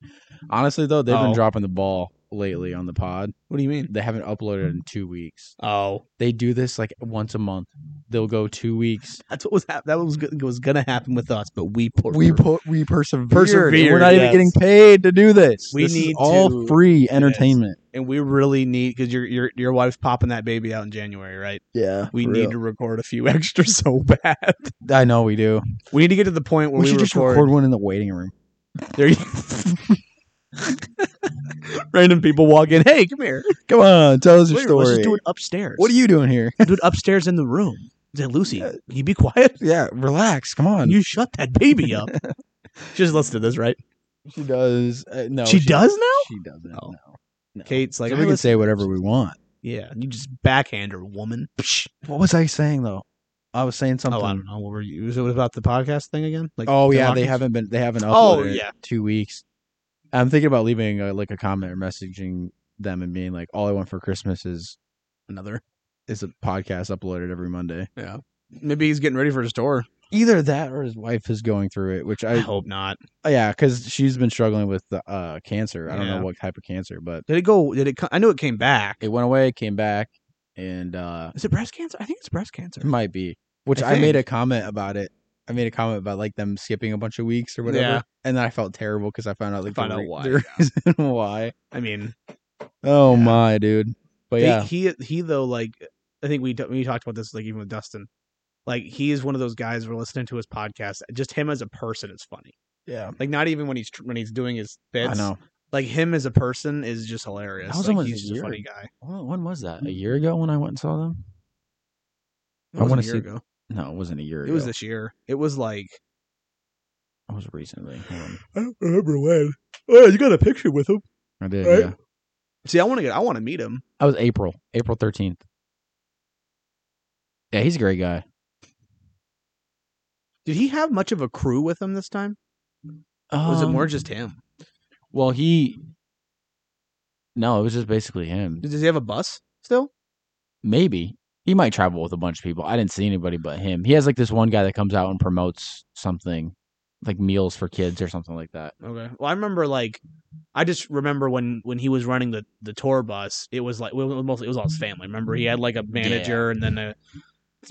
Speaker 1: Honestly, though, they've
Speaker 2: Oh.
Speaker 1: been dropping the ball lately on the pod.
Speaker 2: What do you mean?
Speaker 1: They haven't uploaded in two weeks.
Speaker 2: Oh,
Speaker 1: They do this like once a month. They'll go two weeks
Speaker 2: that's what was hap- that was go- was gonna happen with us, but we poured
Speaker 1: we
Speaker 2: through.
Speaker 1: put we persevered.
Speaker 2: Persevered,
Speaker 1: We're not
Speaker 2: yes.
Speaker 1: even getting paid to do this.
Speaker 2: We
Speaker 1: This is
Speaker 2: need
Speaker 1: all
Speaker 2: to-
Speaker 1: free entertainment.
Speaker 2: and we really need because your your your wife's popping that baby out in January, right?
Speaker 1: Yeah,
Speaker 2: we need to record a few (laughs) extra so bad.
Speaker 1: To, I know we do.
Speaker 2: We need to get to the point where
Speaker 1: we
Speaker 2: we,
Speaker 1: should just record. one in the waiting room.
Speaker 2: There you (laughs) Random people walk in. Hey, come here.
Speaker 1: Come on, tell us your
Speaker 2: Wait,
Speaker 1: story.
Speaker 2: let's just do it upstairs.
Speaker 1: What are you doing here?
Speaker 2: (laughs) do it upstairs in the room? Say, Lucy, can you be quiet?
Speaker 1: yeah, relax. Come on.
Speaker 2: Can you shut that baby
Speaker 1: (laughs)
Speaker 2: up? she just listens to this, right?
Speaker 1: she does. Uh, no,
Speaker 2: She does now?
Speaker 1: She doesn't.
Speaker 2: Oh.
Speaker 1: No. No.
Speaker 2: Kate's like,
Speaker 1: So
Speaker 2: "I
Speaker 1: we can
Speaker 2: listen."
Speaker 1: say whatever we want.
Speaker 2: yeah, you just backhand her, woman. Psh.
Speaker 1: What was I saying though? I was saying something.
Speaker 2: Oh, I don't know. What were you? Was it about the podcast thing again? Like,
Speaker 1: Oh
Speaker 2: Tim
Speaker 1: yeah, they
Speaker 2: Hawkins?
Speaker 1: haven't been. They haven't uploaded.
Speaker 2: Oh,
Speaker 1: in
Speaker 2: yeah.
Speaker 1: two weeks. I'm thinking about leaving uh, like a comment or messaging them and being like, "All I want for Christmas is
Speaker 2: another.
Speaker 1: is a podcast uploaded every Monday."
Speaker 2: Yeah, maybe he's getting ready for his tour.
Speaker 1: Either that or his wife is going through it, which
Speaker 2: I
Speaker 1: I
Speaker 2: hope not.
Speaker 1: yeah, because she's been struggling with the, uh cancer. I don't
Speaker 2: Yeah.
Speaker 1: know what type of cancer, but
Speaker 2: Did it go? Did it? co- I know it came back.
Speaker 1: it went away, came back, and uh
Speaker 2: Is it breast cancer? I think it's breast cancer.
Speaker 1: it might be. Which
Speaker 2: I
Speaker 1: I, made
Speaker 2: think.
Speaker 1: a comment about it. I made a comment about like them skipping a bunch of weeks or whatever,
Speaker 2: Yeah.
Speaker 1: and then I felt terrible because I found out like the
Speaker 2: Found out
Speaker 1: re- (laughs)
Speaker 2: why,
Speaker 1: the
Speaker 2: yeah.
Speaker 1: reason why.
Speaker 2: I mean,
Speaker 1: Oh
Speaker 2: Yeah.
Speaker 1: my dude. But
Speaker 2: they-
Speaker 1: yeah.
Speaker 2: he he though like I think we t- we talked about this like even with Dustin, like he is one of those guys. We're listening to his podcast. Just him as a person is funny.
Speaker 1: Yeah.
Speaker 2: Like not even when he's tr- when he's doing his bits.
Speaker 1: I know.
Speaker 2: Like him as a person is just hilarious.
Speaker 1: That was
Speaker 2: Like,
Speaker 1: almost
Speaker 2: he's
Speaker 1: a
Speaker 2: just a
Speaker 1: year
Speaker 2: funny guy.
Speaker 1: When, when was that? A year ago when I went and saw them?
Speaker 2: It
Speaker 1: I
Speaker 2: wasn't
Speaker 1: wanna
Speaker 2: a year
Speaker 1: see-
Speaker 2: ago.
Speaker 1: No, it wasn't a year
Speaker 2: It
Speaker 1: ago.
Speaker 2: was this year. It was like
Speaker 1: It was recently. Hold on.
Speaker 2: I don't remember when. Oh, you got a picture with him.
Speaker 1: I did.
Speaker 2: Right?
Speaker 1: Yeah.
Speaker 2: See, I want to get. I want to meet him.
Speaker 1: That was April. April 13th. Yeah, he's a great guy.
Speaker 2: Did he have much of a crew with him this time? was it
Speaker 1: Um,
Speaker 2: more just him?
Speaker 1: Well, he. No, it was just basically him.
Speaker 2: Does he have a bus still?
Speaker 1: Maybe he might travel with a bunch of people. I didn't see anybody but him. He has like this one guy that comes out and promotes something, like meals for kids or something like that.
Speaker 2: Okay. Well, I remember like, I just remember when when he was running the the tour bus. It was like well, it was mostly it was all his family. Remember, he had like a manager and then a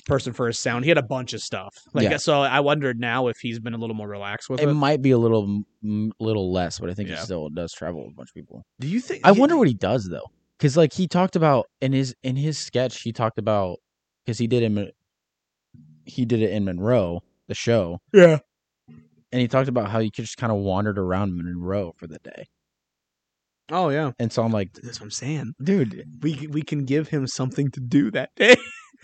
Speaker 2: person for his sound. He had a bunch of stuff. Like
Speaker 1: Yeah.
Speaker 2: so, I wondered now if he's been a little more relaxed with
Speaker 1: It
Speaker 2: it.
Speaker 1: might be a little, m- little less, but I think
Speaker 2: Yeah.
Speaker 1: he still does travel with a bunch of people.
Speaker 2: Do you think?
Speaker 1: I wonder what he does though, because like he talked about in his in his sketch, he talked about because he did him, he did it in Monroe, the show,
Speaker 2: Yeah.
Speaker 1: and he talked about how he just kind of wandered around Monroe for the day.
Speaker 2: Oh yeah.
Speaker 1: And so I'm like,
Speaker 2: That's what I'm saying.
Speaker 1: dude,
Speaker 2: We we can give him something to do that day.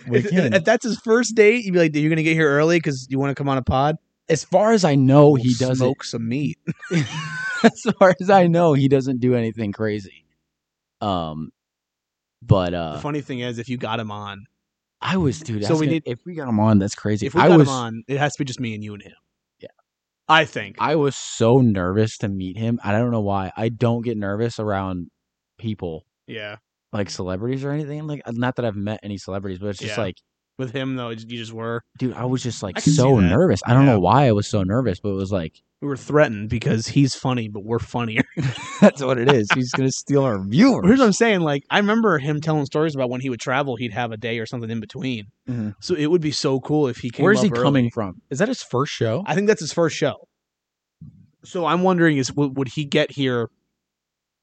Speaker 1: we
Speaker 2: (laughs) if,
Speaker 1: can.
Speaker 2: if that's his first date, you'd be like, "Dude, you're gonna get here early because you want to come on a pod."
Speaker 1: As far as I know, Oh, he
Speaker 2: We'll
Speaker 1: doesn't.
Speaker 2: smoke some meat.
Speaker 1: (laughs) as far as I know, he doesn't do anything crazy. Um, but
Speaker 2: the
Speaker 1: uh,
Speaker 2: funny thing is, if you got him on,
Speaker 1: I was dude.
Speaker 2: So
Speaker 1: that's
Speaker 2: we
Speaker 1: gonna-
Speaker 2: need-
Speaker 1: if we got him on, that's crazy.
Speaker 2: if we
Speaker 1: I
Speaker 2: got
Speaker 1: was
Speaker 2: him on, it has to be just me and you and him.
Speaker 1: Yeah.
Speaker 2: I think.
Speaker 1: I was so nervous to meet him. I don't know why. I don't get nervous around people
Speaker 2: yeah.
Speaker 1: like celebrities or anything. Like uh, not that I've met any celebrities, but it's just
Speaker 2: Mm. Yeah.
Speaker 1: like,
Speaker 2: With him though, you just were.
Speaker 1: dude, I was just like
Speaker 2: I can see
Speaker 1: so
Speaker 2: that.
Speaker 1: nervous. I don't
Speaker 2: Yeah.
Speaker 1: know why I was so nervous, but it was like (laughs)
Speaker 2: We were threatened because he's funny, but we're funnier.
Speaker 1: that's what it is. He's gonna steal our viewers.
Speaker 2: (laughs) Here's what I'm saying. Like I remember him telling stories about when he would travel, he'd have a day or something in between.
Speaker 1: Mhm.
Speaker 2: So it would be so cool if he
Speaker 1: (laughs)
Speaker 2: came.
Speaker 1: Where's
Speaker 2: up
Speaker 1: he
Speaker 2: early.
Speaker 1: coming from? Is that his first show?
Speaker 2: I think that's his first show. So I'm wondering is would, would he get here?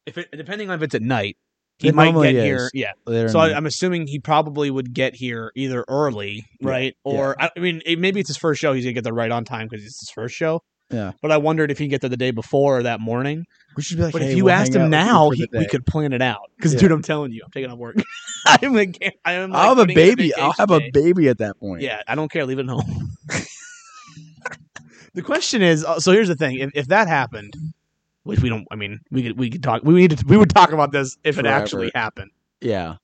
Speaker 2: If it depending on if it's at night, he
Speaker 1: It
Speaker 2: might
Speaker 1: normally
Speaker 2: get
Speaker 1: is.
Speaker 2: here. Yeah.
Speaker 1: Later
Speaker 2: So
Speaker 1: in
Speaker 2: I,
Speaker 1: the-
Speaker 2: I'm assuming he probably would get here either early,
Speaker 1: Yeah,
Speaker 2: right? Or I, I mean, it, maybe it's his first show. He's gonna get there right on time because it's his first show.
Speaker 1: Yeah.
Speaker 2: But I wondered if he would get there the day before or that morning.
Speaker 1: we should be like,
Speaker 2: But
Speaker 1: "Hey,
Speaker 2: if you
Speaker 1: we'll
Speaker 2: asked
Speaker 1: hang
Speaker 2: him now,
Speaker 1: out with you
Speaker 2: he,
Speaker 1: for the
Speaker 2: we
Speaker 1: day."
Speaker 2: could plan it out. Because
Speaker 1: Yeah.
Speaker 2: dude, I'm telling you, I'm taking off work. (laughs) I'm like, I am. Like
Speaker 1: I'll have a
Speaker 2: putting in
Speaker 1: baby. I'll have
Speaker 2: vacation
Speaker 1: a
Speaker 2: day.
Speaker 1: baby at that point.
Speaker 2: Yeah, I don't care. Leave it at home. (laughs) the question is, uh, so here's the thing: if, if that happened, which we don't, I mean, we could we could talk. We need to. We would talk about this if it
Speaker 1: Forever.
Speaker 2: actually happened.
Speaker 1: yeah.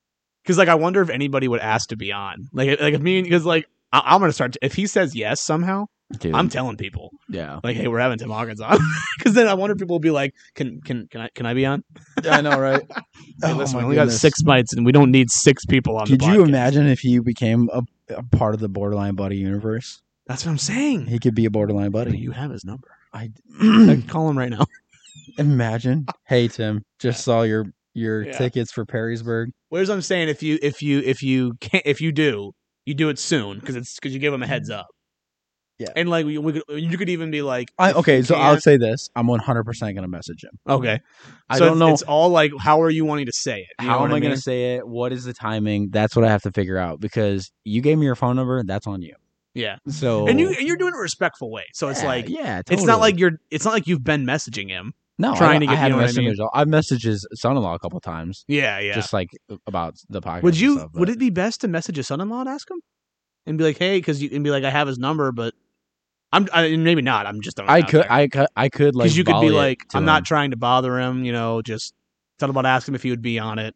Speaker 2: Because like I wonder if anybody would ask to be on. Like like if me because like I, I'm gonna start. if he says yes somehow,
Speaker 1: Dude,
Speaker 2: I'm telling people (laughs)
Speaker 1: yeah.
Speaker 2: like, hey, we're having Tim Hawkins on. (laughs) Because then I wonder if people will be like, can can can I can I be on?
Speaker 1: I know, (laughs) right? Oh
Speaker 2: Hey, listen,
Speaker 1: my
Speaker 2: we only got
Speaker 1: goodness.
Speaker 2: six bites and we don't need six people on.
Speaker 1: Could
Speaker 2: the
Speaker 1: you
Speaker 2: podcast.
Speaker 1: imagine if he became a, a part of the borderline buddy universe?
Speaker 2: That's what I'm saying.
Speaker 1: He could be a borderline
Speaker 2: (laughs)
Speaker 1: buddy.
Speaker 2: You have
Speaker 1: (clears throat)
Speaker 2: his number.
Speaker 1: I
Speaker 2: Like, call him right now.
Speaker 1: imagine. Hey Tim, just saw your your
Speaker 2: Yeah.
Speaker 1: tickets for Perrysburg.
Speaker 2: Whereas I'm saying, if you if you if you can't if you do, you do it soon because it's because you give them a heads up.
Speaker 1: Mm-hmm. Yeah.
Speaker 2: and like we, we could, you could even be like,
Speaker 1: I,
Speaker 2: if
Speaker 1: okay,
Speaker 2: you
Speaker 1: so I'll
Speaker 2: can-
Speaker 1: say this: I'm 100 percent going to message him.
Speaker 2: okay.
Speaker 1: I
Speaker 2: So
Speaker 1: don't
Speaker 2: it's-
Speaker 1: know
Speaker 2: It's all like, how are you wanting to say it? You know
Speaker 1: how
Speaker 2: what
Speaker 1: am I, going
Speaker 2: mean?
Speaker 1: to say it. What is the timing? That's what I have to figure out because you gave me your phone number. That's on you.
Speaker 2: Yeah,
Speaker 1: So
Speaker 2: and you and you're doing it a respectful way, so it's
Speaker 1: Yeah,
Speaker 2: like
Speaker 1: yeah,
Speaker 2: it's not
Speaker 1: Oh. totally.
Speaker 2: like you're it's not like you've been messaging him.
Speaker 1: no I-
Speaker 2: trying to
Speaker 1: I
Speaker 2: get-
Speaker 1: had
Speaker 2: you know what I
Speaker 1: messaged
Speaker 2: mean?
Speaker 1: his- I've messaged his son-in-law a couple times,
Speaker 2: Yeah, yeah.
Speaker 1: just like about the podcast.
Speaker 2: would you
Speaker 1: and stuff, but-
Speaker 2: would it be best to message a son-in-law and ask him and be like, hey, because you and be like, I have his number, but I'm I, and maybe not. I'm just
Speaker 1: I could, I could, I could like
Speaker 2: because you could
Speaker 1: volley
Speaker 2: be
Speaker 1: it
Speaker 2: like,
Speaker 1: to
Speaker 2: I'm
Speaker 1: him.
Speaker 2: not trying to bother him. You know, just something about ask him if he would be on it.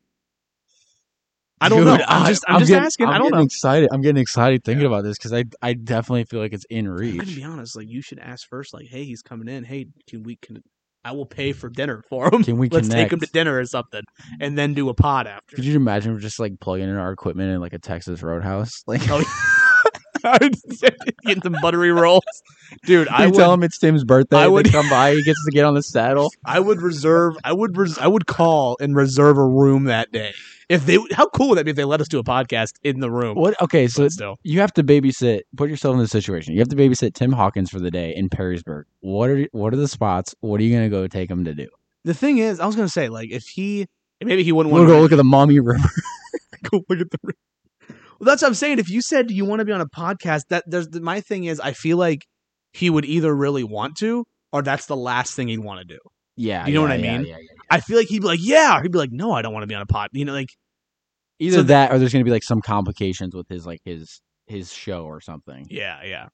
Speaker 2: I don't
Speaker 1: Dude,
Speaker 2: know. I'm just I'm, just
Speaker 1: getting-
Speaker 2: asking.
Speaker 1: I'm
Speaker 2: I do
Speaker 1: getting
Speaker 2: not know.
Speaker 1: Excited. I'm getting excited thinking about this because I I definitely feel like it's in
Speaker 2: I'm gonna be
Speaker 1: reach.
Speaker 2: honest. Like you should ask first. Like, hey, he's coming in. Hey, can we can I will pay for dinner for him.
Speaker 1: Can we
Speaker 2: (laughs) Let's take him to
Speaker 1: connect?
Speaker 2: dinner or something, and then do a pod after. (laughs)
Speaker 1: Could you imagine we're just like plugging in our equipment in like a Texas Roadhouse? (laughs) Like,
Speaker 2: (laughs) Get some buttery rolls, dude. I
Speaker 1: you
Speaker 2: would,
Speaker 1: tell him it's Tim's birthday.
Speaker 2: I
Speaker 1: I
Speaker 2: would-
Speaker 1: would come by. He gets to get on the
Speaker 2: (laughs)
Speaker 1: saddle.
Speaker 2: I would reserve. I would. Res, I would call and reserve a room that day. If they, how cool would that be if they let us do a podcast in the room?
Speaker 1: What? Okay, so
Speaker 2: But
Speaker 1: it's,
Speaker 2: still,
Speaker 1: you have to babysit. Put yourself in this situation. You have to babysit Tim Hawkins for the day in Perrysburg. What are what are the spots? What are you gonna go take him to do?
Speaker 2: the thing is, I was gonna say, like, if he, maybe he wouldn't
Speaker 1: We'll
Speaker 2: want to
Speaker 1: go look at the mommy river. (laughs)
Speaker 2: (laughs) go look at the room. Well, that's what I'm saying. If you said you want to be on a podcast, that there's my thing is, I feel like he would either really want to, or that's the last thing he'd want to do.
Speaker 1: Yeah,
Speaker 2: You know
Speaker 1: yeah,
Speaker 2: what I
Speaker 1: yeah,
Speaker 2: mean?
Speaker 1: Yeah, yeah,
Speaker 2: I feel like he'd be like, yeah. Or he'd be like, no, I don't want to be on a pod. You know, like
Speaker 1: Either
Speaker 2: So-
Speaker 1: that, or there's going to be like some complications with his like his his show or something.
Speaker 2: yeah, yeah.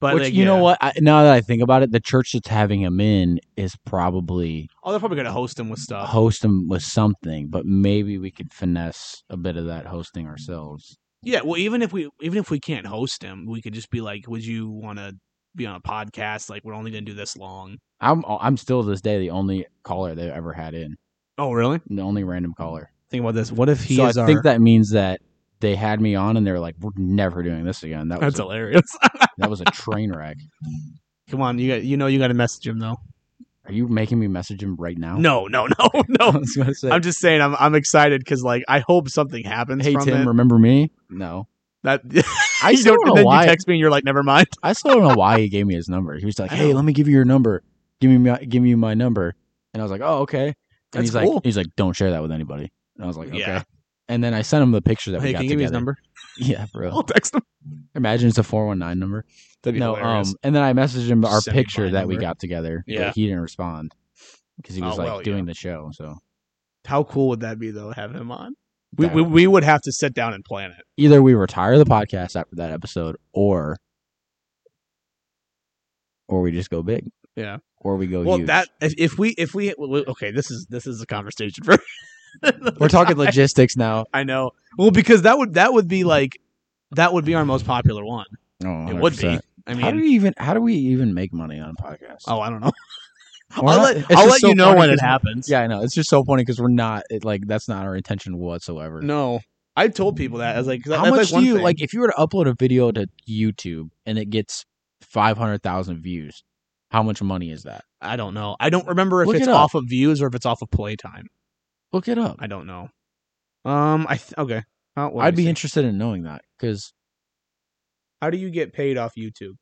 Speaker 2: But
Speaker 1: Which
Speaker 2: like,
Speaker 1: you know
Speaker 2: yeah.
Speaker 1: what? I, now that I think about it, the church that's having him in is probably
Speaker 2: Oh, they're probably gonna host him with stuff.
Speaker 1: host him with something, but maybe we could finesse a bit of that hosting ourselves.
Speaker 2: Yeah, well, even if we even if we can't host him, we could just be like, "Would you want to be on a podcast? Like, we're only gonna do this long."
Speaker 1: I'm I'm still to this day the only caller they've ever had in,
Speaker 2: Oh, really?
Speaker 1: the only random caller.
Speaker 2: Think about this. What if he
Speaker 1: so I
Speaker 2: is our?
Speaker 1: think that means that they had me on and they were like, "We're never doing this again." That was
Speaker 2: That's
Speaker 1: a,
Speaker 2: hilarious.
Speaker 1: that was a train wreck.
Speaker 2: Come on, you got you know you got to message him though.
Speaker 1: Are you making me message him right now?
Speaker 2: No, no, no,
Speaker 1: (laughs) I
Speaker 2: no.
Speaker 1: was gonna say,
Speaker 2: (laughs) I'm just saying I'm I'm excited because like I hope something happens.
Speaker 1: "Hey
Speaker 2: from
Speaker 1: Tim,
Speaker 2: it.
Speaker 1: remember me?" No,
Speaker 2: that (laughs)
Speaker 1: I
Speaker 2: you
Speaker 1: still
Speaker 2: don't-
Speaker 1: don't know
Speaker 2: then
Speaker 1: why.
Speaker 2: you text me and you're like, never mind.
Speaker 1: I still don't know why he gave me his number. He was like,
Speaker 2: I
Speaker 1: "Hey,
Speaker 2: know.
Speaker 1: let me give you your number. Give me my, give me my number." And I was like, "Oh, okay." And
Speaker 2: That's
Speaker 1: he's
Speaker 2: cool.
Speaker 1: like, "He's like, don't share that with anybody." And I was like, "Okay."
Speaker 2: Yeah.
Speaker 1: And then I sent him the picture that
Speaker 2: Hey,
Speaker 1: we got
Speaker 2: can you
Speaker 1: together.
Speaker 2: give me his number?
Speaker 1: (laughs) Yeah, bro.
Speaker 2: I'll (laughs) text him.
Speaker 1: Imagine it's a four one nine number.
Speaker 2: That'd be
Speaker 1: no,
Speaker 2: hilarious.
Speaker 1: um, and then I messaged him our
Speaker 2: Send me
Speaker 1: picture
Speaker 2: my
Speaker 1: that we
Speaker 2: number.
Speaker 1: got together. but
Speaker 2: Yeah.
Speaker 1: he didn't respond because he was
Speaker 2: Oh,
Speaker 1: like
Speaker 2: well,
Speaker 1: doing the show. So
Speaker 2: How cool would that be though? Have him on. We,
Speaker 1: That
Speaker 2: we,
Speaker 1: would-
Speaker 2: we would have to sit down and plan it.
Speaker 1: either we retire the podcast after that episode, or or we just go big.
Speaker 2: Yeah.
Speaker 1: Or we go
Speaker 2: well,
Speaker 1: Oh, huge.
Speaker 2: that if, if we if we well, well, okay, this is this is a conversation for. (laughs)
Speaker 1: We're talking logistics now.
Speaker 2: I know. Well, because that would that would be like that would be our most popular one.
Speaker 1: Oh,
Speaker 2: It would be.
Speaker 1: 100%.
Speaker 2: I
Speaker 1: how do
Speaker 2: mean,
Speaker 1: we even how do we even make money on podcasts?
Speaker 2: oh, I don't know.
Speaker 1: We're
Speaker 2: I'll
Speaker 1: not-
Speaker 2: let
Speaker 1: it's
Speaker 2: I'll
Speaker 1: just
Speaker 2: let
Speaker 1: so
Speaker 2: you know
Speaker 1: funny
Speaker 2: when it
Speaker 1: 'cause-
Speaker 2: happens.
Speaker 1: Yeah, I know. It's just so funny because we're not it, like that's not our intention whatsoever.
Speaker 2: No, I told people that. I was like, 'cause that-
Speaker 1: How
Speaker 2: that's
Speaker 1: much
Speaker 2: like one
Speaker 1: do you
Speaker 2: thing.
Speaker 1: like if you were to upload a video to YouTube and it gets five hundred thousand views? How much money is that?
Speaker 2: I don't know. I don't remember if
Speaker 1: Look
Speaker 2: it's
Speaker 1: it up.
Speaker 2: off of views or if it's off of playtime.
Speaker 1: Look it up.
Speaker 2: I don't know. Um, I th- okay. How,
Speaker 1: I'd be
Speaker 2: interested.
Speaker 1: interested in knowing that
Speaker 2: (laughs)
Speaker 1: because
Speaker 2: How do you get paid off YouTube?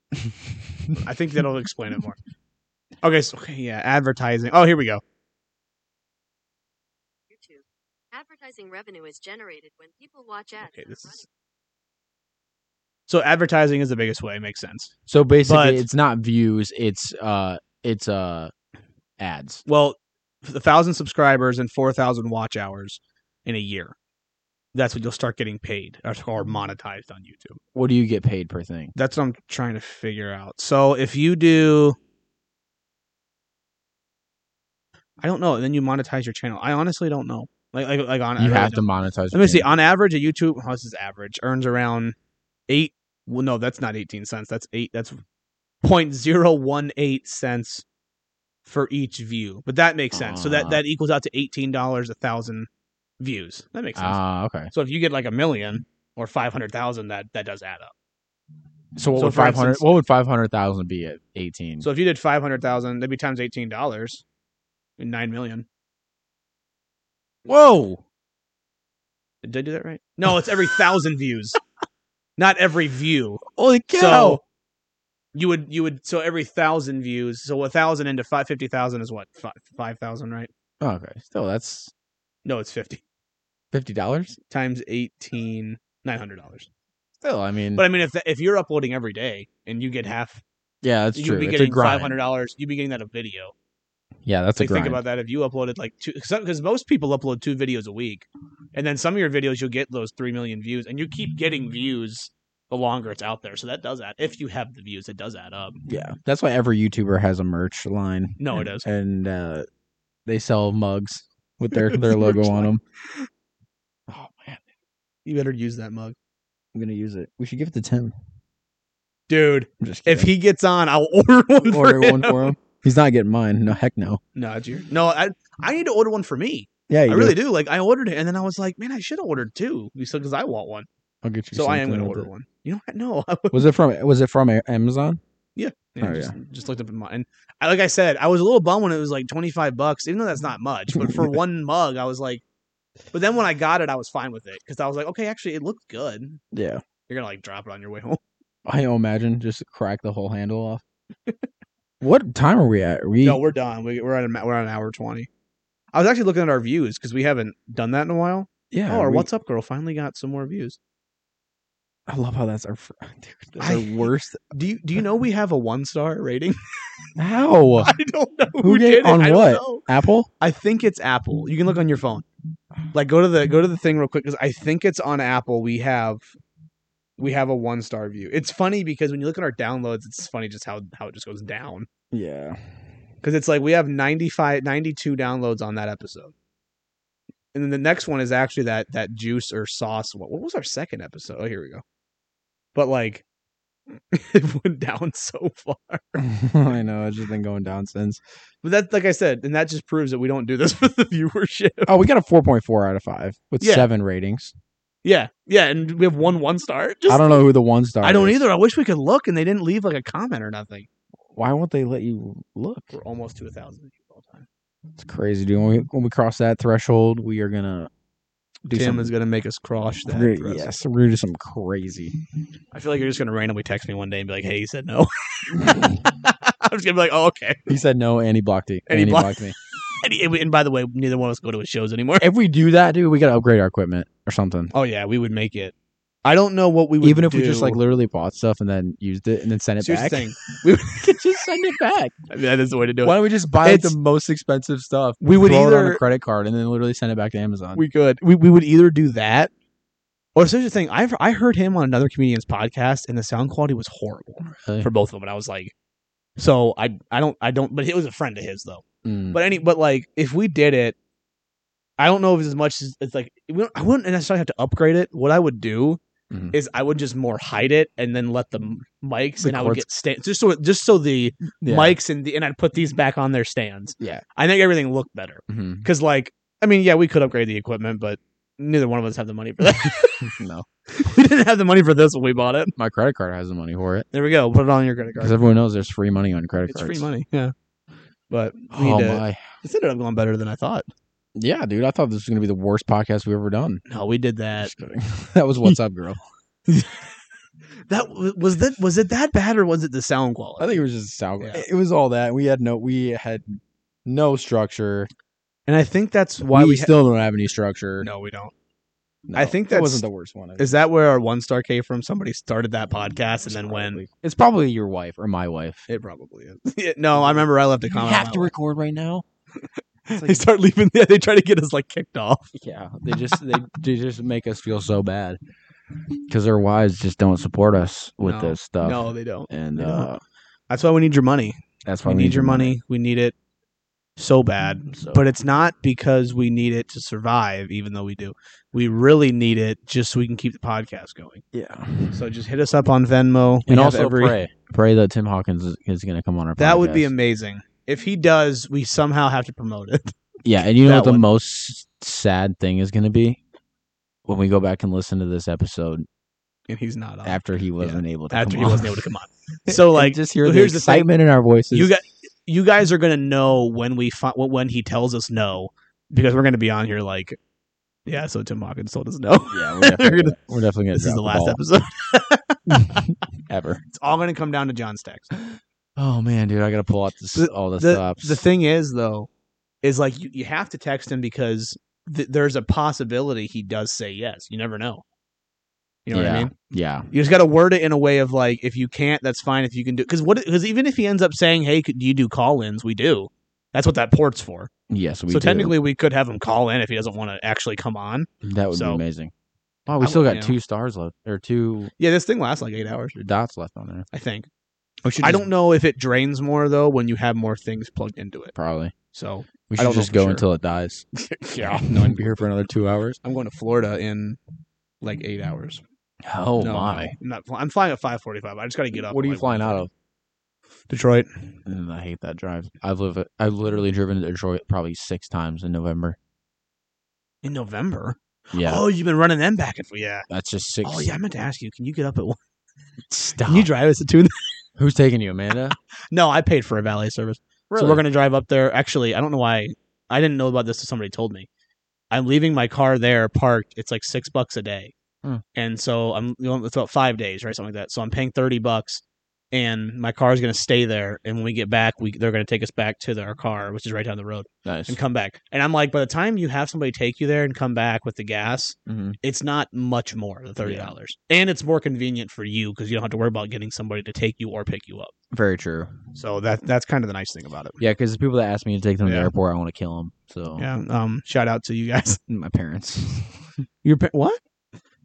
Speaker 2: I think that'll explain it more. Okay, so okay, yeah, advertising. Oh, here we go.
Speaker 3: YouTube. Advertising revenue is generated when people watch ads.
Speaker 2: Okay,
Speaker 3: that are
Speaker 2: this
Speaker 3: running
Speaker 2: is so advertising is the biggest way. Makes sense.
Speaker 1: so basically
Speaker 2: But-
Speaker 1: it's not views, it's uh it's uh ads.
Speaker 2: Well, a thousand subscribers and four thousand watch hours in a year. That's what you'll start getting paid or, or monetized on YouTube.
Speaker 1: What do you get paid per thing?
Speaker 2: That's what I'm trying to figure out. So if you do, I don't know. And then you monetize your channel. I honestly don't know. Like like like on I
Speaker 1: You
Speaker 2: really
Speaker 1: have
Speaker 2: don't.
Speaker 1: to monetize.
Speaker 2: Let me
Speaker 1: your
Speaker 2: see.
Speaker 1: channel.
Speaker 2: On average, a YouTube oh, this is average earns around eight. Well, no, that's not eighteen cents. That's eight. That's point zero one eight cents for each view. But that makes sense. so that
Speaker 1: Ah.
Speaker 2: that equals out to eighteen dollars a thousand views. That makes sense.
Speaker 1: Ah, okay.
Speaker 2: so if you get like a million or five hundred thousand, that that does add up.
Speaker 1: So what
Speaker 2: So
Speaker 1: would
Speaker 2: for
Speaker 1: five hundred?
Speaker 2: instance-
Speaker 1: What would five hundred thousand be at eighteen?
Speaker 2: So if you did five hundred thousand, that'd be times eighteen dollars, nine million.
Speaker 1: whoa,
Speaker 2: Did I do that right? No, it's every
Speaker 1: (laughs)
Speaker 2: thousand views, not every view.
Speaker 1: holy
Speaker 2: So you would you would so every thousand views, so a thousand into five fifty thousand is what five five thousand, right?
Speaker 1: okay, so that's
Speaker 2: No, it's fifty
Speaker 1: fifty dollars.
Speaker 2: times eighteen nine hundred dollars.
Speaker 1: Still, I mean,
Speaker 2: But I mean, if if you're uploading every day and you get half,
Speaker 1: yeah, that's
Speaker 2: you'd
Speaker 1: true.
Speaker 2: be
Speaker 1: It's a
Speaker 2: getting five
Speaker 1: grind.
Speaker 2: hundred dollars. You'd be getting that a video.
Speaker 1: Yeah, that's a
Speaker 2: Like,
Speaker 1: grind.
Speaker 2: think about that. If you uploaded like two, because most people upload two videos a week, and then some of your videos you'll get those three million views, and you keep getting views the longer it's out there. So that does add. If you have the views, it does add up.
Speaker 1: yeah, that's why every YouTuber has a merch line.
Speaker 2: No, it
Speaker 1: And-
Speaker 2: is.
Speaker 1: and uh, they sell mugs with
Speaker 2: (laughs)
Speaker 1: their their logo
Speaker 2: Merch
Speaker 1: on
Speaker 2: line.
Speaker 1: them.
Speaker 2: (laughs)
Speaker 1: Oh man,
Speaker 2: You better use that mug,
Speaker 1: I'm gonna use it. We should give it to Tim.
Speaker 2: dude.
Speaker 1: I'm just
Speaker 2: If
Speaker 1: kidding.
Speaker 2: he gets on, I'll (laughs) order one for
Speaker 1: order
Speaker 2: him.
Speaker 1: one for him, he's not getting mine. No, heck no.
Speaker 2: No, it's your- no. I I need to order one for me.
Speaker 1: Yeah,
Speaker 2: I
Speaker 1: you
Speaker 2: really
Speaker 1: do.
Speaker 2: do. Like I ordered it, and then I was like, man, I should have ordered two. You said because I want one,
Speaker 1: I'll get you.
Speaker 2: so I am
Speaker 1: something
Speaker 2: going to
Speaker 1: with
Speaker 2: order
Speaker 1: it.
Speaker 2: one. You know what? No, I
Speaker 1: Was it from? Was it from Amazon? Oh,
Speaker 2: just, just looked up in my and I, like I said, I was a little bummed when it was like twenty five bucks, even though that's not much. But
Speaker 1: (laughs)
Speaker 2: for one mug, I was like, but then when I got it, I was fine with it because I was like, okay, actually, it looked good.
Speaker 1: Yeah.
Speaker 2: You're gonna like drop it on your way home.
Speaker 1: I imagine just crack the whole handle off. what time are we at? Are we
Speaker 2: No, we're done. We, we're at a, ma- we're at an hour twenty. I was actually looking at our views because we haven't done that in a while.
Speaker 1: yeah.
Speaker 2: oh,
Speaker 1: are
Speaker 2: our
Speaker 1: we-
Speaker 2: What's Up Girl finally got some more views.
Speaker 4: I love how that's our fr- (laughs) dude. That's
Speaker 2: I-
Speaker 4: our worst.
Speaker 2: Do you
Speaker 1: (laughs)
Speaker 2: do you know we have a one star rating? (laughs)
Speaker 1: How?
Speaker 2: I don't know who,
Speaker 1: Who gave-
Speaker 2: did it.
Speaker 1: on
Speaker 2: I don't
Speaker 1: what?
Speaker 2: know.
Speaker 1: Apple?
Speaker 2: I think it's Apple. You can look on your phone. Like go to the go to the thing real quick because I think it's on Apple. We have we have a one star view. It's funny because when you look at our downloads, it's funny just how how it just goes down.
Speaker 4: Yeah.
Speaker 2: because it's like we have 95 92 downloads on that episode and then the next one is actually that that juice or sauce what, what was our second episode oh here we go but like (laughs) it went down so far
Speaker 4: (laughs) I know. It's just been going down since.
Speaker 2: but that like i said and that just proves that we don't do this (laughs) for the viewership
Speaker 4: Oh, we got a 4.4 out of 5 with
Speaker 2: Yeah.
Speaker 4: 7 ratings.
Speaker 2: yeah yeah and we have one one star just,
Speaker 4: I don't know who the one star
Speaker 2: I don't
Speaker 4: is.
Speaker 2: either i wish we could look and they didn't leave like a comment or nothing
Speaker 4: Why won't they let you look?
Speaker 2: we're almost to a thousand all time
Speaker 4: It's crazy, dude. When we, when we cross that threshold, we are going to do
Speaker 2: tim
Speaker 4: something.
Speaker 2: is gonna make us cross that
Speaker 4: cra-
Speaker 2: threshold.
Speaker 4: yes, we're gonna do some crazy.
Speaker 2: I feel like you're just gonna randomly text me one day and be like, "Hey, you said no." (laughs) I'm just gonna be like, "Oh, okay." (laughs)
Speaker 1: He said no, and he blocked it.
Speaker 2: And he blocked-
Speaker 1: me.
Speaker 2: And, he- and by the way, neither one of us go to his shows anymore. (laughs)
Speaker 1: If we do that, dude, we gotta upgrade our equipment or something.
Speaker 2: Oh yeah, we would make it. I don't know what we would
Speaker 1: Even if we just
Speaker 2: do.
Speaker 1: like literally bought stuff and then used it and then sent it
Speaker 2: So
Speaker 1: back.
Speaker 2: here's the thing.
Speaker 1: (laughs)
Speaker 2: (laughs)
Speaker 1: just send it back.
Speaker 2: I mean, that is the way to do it.
Speaker 1: Why don't we just buy like,
Speaker 2: It's-
Speaker 1: the most expensive stuff?
Speaker 2: we would
Speaker 1: throw it on
Speaker 2: either
Speaker 1: a credit card and then literally send it back to Amazon.
Speaker 2: we could we, we would either do that, or so here's the thing. I've I heard him on another comedian's podcast, and the sound quality was horrible
Speaker 1: Really?
Speaker 2: for both of them. And I was like, so I I don't I don't. But it was a friend of his though.
Speaker 1: Mm.
Speaker 2: But any, but like if we did it, I don't know if it's as much as it's like we don't, I wouldn't necessarily have to upgrade it. What I would do
Speaker 1: Mhm.
Speaker 2: is I would just more hide it and then let the m- mics
Speaker 1: The
Speaker 2: and I would
Speaker 1: cords-
Speaker 2: get stand just so just so the
Speaker 1: Yeah.
Speaker 2: mics and the and I'd put these back on their stands.
Speaker 1: Yeah.
Speaker 2: I think everything looked better
Speaker 1: Mhm.
Speaker 2: because like I mean yeah we could upgrade the equipment but neither one of us have the money for that.
Speaker 1: (laughs)
Speaker 2: (laughs)
Speaker 1: no,
Speaker 2: we didn't have the money for this when we bought it.
Speaker 1: my credit card has the money for it
Speaker 2: There we go. Put it on your credit
Speaker 1: because
Speaker 2: card.
Speaker 1: everyone knows there's free money on credit
Speaker 2: It's
Speaker 1: cards.
Speaker 2: free money. Yeah. But we
Speaker 1: Oh
Speaker 2: need to-
Speaker 1: my,
Speaker 2: this ended up going better than I thought.
Speaker 1: yeah, dude. I thought this was gonna be the worst podcast we've ever done.
Speaker 2: No, we did that.
Speaker 1: Just kidding. (laughs) that was what's up,
Speaker 2: (laughs)
Speaker 1: girl.
Speaker 2: That was that was it that bad or was it the sound quality?
Speaker 1: I think it was just sound.
Speaker 2: Yeah.
Speaker 1: It was all that we had no, we had no structure.
Speaker 2: and I think that's why
Speaker 1: we,
Speaker 2: we, ha-
Speaker 1: still don't have any (laughs) structure.
Speaker 2: no we don't.
Speaker 1: No,
Speaker 2: I think
Speaker 1: that
Speaker 2: that's-
Speaker 1: wasn't the worst one.
Speaker 2: Is that where our one star came from? Somebody started that podcast and then when
Speaker 1: Mm, it's probably your wife or my wife.
Speaker 2: (laughs) it probably
Speaker 1: (laughs)
Speaker 2: is. Yeah, no, I remember I left a
Speaker 1: You
Speaker 2: comment.
Speaker 1: have to
Speaker 2: on that one.
Speaker 1: record right now.
Speaker 2: they start leaving. (laughs) Yeah, they try to get us like kicked off.
Speaker 1: Yeah, they just
Speaker 2: (laughs)
Speaker 1: they, they just make us feel so bad because their wives just don't support us with
Speaker 2: No.
Speaker 1: this stuff.
Speaker 2: No, they don't.
Speaker 1: and
Speaker 2: they don't.
Speaker 1: uh,
Speaker 2: That's why we need your money.
Speaker 1: that's why
Speaker 2: We need your money. We need it so bad.
Speaker 1: So-
Speaker 2: But it's not because we need it to survive, even though we do. We really need it just so we can keep the podcast going.
Speaker 1: yeah,
Speaker 2: So just hit us up on Venmo. We
Speaker 1: and
Speaker 2: have
Speaker 1: also pray pray that Tim Hawkins is, is going to come on our.
Speaker 2: That would be
Speaker 1: podcast.
Speaker 2: amazing. If he does, we somehow have to promote it. (laughs)
Speaker 1: yeah, and you know
Speaker 2: that
Speaker 1: what the
Speaker 2: one.
Speaker 1: most sad thing is going to be when we go back and listen to this episode
Speaker 2: And he's not on.
Speaker 1: after he wasn't able to
Speaker 2: Oh, After
Speaker 1: come
Speaker 2: he
Speaker 1: on.
Speaker 2: wasn't able
Speaker 1: (laughs)
Speaker 2: to come on. So like
Speaker 1: just hear
Speaker 2: so
Speaker 1: the
Speaker 2: here's the thing.
Speaker 1: excitement in our voices.
Speaker 2: you guys, you guys are gonna know when we fi- when he tells us no because we're gonna be on here like, yeah. So Tim Hawkins told us no. (laughs)
Speaker 1: yeah, we're
Speaker 2: We're
Speaker 1: definitely,
Speaker 2: gonna-
Speaker 1: we're definitely gonna.
Speaker 2: this is
Speaker 1: drop
Speaker 2: the last
Speaker 1: ball
Speaker 2: episode. (laughs)
Speaker 1: (laughs) ever.
Speaker 2: It's all gonna come down to John Stacks.
Speaker 1: Oh man, dude, I gotta pull out this all the,
Speaker 2: the
Speaker 1: stops.
Speaker 2: the thing is though, is like you, you have to text him because th- there's a possibility he does say yes. You never know. You know
Speaker 1: yeah,
Speaker 2: what I mean?
Speaker 1: yeah,
Speaker 2: You just got to word it in a way of like, if you can't, that's fine. If you can do, because what? Because even if he ends up saying, "Hey, could you do call-ins?" We do. That's what that port's for.
Speaker 1: yes, we
Speaker 2: so
Speaker 1: do.
Speaker 2: technically, we could have him call in if he doesn't want to actually come on.
Speaker 1: that would
Speaker 2: so-
Speaker 1: be amazing. Wow, we
Speaker 2: I
Speaker 1: still
Speaker 2: would-
Speaker 1: got
Speaker 2: you know.
Speaker 1: two stars left or two
Speaker 2: Yeah, this thing lasts like eight hours,
Speaker 1: dots left on there.
Speaker 2: I think.
Speaker 1: We should
Speaker 2: I
Speaker 1: just-
Speaker 2: don't know if it drains more though when you have more things plugged into it.
Speaker 1: probably.
Speaker 2: So
Speaker 1: We should
Speaker 2: I don't know
Speaker 1: just
Speaker 2: for
Speaker 1: go
Speaker 2: sure.
Speaker 1: until it dies.
Speaker 2: (laughs) yeah,
Speaker 1: (laughs) no one be here for another two hours.
Speaker 2: I'm going to Florida in like eight hours.
Speaker 1: Oh
Speaker 2: No,
Speaker 1: my!
Speaker 2: no, I'm not. fly- I'm flying at 5:45. I just got to get up.
Speaker 1: What are you
Speaker 2: like,
Speaker 1: flying out of?
Speaker 2: Detroit.
Speaker 1: Mm, I hate that drive. I've lived. I've literally driven to Detroit probably six times in November.
Speaker 2: In November.
Speaker 1: Yeah,
Speaker 2: Oh, you've been running them back and forth. Yeah.
Speaker 1: that's just six.
Speaker 2: Oh yeah, I meant to ask you. Can you get up at one? (laughs)
Speaker 1: Stop.
Speaker 2: Can you drive us at two? in the-
Speaker 1: Who's taking you,
Speaker 2: (laughs)
Speaker 1: Amanda?
Speaker 2: No, I paid for a valet service. So we're gonna drive up there. Actually, I don't know why. I didn't know about this. till Somebody told me. I'm leaving my car there parked. It's like six bucks a day,
Speaker 1: Hmm.
Speaker 2: and so I'm. You know, it's about five days, right? Something like that. So I'm paying thirty bucks, and my car's going to stay there. And when we get back, we they're going to take us back to their car, which is right down the road,
Speaker 1: Nice.
Speaker 2: and come back. And I'm like, by the time you have somebody take you there and come back with the gas,
Speaker 1: Mhm.
Speaker 2: it's not much more than thirty dollars, and it's more convenient for you because you don't have to worry about getting somebody to take you or pick you up.
Speaker 1: Very true.
Speaker 2: So that that's kind of the nice thing about it.
Speaker 1: Yeah, because the people that ask me to take them to
Speaker 2: Yeah.
Speaker 1: the airport, I want to kill them. So
Speaker 2: Yeah. Um. Shout out to you guys.
Speaker 1: my parents.
Speaker 2: (laughs)
Speaker 1: (laughs)
Speaker 2: Your pa- what?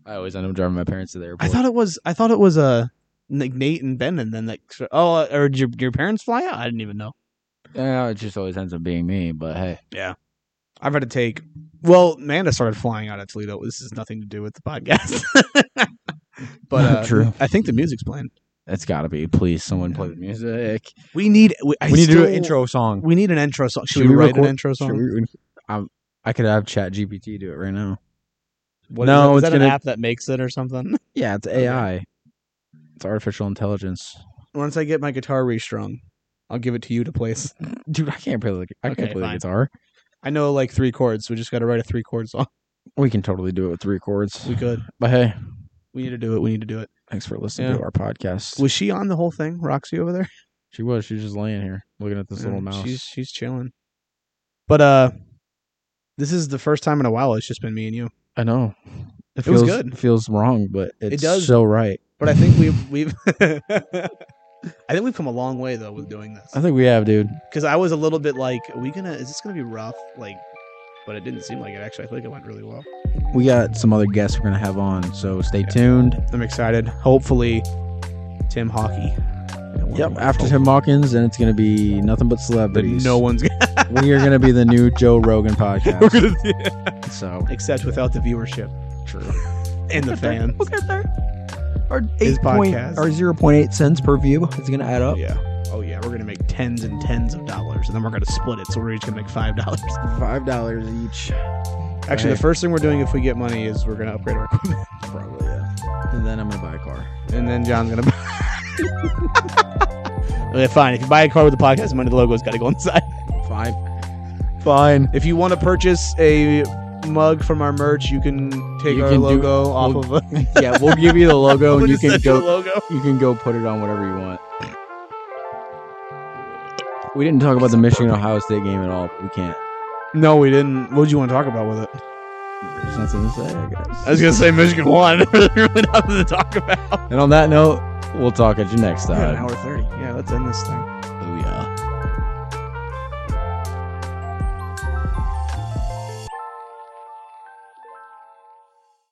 Speaker 1: I always end up driving my parents to the airport.
Speaker 2: I thought it was. I thought it was uh, like Nate and Ben, and then like oh, or did your your parents fly out? I didn't even know.
Speaker 1: Yeah, it just always ends up being me. But hey, (laughs)
Speaker 2: I've had to take. Well, Amanda started flying out of Toledo. This has nothing to do with the podcast. (laughs) but
Speaker 1: (laughs)
Speaker 2: uh,
Speaker 1: True.
Speaker 2: I think the music's playing.
Speaker 1: it's got to be. Please, someone play the music.
Speaker 2: We need. We, I
Speaker 1: we need to do
Speaker 2: still-
Speaker 1: an intro song.
Speaker 2: We need an intro song. Should,
Speaker 1: Should
Speaker 2: we,
Speaker 1: we
Speaker 2: write
Speaker 1: record-
Speaker 2: an intro song?
Speaker 1: Should we- I'm- I could have Chat GPT do it right now.
Speaker 2: What is
Speaker 1: No,
Speaker 2: that- is
Speaker 1: it's
Speaker 2: that an
Speaker 1: gonna-
Speaker 2: app that makes it or something?
Speaker 1: Yeah, it's AI. It's artificial intelligence.
Speaker 2: (laughs) Once I get my guitar restrung, I'll give it to you to play. s-
Speaker 1: Dude, I can't play the I
Speaker 2: Okay,
Speaker 1: can't play
Speaker 2: fine.
Speaker 1: the guitar.
Speaker 2: I know like three chords. We just got to write a three chord song. (laughs)
Speaker 1: We can totally do it with three chords.
Speaker 2: We could.
Speaker 1: But hey,
Speaker 2: We need to do it. We need to do it.
Speaker 1: thanks for listening
Speaker 2: Yeah.
Speaker 1: to our podcast.
Speaker 2: Was she on the whole thing, Roxy over there?
Speaker 1: she was. She's just laying here looking at this
Speaker 2: Yeah,
Speaker 1: little mouse.
Speaker 2: She's she's chilling. But uh this is the first time in a while it's just been me and you.
Speaker 1: I know.
Speaker 2: It was
Speaker 1: feels,
Speaker 2: good.
Speaker 1: It feels wrong, but it's
Speaker 2: does.
Speaker 1: so right.
Speaker 2: But I think we've we've (laughs) I think we've come a long way though with doing this.
Speaker 1: I think we have, dude.
Speaker 2: Because I was a little bit like, are we gonna is this gonna be rough? Like but it didn't seem like it actually. I think it went really well.
Speaker 1: We got some other guests we're gonna have on, so stay tuned.
Speaker 2: I'm excited. Hopefully Tim Hockey.
Speaker 1: Yep. After Tim Hawkins, and it's gonna be nothing but
Speaker 2: Then
Speaker 1: celebrities.
Speaker 2: no one's gonna
Speaker 1: we are gonna be the new Joe (laughs) Rogan
Speaker 2: we're
Speaker 1: podcast.
Speaker 2: gonna
Speaker 1: so
Speaker 2: (laughs) except without the viewership. True. (laughs) And the fan.
Speaker 1: Look at there. Our
Speaker 2: His
Speaker 1: eight point,
Speaker 2: podcast.
Speaker 1: our zero point eight cents per view is gonna add up.
Speaker 2: Yeah. Oh yeah, we're gonna make tens and tens of dollars, and then we're gonna split it. So we're each gonna make five dollars.
Speaker 1: Five dollars each,
Speaker 2: Actually,
Speaker 1: Right.
Speaker 2: the first thing we're doing if we get money is we're gonna upgrade our (laughs) equipment,
Speaker 1: probably. Yeah. And then I'm gonna buy a car.
Speaker 2: and then John's gonna. buy... (laughs) okay, fine. If you buy a car with the podcast money, the logo's got to go inside.
Speaker 1: Fine. Fine.
Speaker 2: If you want to purchase a mug from our merch, you can Oh, take
Speaker 1: You
Speaker 2: our
Speaker 1: can do-
Speaker 2: logo off
Speaker 1: we'll-
Speaker 2: of a
Speaker 1: (laughs) Yeah, we'll give you the (laughs) logo,
Speaker 2: (laughs)
Speaker 1: and you
Speaker 2: Just
Speaker 1: can
Speaker 2: set your
Speaker 1: go.
Speaker 2: logo.
Speaker 1: You can go put it on whatever you want. We didn't talk about the Michigan Ohio State game at all. We can't.
Speaker 2: No, we didn't. What did you want to talk about with it?
Speaker 1: There's nothing to say, I guess.
Speaker 2: I was gonna say Michigan won. There's (laughs) really nothing to talk about.
Speaker 1: and on that note, we'll talk at you next
Speaker 2: Yeah,
Speaker 1: time.
Speaker 2: an hour thirty. Yeah, let's end this thing.